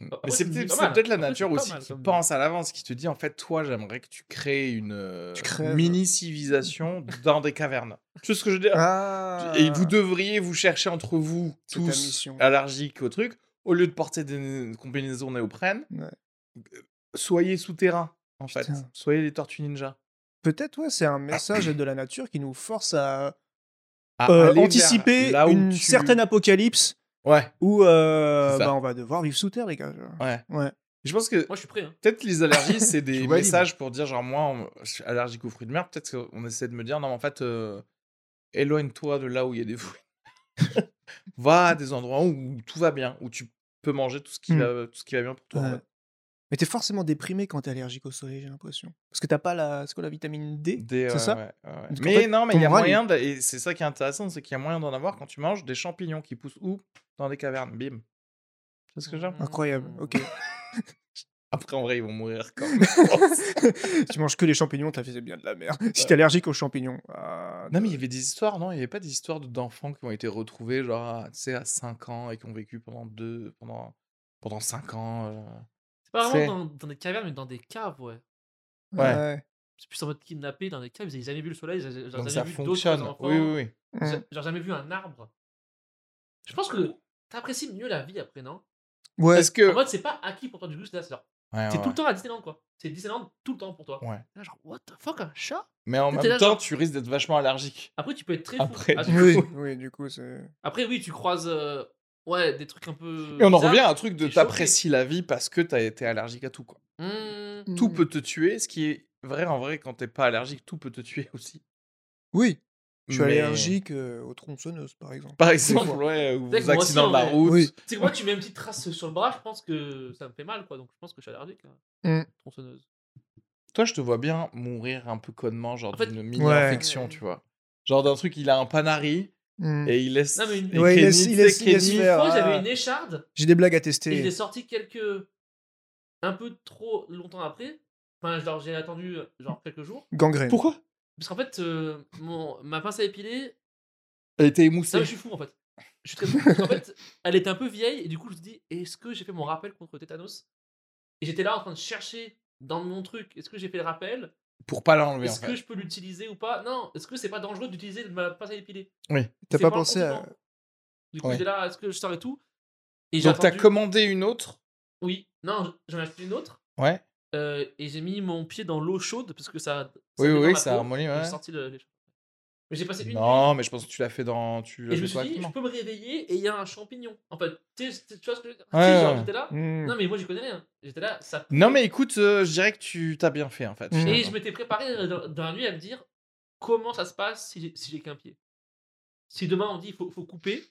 [SPEAKER 1] Mais c'est
[SPEAKER 2] Ah, c'est
[SPEAKER 1] peut-être
[SPEAKER 2] pas
[SPEAKER 1] c'est
[SPEAKER 2] mal.
[SPEAKER 1] peut-être la
[SPEAKER 2] Après, c'est
[SPEAKER 1] nature
[SPEAKER 2] pas
[SPEAKER 1] aussi
[SPEAKER 2] mal
[SPEAKER 1] qui
[SPEAKER 2] comme-
[SPEAKER 1] pense à l'avance, qui te dit en fait, toi, j'aimerais que tu crées une euh,
[SPEAKER 3] Tu crèves.
[SPEAKER 1] mini-civilisation dans des cavernes. Tu sais ce que je veux dire
[SPEAKER 3] Ah
[SPEAKER 1] Et vous devriez vous chercher entre vous,
[SPEAKER 3] C'est ta
[SPEAKER 1] tous
[SPEAKER 3] mission.
[SPEAKER 1] allergiques au truc, au lieu de porter des combinaisons néoprène,
[SPEAKER 3] Ouais.
[SPEAKER 1] euh, soyez souterrains, en fait.
[SPEAKER 3] Putain.
[SPEAKER 1] Soyez les tortues ninja.
[SPEAKER 3] Peut-être, ouais, c'est un message de la nature qui nous force
[SPEAKER 1] À
[SPEAKER 3] à euh,
[SPEAKER 1] Ah, aller vers
[SPEAKER 3] anticiper
[SPEAKER 1] là où
[SPEAKER 3] une
[SPEAKER 1] tu-
[SPEAKER 3] certaine apocalypse
[SPEAKER 1] Ouais,
[SPEAKER 3] où euh,
[SPEAKER 1] C'est ça.
[SPEAKER 3] bah, on va devoir vivre sous terre, les gars. genre.
[SPEAKER 1] ouais.
[SPEAKER 3] Ouais.
[SPEAKER 1] Je pense que
[SPEAKER 2] Moi, je suis prêt. Hein.
[SPEAKER 1] Peut-être les allergies, c'est des
[SPEAKER 3] vois,
[SPEAKER 1] messages pour dire, genre, moi, on- je suis allergique aux fruits de mer. Peut-être qu'on essaie de me dire, non, mais en fait, euh, éloigne-toi de là où il y a des fruits. va à des endroits où tout va bien, où tu peux manger tout ce qui,
[SPEAKER 3] Mm.
[SPEAKER 1] va, tout ce qui va bien pour toi. en
[SPEAKER 3] Ouais.
[SPEAKER 1] fait.
[SPEAKER 3] Mais t'es forcément déprimé quand t'es allergique au soleil, j'ai l'impression. Parce que t'as pas la, c'est quoi, la vitamine D
[SPEAKER 1] Des, euh,
[SPEAKER 3] C'est
[SPEAKER 1] ouais,
[SPEAKER 3] ça
[SPEAKER 1] ouais, ouais, ouais.
[SPEAKER 3] Parce qu'en
[SPEAKER 1] Mais
[SPEAKER 3] fait,
[SPEAKER 1] non, mais
[SPEAKER 3] ton
[SPEAKER 1] il y a
[SPEAKER 3] moral,
[SPEAKER 1] moyen, de- et c'est ça qui est intéressant, c'est qu'il y a moyen d'en avoir quand tu manges des champignons qui poussent où Dans des cavernes, bim. C'est ce que j'aime.
[SPEAKER 3] Incroyable, ok.
[SPEAKER 1] Après, en vrai, ils vont mourir quand
[SPEAKER 3] tu manges que les champignons, t'as fait bien de la merde. Si t'es allergique aux champignons. ah,
[SPEAKER 1] Non, mais il y avait des histoires, non Il n'y avait pas des histoires de- d'enfants qui ont été retrouvés, genre, à, tu sais, à 5 ans et qui ont vécu pendant deux pendant, pendant 5 ans. euh.
[SPEAKER 2] C'est pas
[SPEAKER 1] C'est-
[SPEAKER 2] vraiment dans, dans des cavernes, mais dans des caves, ouais.
[SPEAKER 3] ouais.
[SPEAKER 2] C'est plus en mode kidnappé dans des caves, ils avaient jamais vu le soleil, ils avaient ils avaient
[SPEAKER 1] Donc ça
[SPEAKER 2] jamais vu d'autres
[SPEAKER 1] fonctionne.
[SPEAKER 2] enfants.
[SPEAKER 1] Oui, oui, oui.
[SPEAKER 3] Mm.
[SPEAKER 2] Ils avaient- ils avaient jamais vu un arbre. Je pense que t'apprécies mieux la vie après, non
[SPEAKER 3] Ouais,
[SPEAKER 1] Est-ce que.
[SPEAKER 2] En mode, c'est pas acquis pour toi du coup, c'est là, c'est genre,
[SPEAKER 1] Ouais,
[SPEAKER 2] t'es
[SPEAKER 1] Euh. Ah ouais,
[SPEAKER 2] tout le
[SPEAKER 1] ouais.
[SPEAKER 2] temps à Disneyland, quoi. C'est Disneyland tout le temps pour toi.
[SPEAKER 1] Ouais.
[SPEAKER 2] Là, genre, what the fuck, un chat
[SPEAKER 1] Mais en
[SPEAKER 2] T'es
[SPEAKER 1] même
[SPEAKER 2] là,
[SPEAKER 1] temps,
[SPEAKER 2] genre-
[SPEAKER 1] tu risques d'être vachement allergique.
[SPEAKER 2] Après, tu peux être très fou.
[SPEAKER 1] Après,
[SPEAKER 2] Ah,
[SPEAKER 1] du
[SPEAKER 2] tu-
[SPEAKER 3] oui, oui, du coup, c'est.
[SPEAKER 2] Après, oui, tu croises euh, ouais, des trucs un peu.
[SPEAKER 1] Et on en
[SPEAKER 2] bizarres.
[SPEAKER 1] revient à un truc de
[SPEAKER 2] euh, t'es choqué.
[SPEAKER 1] t'apprécies la vie parce que t'as été allergique à tout, quoi.
[SPEAKER 2] Hmm.
[SPEAKER 1] Tout
[SPEAKER 3] Mm.
[SPEAKER 1] peut te tuer, ce qui est vrai en vrai, quand t'es pas allergique, tout peut te tuer aussi.
[SPEAKER 3] Oui, je suis
[SPEAKER 1] Mais-
[SPEAKER 3] allergique euh, aux tronçonneuses, par exemple.
[SPEAKER 1] Par
[SPEAKER 3] Des
[SPEAKER 1] exemple,
[SPEAKER 3] fois.
[SPEAKER 1] ouais, ou aux
[SPEAKER 2] C'est vrai que moi aussi, hein,
[SPEAKER 1] accidents de la
[SPEAKER 2] en vrai-
[SPEAKER 1] route.
[SPEAKER 3] Oui.
[SPEAKER 2] Tu sais que moi, tu mets une petite trace sur le bras, je pense que ça me fait mal, quoi. Donc, je pense que je suis allergique. hein.
[SPEAKER 3] Mm.
[SPEAKER 2] Tronçonneuse.
[SPEAKER 1] Toi, je te vois bien mourir un peu connement, genre
[SPEAKER 2] En fait-
[SPEAKER 1] d'une mini
[SPEAKER 3] Ouais.
[SPEAKER 1] infection, tu vois. Genre d'un truc, il a un panari
[SPEAKER 3] Mm.
[SPEAKER 1] et il laisse.
[SPEAKER 2] Mmh. Non, mais une-
[SPEAKER 1] et
[SPEAKER 3] Ouais, il
[SPEAKER 1] Kenny,
[SPEAKER 3] laisse-
[SPEAKER 1] tu
[SPEAKER 3] il
[SPEAKER 1] sais,
[SPEAKER 3] laisse- il laisse
[SPEAKER 1] Kenny-
[SPEAKER 3] faire.
[SPEAKER 2] Moi,
[SPEAKER 3] Ah.
[SPEAKER 2] j'avais une écharde
[SPEAKER 3] J'ai des blagues à
[SPEAKER 2] et je l'ai
[SPEAKER 3] tester. euh,
[SPEAKER 2] sortie quelques. un peu trop longtemps après. Enfin, genre, j'ai attendu, euh, genre, quelques jours.
[SPEAKER 3] Gangrène.
[SPEAKER 1] Pourquoi
[SPEAKER 2] Parce qu'en fait, euh, mon... ma pince à épiler.
[SPEAKER 1] Elle était
[SPEAKER 2] Ça,
[SPEAKER 1] émoussée.
[SPEAKER 2] je suis fou, en fait. Je suis très fou. Parce qu'en fait, elle était un peu vieille et du coup, je me suis dit, est-ce que j'ai fait mon rappel contre le tétanos Et j'étais là en train de chercher dans mon truc, est-ce que j'ai fait le rappel
[SPEAKER 1] Pour pas l'enlever, en
[SPEAKER 2] Est-ce que
[SPEAKER 1] fait.
[SPEAKER 2] je peux l'utiliser ou pas Non, est-ce que c'est pas dangereux d'utiliser ma pince à épiler
[SPEAKER 1] Oui.
[SPEAKER 3] T'as
[SPEAKER 2] C'est
[SPEAKER 3] pas
[SPEAKER 2] vraiment
[SPEAKER 3] pensé à.
[SPEAKER 2] conséquent. Du coup,
[SPEAKER 1] Ouais.
[SPEAKER 2] j'étais là, est-ce que je sors et tout Et j'ai
[SPEAKER 1] Donc, t'as
[SPEAKER 2] attendu.
[SPEAKER 1] commandé une autre
[SPEAKER 2] Oui, non, j'en ai acheté une autre.
[SPEAKER 1] Ouais.
[SPEAKER 2] euh, et j'ai mis mon pied dans l'eau chaude parce que ça. ça
[SPEAKER 1] Oui,
[SPEAKER 2] détend
[SPEAKER 1] oui,
[SPEAKER 2] ma
[SPEAKER 1] ça
[SPEAKER 2] peau,
[SPEAKER 1] harmonie,
[SPEAKER 2] et
[SPEAKER 1] ouais.
[SPEAKER 2] J'ai sorti le. les- Mais j'ai passé une nuit.
[SPEAKER 1] Non, mais je pense que tu l'as fait dans. Tu
[SPEAKER 2] Et
[SPEAKER 1] l'as
[SPEAKER 2] je
[SPEAKER 1] fait
[SPEAKER 2] me suis dit, je
[SPEAKER 1] correctement.
[SPEAKER 2] peux me réveiller et il y a un champignon. En fait, tu sais, tu- tu vois ce que je veux dire Tu
[SPEAKER 1] Ouais,
[SPEAKER 2] sais, genre,
[SPEAKER 1] ouais. Mmh.
[SPEAKER 2] J'étais là.
[SPEAKER 3] Hmm.
[SPEAKER 2] Non, mais moi, j'y connais rien. J'étais là, ça pue.
[SPEAKER 1] Non, Mmh. mais écoute, euh, je dirais que tu t'as bien fait en fait.
[SPEAKER 3] Mm.
[SPEAKER 2] Mmh. Et
[SPEAKER 1] finalement.
[SPEAKER 2] je m'étais préparé euh, dans, dans la nuit à me dire comment ça se passe si j'ai, si j'ai qu'un pied. Si demain on dit faut, faut couper,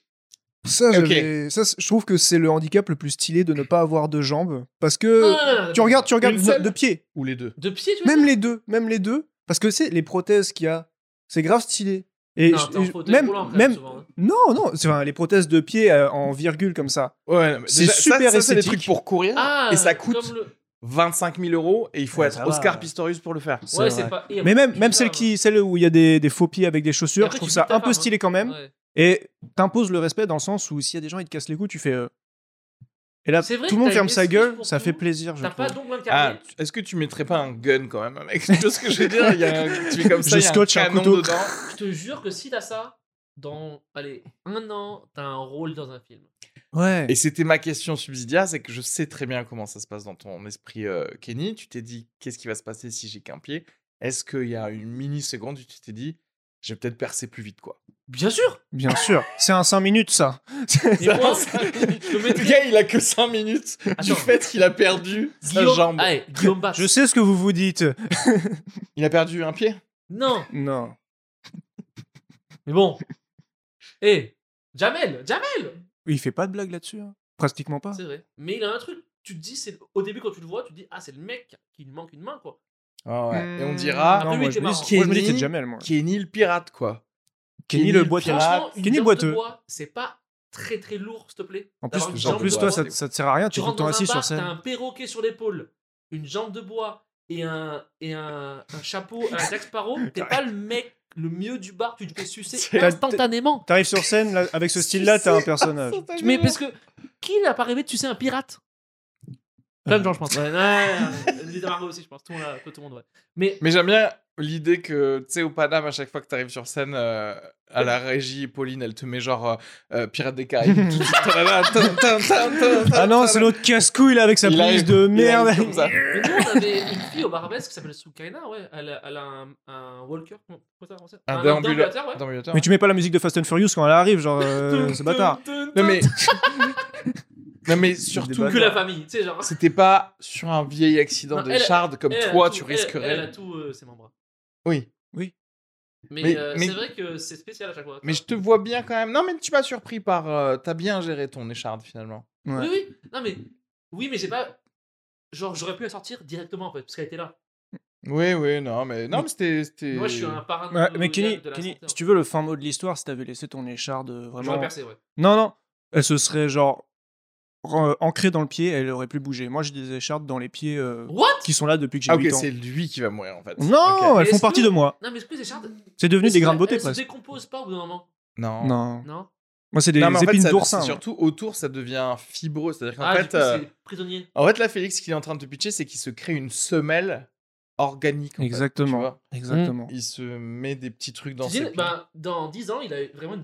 [SPEAKER 3] Ça,
[SPEAKER 1] Ok.
[SPEAKER 3] j'avais- ça, c'est- je trouve que c'est le handicap le plus stylé de ne pas avoir de jambes. Parce
[SPEAKER 1] Euh,
[SPEAKER 3] que
[SPEAKER 2] Non, non, non, non,
[SPEAKER 3] tu
[SPEAKER 2] non.
[SPEAKER 3] regardes, tu regardes
[SPEAKER 1] Une
[SPEAKER 3] de,
[SPEAKER 1] seule
[SPEAKER 3] de pied.
[SPEAKER 1] Ou les deux.
[SPEAKER 2] de pied, tu vois.
[SPEAKER 3] Même les deux, même les deux. Parce que c'est les prothèses qu'il y a, c'est grave stylé. Et
[SPEAKER 2] non,
[SPEAKER 3] je-
[SPEAKER 2] t'es en
[SPEAKER 3] je-
[SPEAKER 2] fauteuil
[SPEAKER 3] même,
[SPEAKER 2] roulant, quand
[SPEAKER 3] même,
[SPEAKER 2] souvent, hein.
[SPEAKER 3] non, non, c'est enfin, les prothèses de pied euh, en virgule comme ça.
[SPEAKER 1] Ouais, non, mais
[SPEAKER 3] C'est
[SPEAKER 1] déjà, ça-
[SPEAKER 3] super
[SPEAKER 1] ça, c'est des
[SPEAKER 3] esthétique.
[SPEAKER 1] trucs pour courir
[SPEAKER 2] Ah,
[SPEAKER 1] et ça coûte
[SPEAKER 2] comme le-
[SPEAKER 1] 25 000 euros et il faut
[SPEAKER 3] Ouais,
[SPEAKER 1] être
[SPEAKER 3] ça va,
[SPEAKER 1] Oscar
[SPEAKER 3] ouais.
[SPEAKER 1] Pistorius pour le faire.
[SPEAKER 2] Ouais,
[SPEAKER 3] C'est
[SPEAKER 2] c'est
[SPEAKER 3] vrai.
[SPEAKER 2] pas.
[SPEAKER 3] Mais même,
[SPEAKER 2] Putain,
[SPEAKER 3] même celle qui, celle où il y a des, des faux pieds avec des chaussures,
[SPEAKER 2] Et après,
[SPEAKER 3] je trouve
[SPEAKER 2] tu
[SPEAKER 3] ça
[SPEAKER 2] butes ta
[SPEAKER 3] un peu
[SPEAKER 2] femme, hein.
[SPEAKER 3] stylé quand même.
[SPEAKER 2] ouais.
[SPEAKER 3] Et t'imposes le respect dans le sens où s'il y a des gens qui te cassent les couilles, tu fais. euh, Et là,
[SPEAKER 2] C'est vrai
[SPEAKER 3] tout
[SPEAKER 2] que
[SPEAKER 3] le monde
[SPEAKER 2] t'as
[SPEAKER 3] ferme
[SPEAKER 2] une
[SPEAKER 3] sa
[SPEAKER 2] excuse
[SPEAKER 3] gueule,
[SPEAKER 2] pour
[SPEAKER 3] ça
[SPEAKER 2] tout.
[SPEAKER 3] fait plaisir, je
[SPEAKER 2] T'as pas
[SPEAKER 3] trouve.
[SPEAKER 2] d'ongle
[SPEAKER 1] Ah,
[SPEAKER 2] incarné.
[SPEAKER 1] tu- est-ce que tu mettrais pas un gun quand même, mec Tu vois ce que je veux dire Il y a un- Tu fais comme ça,
[SPEAKER 3] Je
[SPEAKER 1] il y a
[SPEAKER 3] scotche un
[SPEAKER 1] un canon
[SPEAKER 3] couteau.
[SPEAKER 1] dedans.
[SPEAKER 2] Je te jure que si t'as ça, dans allez, un an, t'as un rôle dans un film.
[SPEAKER 3] Ouais.
[SPEAKER 1] Et c'était ma question subsidiaire, c'est que je sais très bien comment ça se passe dans ton esprit, euh, Kenny. Tu t'es dit, qu'est-ce qui va se passer si j'ai qu'un pied Est-ce qu'il y a une mini-seconde où tu t'es dit, je vais peut-être percer plus vite, quoi
[SPEAKER 2] Bien sûr
[SPEAKER 3] Bien sûr, c'est un 5 minutes ça.
[SPEAKER 2] Ah, Mais moi,
[SPEAKER 1] Ça,
[SPEAKER 2] je
[SPEAKER 1] Le
[SPEAKER 2] mettrais-
[SPEAKER 1] gars, il a que 5 minutes du
[SPEAKER 2] Attends.
[SPEAKER 1] fait qu'il a perdu sa
[SPEAKER 2] Guillaume- ah.
[SPEAKER 1] jambe.
[SPEAKER 2] Allez, Guillaume Batz.
[SPEAKER 3] Je sais ce que vous vous dites.
[SPEAKER 1] Il a perdu un pied
[SPEAKER 2] Non,
[SPEAKER 3] Non.
[SPEAKER 2] mais bon. Eh, Jamel, Jamel
[SPEAKER 3] Il fait pas de blague là-dessus. hein. Pratiquement pas.
[SPEAKER 2] C'est vrai. Mais il a un truc. Tu te dis, c'est au début quand tu le vois, tu te dis, ah, c'est le mec qui lui manque une main, quoi.
[SPEAKER 1] Ah ouais. Et on
[SPEAKER 3] Hmm,
[SPEAKER 1] dira,
[SPEAKER 2] Non,
[SPEAKER 3] moi,
[SPEAKER 2] lui,
[SPEAKER 3] je
[SPEAKER 2] Mmh. t'es
[SPEAKER 3] me dis,
[SPEAKER 2] marrant.
[SPEAKER 3] moi, je me dis que c'est
[SPEAKER 1] Kenny-
[SPEAKER 3] Jamel, moi.
[SPEAKER 1] Kenny le pirate, quoi.
[SPEAKER 3] Kenny
[SPEAKER 1] Kenny
[SPEAKER 3] le
[SPEAKER 1] le
[SPEAKER 3] boiteux.
[SPEAKER 1] pirate.
[SPEAKER 2] Franchement, une
[SPEAKER 3] Kenny
[SPEAKER 2] jambe
[SPEAKER 3] boiteux.
[SPEAKER 2] de bois, c'est pas très très lourd, s'il te plaît.
[SPEAKER 3] En
[SPEAKER 2] D'avoir une
[SPEAKER 3] plus, en
[SPEAKER 2] jambe
[SPEAKER 3] plus
[SPEAKER 2] de
[SPEAKER 3] toi,
[SPEAKER 2] bois.
[SPEAKER 3] ça, ça te sert à
[SPEAKER 2] Ah,
[SPEAKER 3] rien, tu
[SPEAKER 2] tu
[SPEAKER 3] es tout le
[SPEAKER 2] rentres
[SPEAKER 3] temps
[SPEAKER 2] dans
[SPEAKER 3] assis
[SPEAKER 2] un
[SPEAKER 3] sur
[SPEAKER 2] bar, t'as un
[SPEAKER 3] scène.
[SPEAKER 2] perroquet sur l'épaule, une jambe de bois et un, et un, un chapeau à la Jack Sparrow, t'es pas le mec le mieux du bar, tu te fais
[SPEAKER 3] C'est-
[SPEAKER 2] sucer instantanément.
[SPEAKER 3] T'arrives sur scène, là, avec ce style-là, t'as un personnage.
[SPEAKER 2] Mais parce que qui n'a pas rêvé de sucer un pirate Plein de gens, je pense. Ouais, ouais, ouais, ouais. Lisa Margot aussi, je pense. Tout le monde, a- tout le monde, ouais. Mais
[SPEAKER 1] Mais j'aime bien l'idée que, tu sais, au Paname, à chaque fois que t'arrives sur scène, euh, à la régie, Pauline, elle te met genre euh, euh, Pirates des Caraïbes. tout de suite. Tadada, tadam, tadam, tadam, tadam,
[SPEAKER 3] Ah non,
[SPEAKER 1] tadam.
[SPEAKER 3] c'est l'autre casse-couille, là, avec sa
[SPEAKER 1] Il
[SPEAKER 3] prise
[SPEAKER 1] arrive-
[SPEAKER 3] de
[SPEAKER 1] il arrive
[SPEAKER 3] merde.
[SPEAKER 1] comme ça.
[SPEAKER 2] Mais nous, on avait une fille au Barbès qui s'appelle Soukaina, ouais. Elle a, elle a un, un walker, comment comment ça en français
[SPEAKER 1] Un déambula-
[SPEAKER 2] déambulateur, ouais.
[SPEAKER 1] déambulateur.
[SPEAKER 3] Mais tu mets pas la musique de Fast and Furious quand elle arrive, genre, euh,
[SPEAKER 2] Tum,
[SPEAKER 3] c'est
[SPEAKER 2] tum,
[SPEAKER 3] bâtard.
[SPEAKER 2] tum,
[SPEAKER 1] Non
[SPEAKER 2] tum.
[SPEAKER 1] mais... non mais surtout
[SPEAKER 3] débat.
[SPEAKER 2] que
[SPEAKER 1] que
[SPEAKER 2] la famille, tu sais, genre.
[SPEAKER 1] c'était pas sur un vieil accident
[SPEAKER 2] Non,
[SPEAKER 1] de
[SPEAKER 2] elle-
[SPEAKER 1] Shard comme
[SPEAKER 2] Elle, elle a
[SPEAKER 1] toi,
[SPEAKER 2] tout-
[SPEAKER 1] tu
[SPEAKER 2] elle- Elle,
[SPEAKER 1] risquerais.
[SPEAKER 2] a tout, euh, ses membres.
[SPEAKER 1] Oui.
[SPEAKER 2] Mais,
[SPEAKER 1] Mais-
[SPEAKER 2] euh,
[SPEAKER 1] mais-
[SPEAKER 2] c'est vrai que c'est spécial à chaque fois.
[SPEAKER 1] Mais je te vois bien quand même. Non mais tu m'as surpris par... euh, T'as bien géré ton écharde finalement.
[SPEAKER 3] Ouais.
[SPEAKER 2] Oui, oui. Non, mais. Oui, mais j'ai pas. Genre, j'aurais pu la sortir directement, en fait, parce qu'elle était là.
[SPEAKER 1] Oui, oui, non mais... Non mais c'était... c'était-
[SPEAKER 2] Moi, je suis un parrain
[SPEAKER 3] Ouais, mais
[SPEAKER 2] mondial
[SPEAKER 3] Kenny,
[SPEAKER 2] de la
[SPEAKER 3] Kenny,
[SPEAKER 2] santé,
[SPEAKER 3] si
[SPEAKER 2] hein.
[SPEAKER 3] tu veux le fin mot de l'histoire, si t'avais laissé ton écharde euh,
[SPEAKER 2] J'aurais
[SPEAKER 3] vraiment.
[SPEAKER 2] percé, ouais.
[SPEAKER 3] Non, non, elle se serait genre re- ancrée dans le pied, elle aurait plus bougé. Moi, j'ai des échardes dans les pieds euh,
[SPEAKER 2] What
[SPEAKER 3] qui sont là depuis que j'ai
[SPEAKER 1] Ah ok,
[SPEAKER 3] 8 ans.
[SPEAKER 1] c'est lui qui va mourir en fait.
[SPEAKER 3] Non,
[SPEAKER 1] Ok.
[SPEAKER 3] elles font
[SPEAKER 2] Est-ce
[SPEAKER 3] partie
[SPEAKER 2] que-
[SPEAKER 3] de moi.
[SPEAKER 2] Non, mais est-ce que les chardes.
[SPEAKER 3] C'est devenu des grains de beauté
[SPEAKER 2] Elles se
[SPEAKER 3] presque.
[SPEAKER 2] décomposent pas au bout d'un moment.
[SPEAKER 1] Non.
[SPEAKER 3] Non.
[SPEAKER 2] Non
[SPEAKER 3] Moi, c'est des
[SPEAKER 1] Non, mais en fait,
[SPEAKER 3] épines
[SPEAKER 1] ça-
[SPEAKER 3] d'oursin. hein.
[SPEAKER 1] c'est surtout autour, ça devient fibreux. C'est-à-dire qu'en
[SPEAKER 2] Ah, du
[SPEAKER 1] fait,
[SPEAKER 2] coup,
[SPEAKER 1] euh,
[SPEAKER 2] c'est prisonnier.
[SPEAKER 1] en fait, là, Félix, ce qu'il est en train de te pitcher, c'est qu'il se crée une semelle organique. en fait, tu
[SPEAKER 3] Exactement.
[SPEAKER 1] vois.
[SPEAKER 3] Exactement.
[SPEAKER 2] Hmm.
[SPEAKER 1] il se met des petits trucs dans
[SPEAKER 2] Tu
[SPEAKER 1] ses
[SPEAKER 2] dis,
[SPEAKER 1] pieds.
[SPEAKER 2] bah, dans 10 ans, il a vraiment une.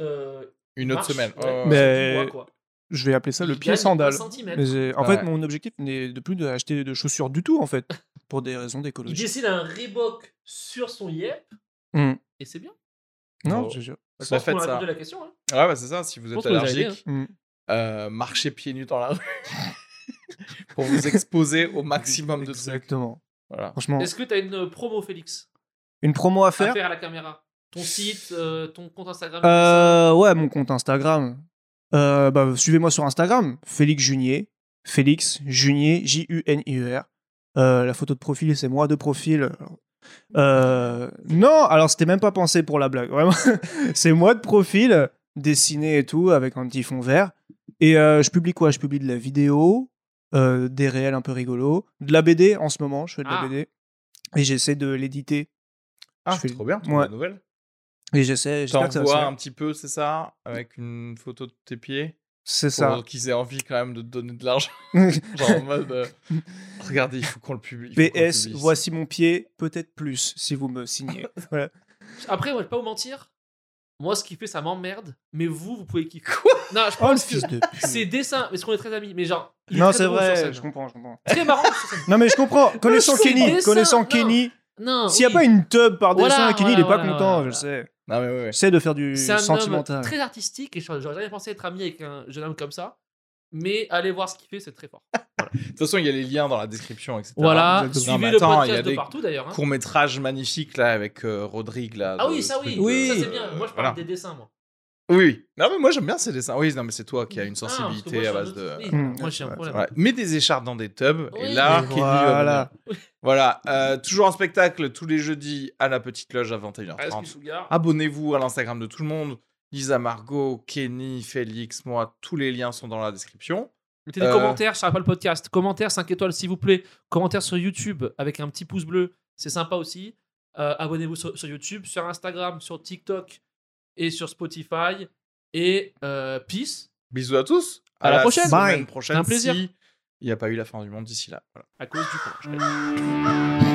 [SPEAKER 2] euh,
[SPEAKER 1] Une autre
[SPEAKER 2] marche,
[SPEAKER 1] semelle. Ouais,
[SPEAKER 2] ouais,
[SPEAKER 1] ouais,
[SPEAKER 2] sur
[SPEAKER 1] ouais.
[SPEAKER 3] Mais-
[SPEAKER 2] du bois, quoi.
[SPEAKER 3] Je vais appeler ça le
[SPEAKER 2] Il
[SPEAKER 3] pied
[SPEAKER 2] gagne
[SPEAKER 3] sandal.
[SPEAKER 2] un centimètre.
[SPEAKER 3] Mais j'ai- en
[SPEAKER 1] Ouais.
[SPEAKER 3] fait, mon objectif n'est de plus d'acheter de chaussures du tout, en fait, pour des raisons
[SPEAKER 2] Il
[SPEAKER 3] d'écologie.
[SPEAKER 2] décide un Reebok sur son yep.
[SPEAKER 3] Hmm.
[SPEAKER 2] Et c'est bien.
[SPEAKER 3] Non,
[SPEAKER 1] Bon.
[SPEAKER 3] je jure.
[SPEAKER 1] Mmh. Ça
[SPEAKER 2] Je pense
[SPEAKER 1] fait
[SPEAKER 2] qu'on a
[SPEAKER 1] ça.
[SPEAKER 2] répondu à la question. hein.
[SPEAKER 1] Ouais, bah, c'est ça. Si vous
[SPEAKER 2] Je
[SPEAKER 1] êtes
[SPEAKER 2] pense que vous avez
[SPEAKER 1] allergique,
[SPEAKER 3] hein.
[SPEAKER 1] euh, marchez pieds nus dans la rue pour vous exposer au maximum de trucs.
[SPEAKER 3] Exactement.
[SPEAKER 1] Voilà.
[SPEAKER 3] Franchement,
[SPEAKER 2] Est-ce que tu as une euh, promo, Félix
[SPEAKER 3] une promo à
[SPEAKER 2] à
[SPEAKER 3] faire
[SPEAKER 2] faire à la caméra Ton site, euh, ton compte Instagram
[SPEAKER 3] Euh, ouais, mon compte Instagram. Euh, bah, suivez-moi sur Instagram, Félix Junier. Félix Junier, J-U-N-I-E-R. Euh, la photo de profil, c'est moi de profil. Euh, non, alors c'était même pas pensé pour la blague. Vraiment, c'est moi de profil, dessiné et tout, avec un petit fond vert. Et euh, je publie quoi Je publie de la vidéo, euh, des réels un peu rigolos, de la BD en ce moment. Je fais de la
[SPEAKER 2] Ah.
[SPEAKER 3] BD et j'essaie de l'éditer.
[SPEAKER 1] Ah,
[SPEAKER 3] fais-
[SPEAKER 1] trop bien. trop
[SPEAKER 3] Ouais.
[SPEAKER 1] bonne nouvelle.
[SPEAKER 3] Et j'essaie. j'espère que ça va se
[SPEAKER 1] T'envoies
[SPEAKER 3] faire.
[SPEAKER 1] un petit peu, c'est ça, avec une photo de tes pieds,
[SPEAKER 3] C'est ça.
[SPEAKER 1] pour euh, qu'ils aient envie quand même de te donner de l'argent. Genre en mode. euh, regardez, il faut qu'on le publie. il faut qu'on le
[SPEAKER 3] PS,
[SPEAKER 1] publie.
[SPEAKER 3] voici mon pied, peut-être plus si vous me signez. Voilà.
[SPEAKER 2] Après, moi, je vais pas vous mentir. Moi, ce qui fait, ça m'emmerde. Mais vous, vous pouvez kiffer. Quoi Non, je
[SPEAKER 3] Oh le
[SPEAKER 2] pense que
[SPEAKER 3] fils de pute.
[SPEAKER 2] c'est dessin, parce qu'on est très amis. Mais genre, il est
[SPEAKER 3] Non,
[SPEAKER 2] très
[SPEAKER 3] c'est
[SPEAKER 2] drôle sur
[SPEAKER 3] vrai,
[SPEAKER 2] scène.
[SPEAKER 3] je comprends, je comprends.
[SPEAKER 2] Très marrant sur scène.
[SPEAKER 3] Non mais je comprends, connaissant
[SPEAKER 2] C'est
[SPEAKER 3] Kenny,
[SPEAKER 2] dessin,
[SPEAKER 3] connaissant
[SPEAKER 2] non.
[SPEAKER 3] Kenny,
[SPEAKER 2] Non.
[SPEAKER 3] S'il n'y a
[SPEAKER 2] oui.
[SPEAKER 3] pas une tub par dessin,
[SPEAKER 2] Voilà,
[SPEAKER 3] Kenny,
[SPEAKER 2] voilà,
[SPEAKER 3] il est pas
[SPEAKER 2] voilà,
[SPEAKER 3] content,
[SPEAKER 2] voilà.
[SPEAKER 3] je le sais.
[SPEAKER 1] Non, mais ouais, ouais.
[SPEAKER 3] J'essaie de faire du
[SPEAKER 2] C'est un homme
[SPEAKER 3] sentimental.
[SPEAKER 2] très artistique et j'aurais jamais pensé être ami avec un jeune homme comme ça. Mais allez voir ce qu'il fait, c'est très fort.
[SPEAKER 1] De toute façon, il y a les liens dans la description, etc.
[SPEAKER 2] Voilà,
[SPEAKER 1] Non,
[SPEAKER 2] suivez
[SPEAKER 1] mais
[SPEAKER 2] le
[SPEAKER 1] attends, il y a
[SPEAKER 2] podcast de
[SPEAKER 1] des
[SPEAKER 2] partout d'ailleurs. hein.
[SPEAKER 1] courts métrages magnifiques là avec euh, Rodrigue là.
[SPEAKER 2] Ah
[SPEAKER 1] de-
[SPEAKER 2] oui, ça
[SPEAKER 1] ce
[SPEAKER 2] oui,
[SPEAKER 1] truc de-
[SPEAKER 2] ça c'est bien. Moi je parle
[SPEAKER 1] Voilà.
[SPEAKER 2] des dessins, moi.
[SPEAKER 1] Oui, oui. Non mais moi j'aime bien ces dessins. Oui, non mais c'est toi qui as une
[SPEAKER 2] Ah, parce que moi,
[SPEAKER 1] sensibilité
[SPEAKER 2] je
[SPEAKER 1] à
[SPEAKER 2] suis un
[SPEAKER 1] base
[SPEAKER 2] autre-
[SPEAKER 1] de.
[SPEAKER 2] oui,
[SPEAKER 3] Hmm.
[SPEAKER 2] Moi j'ai un problème.
[SPEAKER 1] Ouais. Mets des écharpes dans des tubs et
[SPEAKER 2] Oui.
[SPEAKER 1] là,
[SPEAKER 2] Et
[SPEAKER 1] Kenny va
[SPEAKER 3] voilà.
[SPEAKER 1] venir. Voilà. euh, toujours un spectacle tous les jeudis à la petite loge à 21h30.
[SPEAKER 2] Ah, est-ce qu'il Sugar
[SPEAKER 1] Abonnez-vous à l'Instagram de tout le monde. Lisa, Margot, Kenny, Félix, moi, tous les liens sont dans la description.
[SPEAKER 2] Mettez des
[SPEAKER 1] Euh,
[SPEAKER 2] commentaires sur Apple Podcast. Commentaires 5 étoiles, s'il vous plaît. Commentaires sur YouTube avec un petit pouce bleu. C'est sympa aussi. Euh, Abonnez-vous sur, sur YouTube, sur Instagram, sur TikTok et sur Spotify. Et euh, peace.
[SPEAKER 1] Bisous à tous.
[SPEAKER 2] À la prochaine.
[SPEAKER 1] semaine
[SPEAKER 3] Bye.
[SPEAKER 1] prochaine.
[SPEAKER 2] Un plaisir.
[SPEAKER 1] si Il n'y a pas eu la fin du monde d'ici là. Voilà.
[SPEAKER 2] À cause du courage.
[SPEAKER 3] Hmm.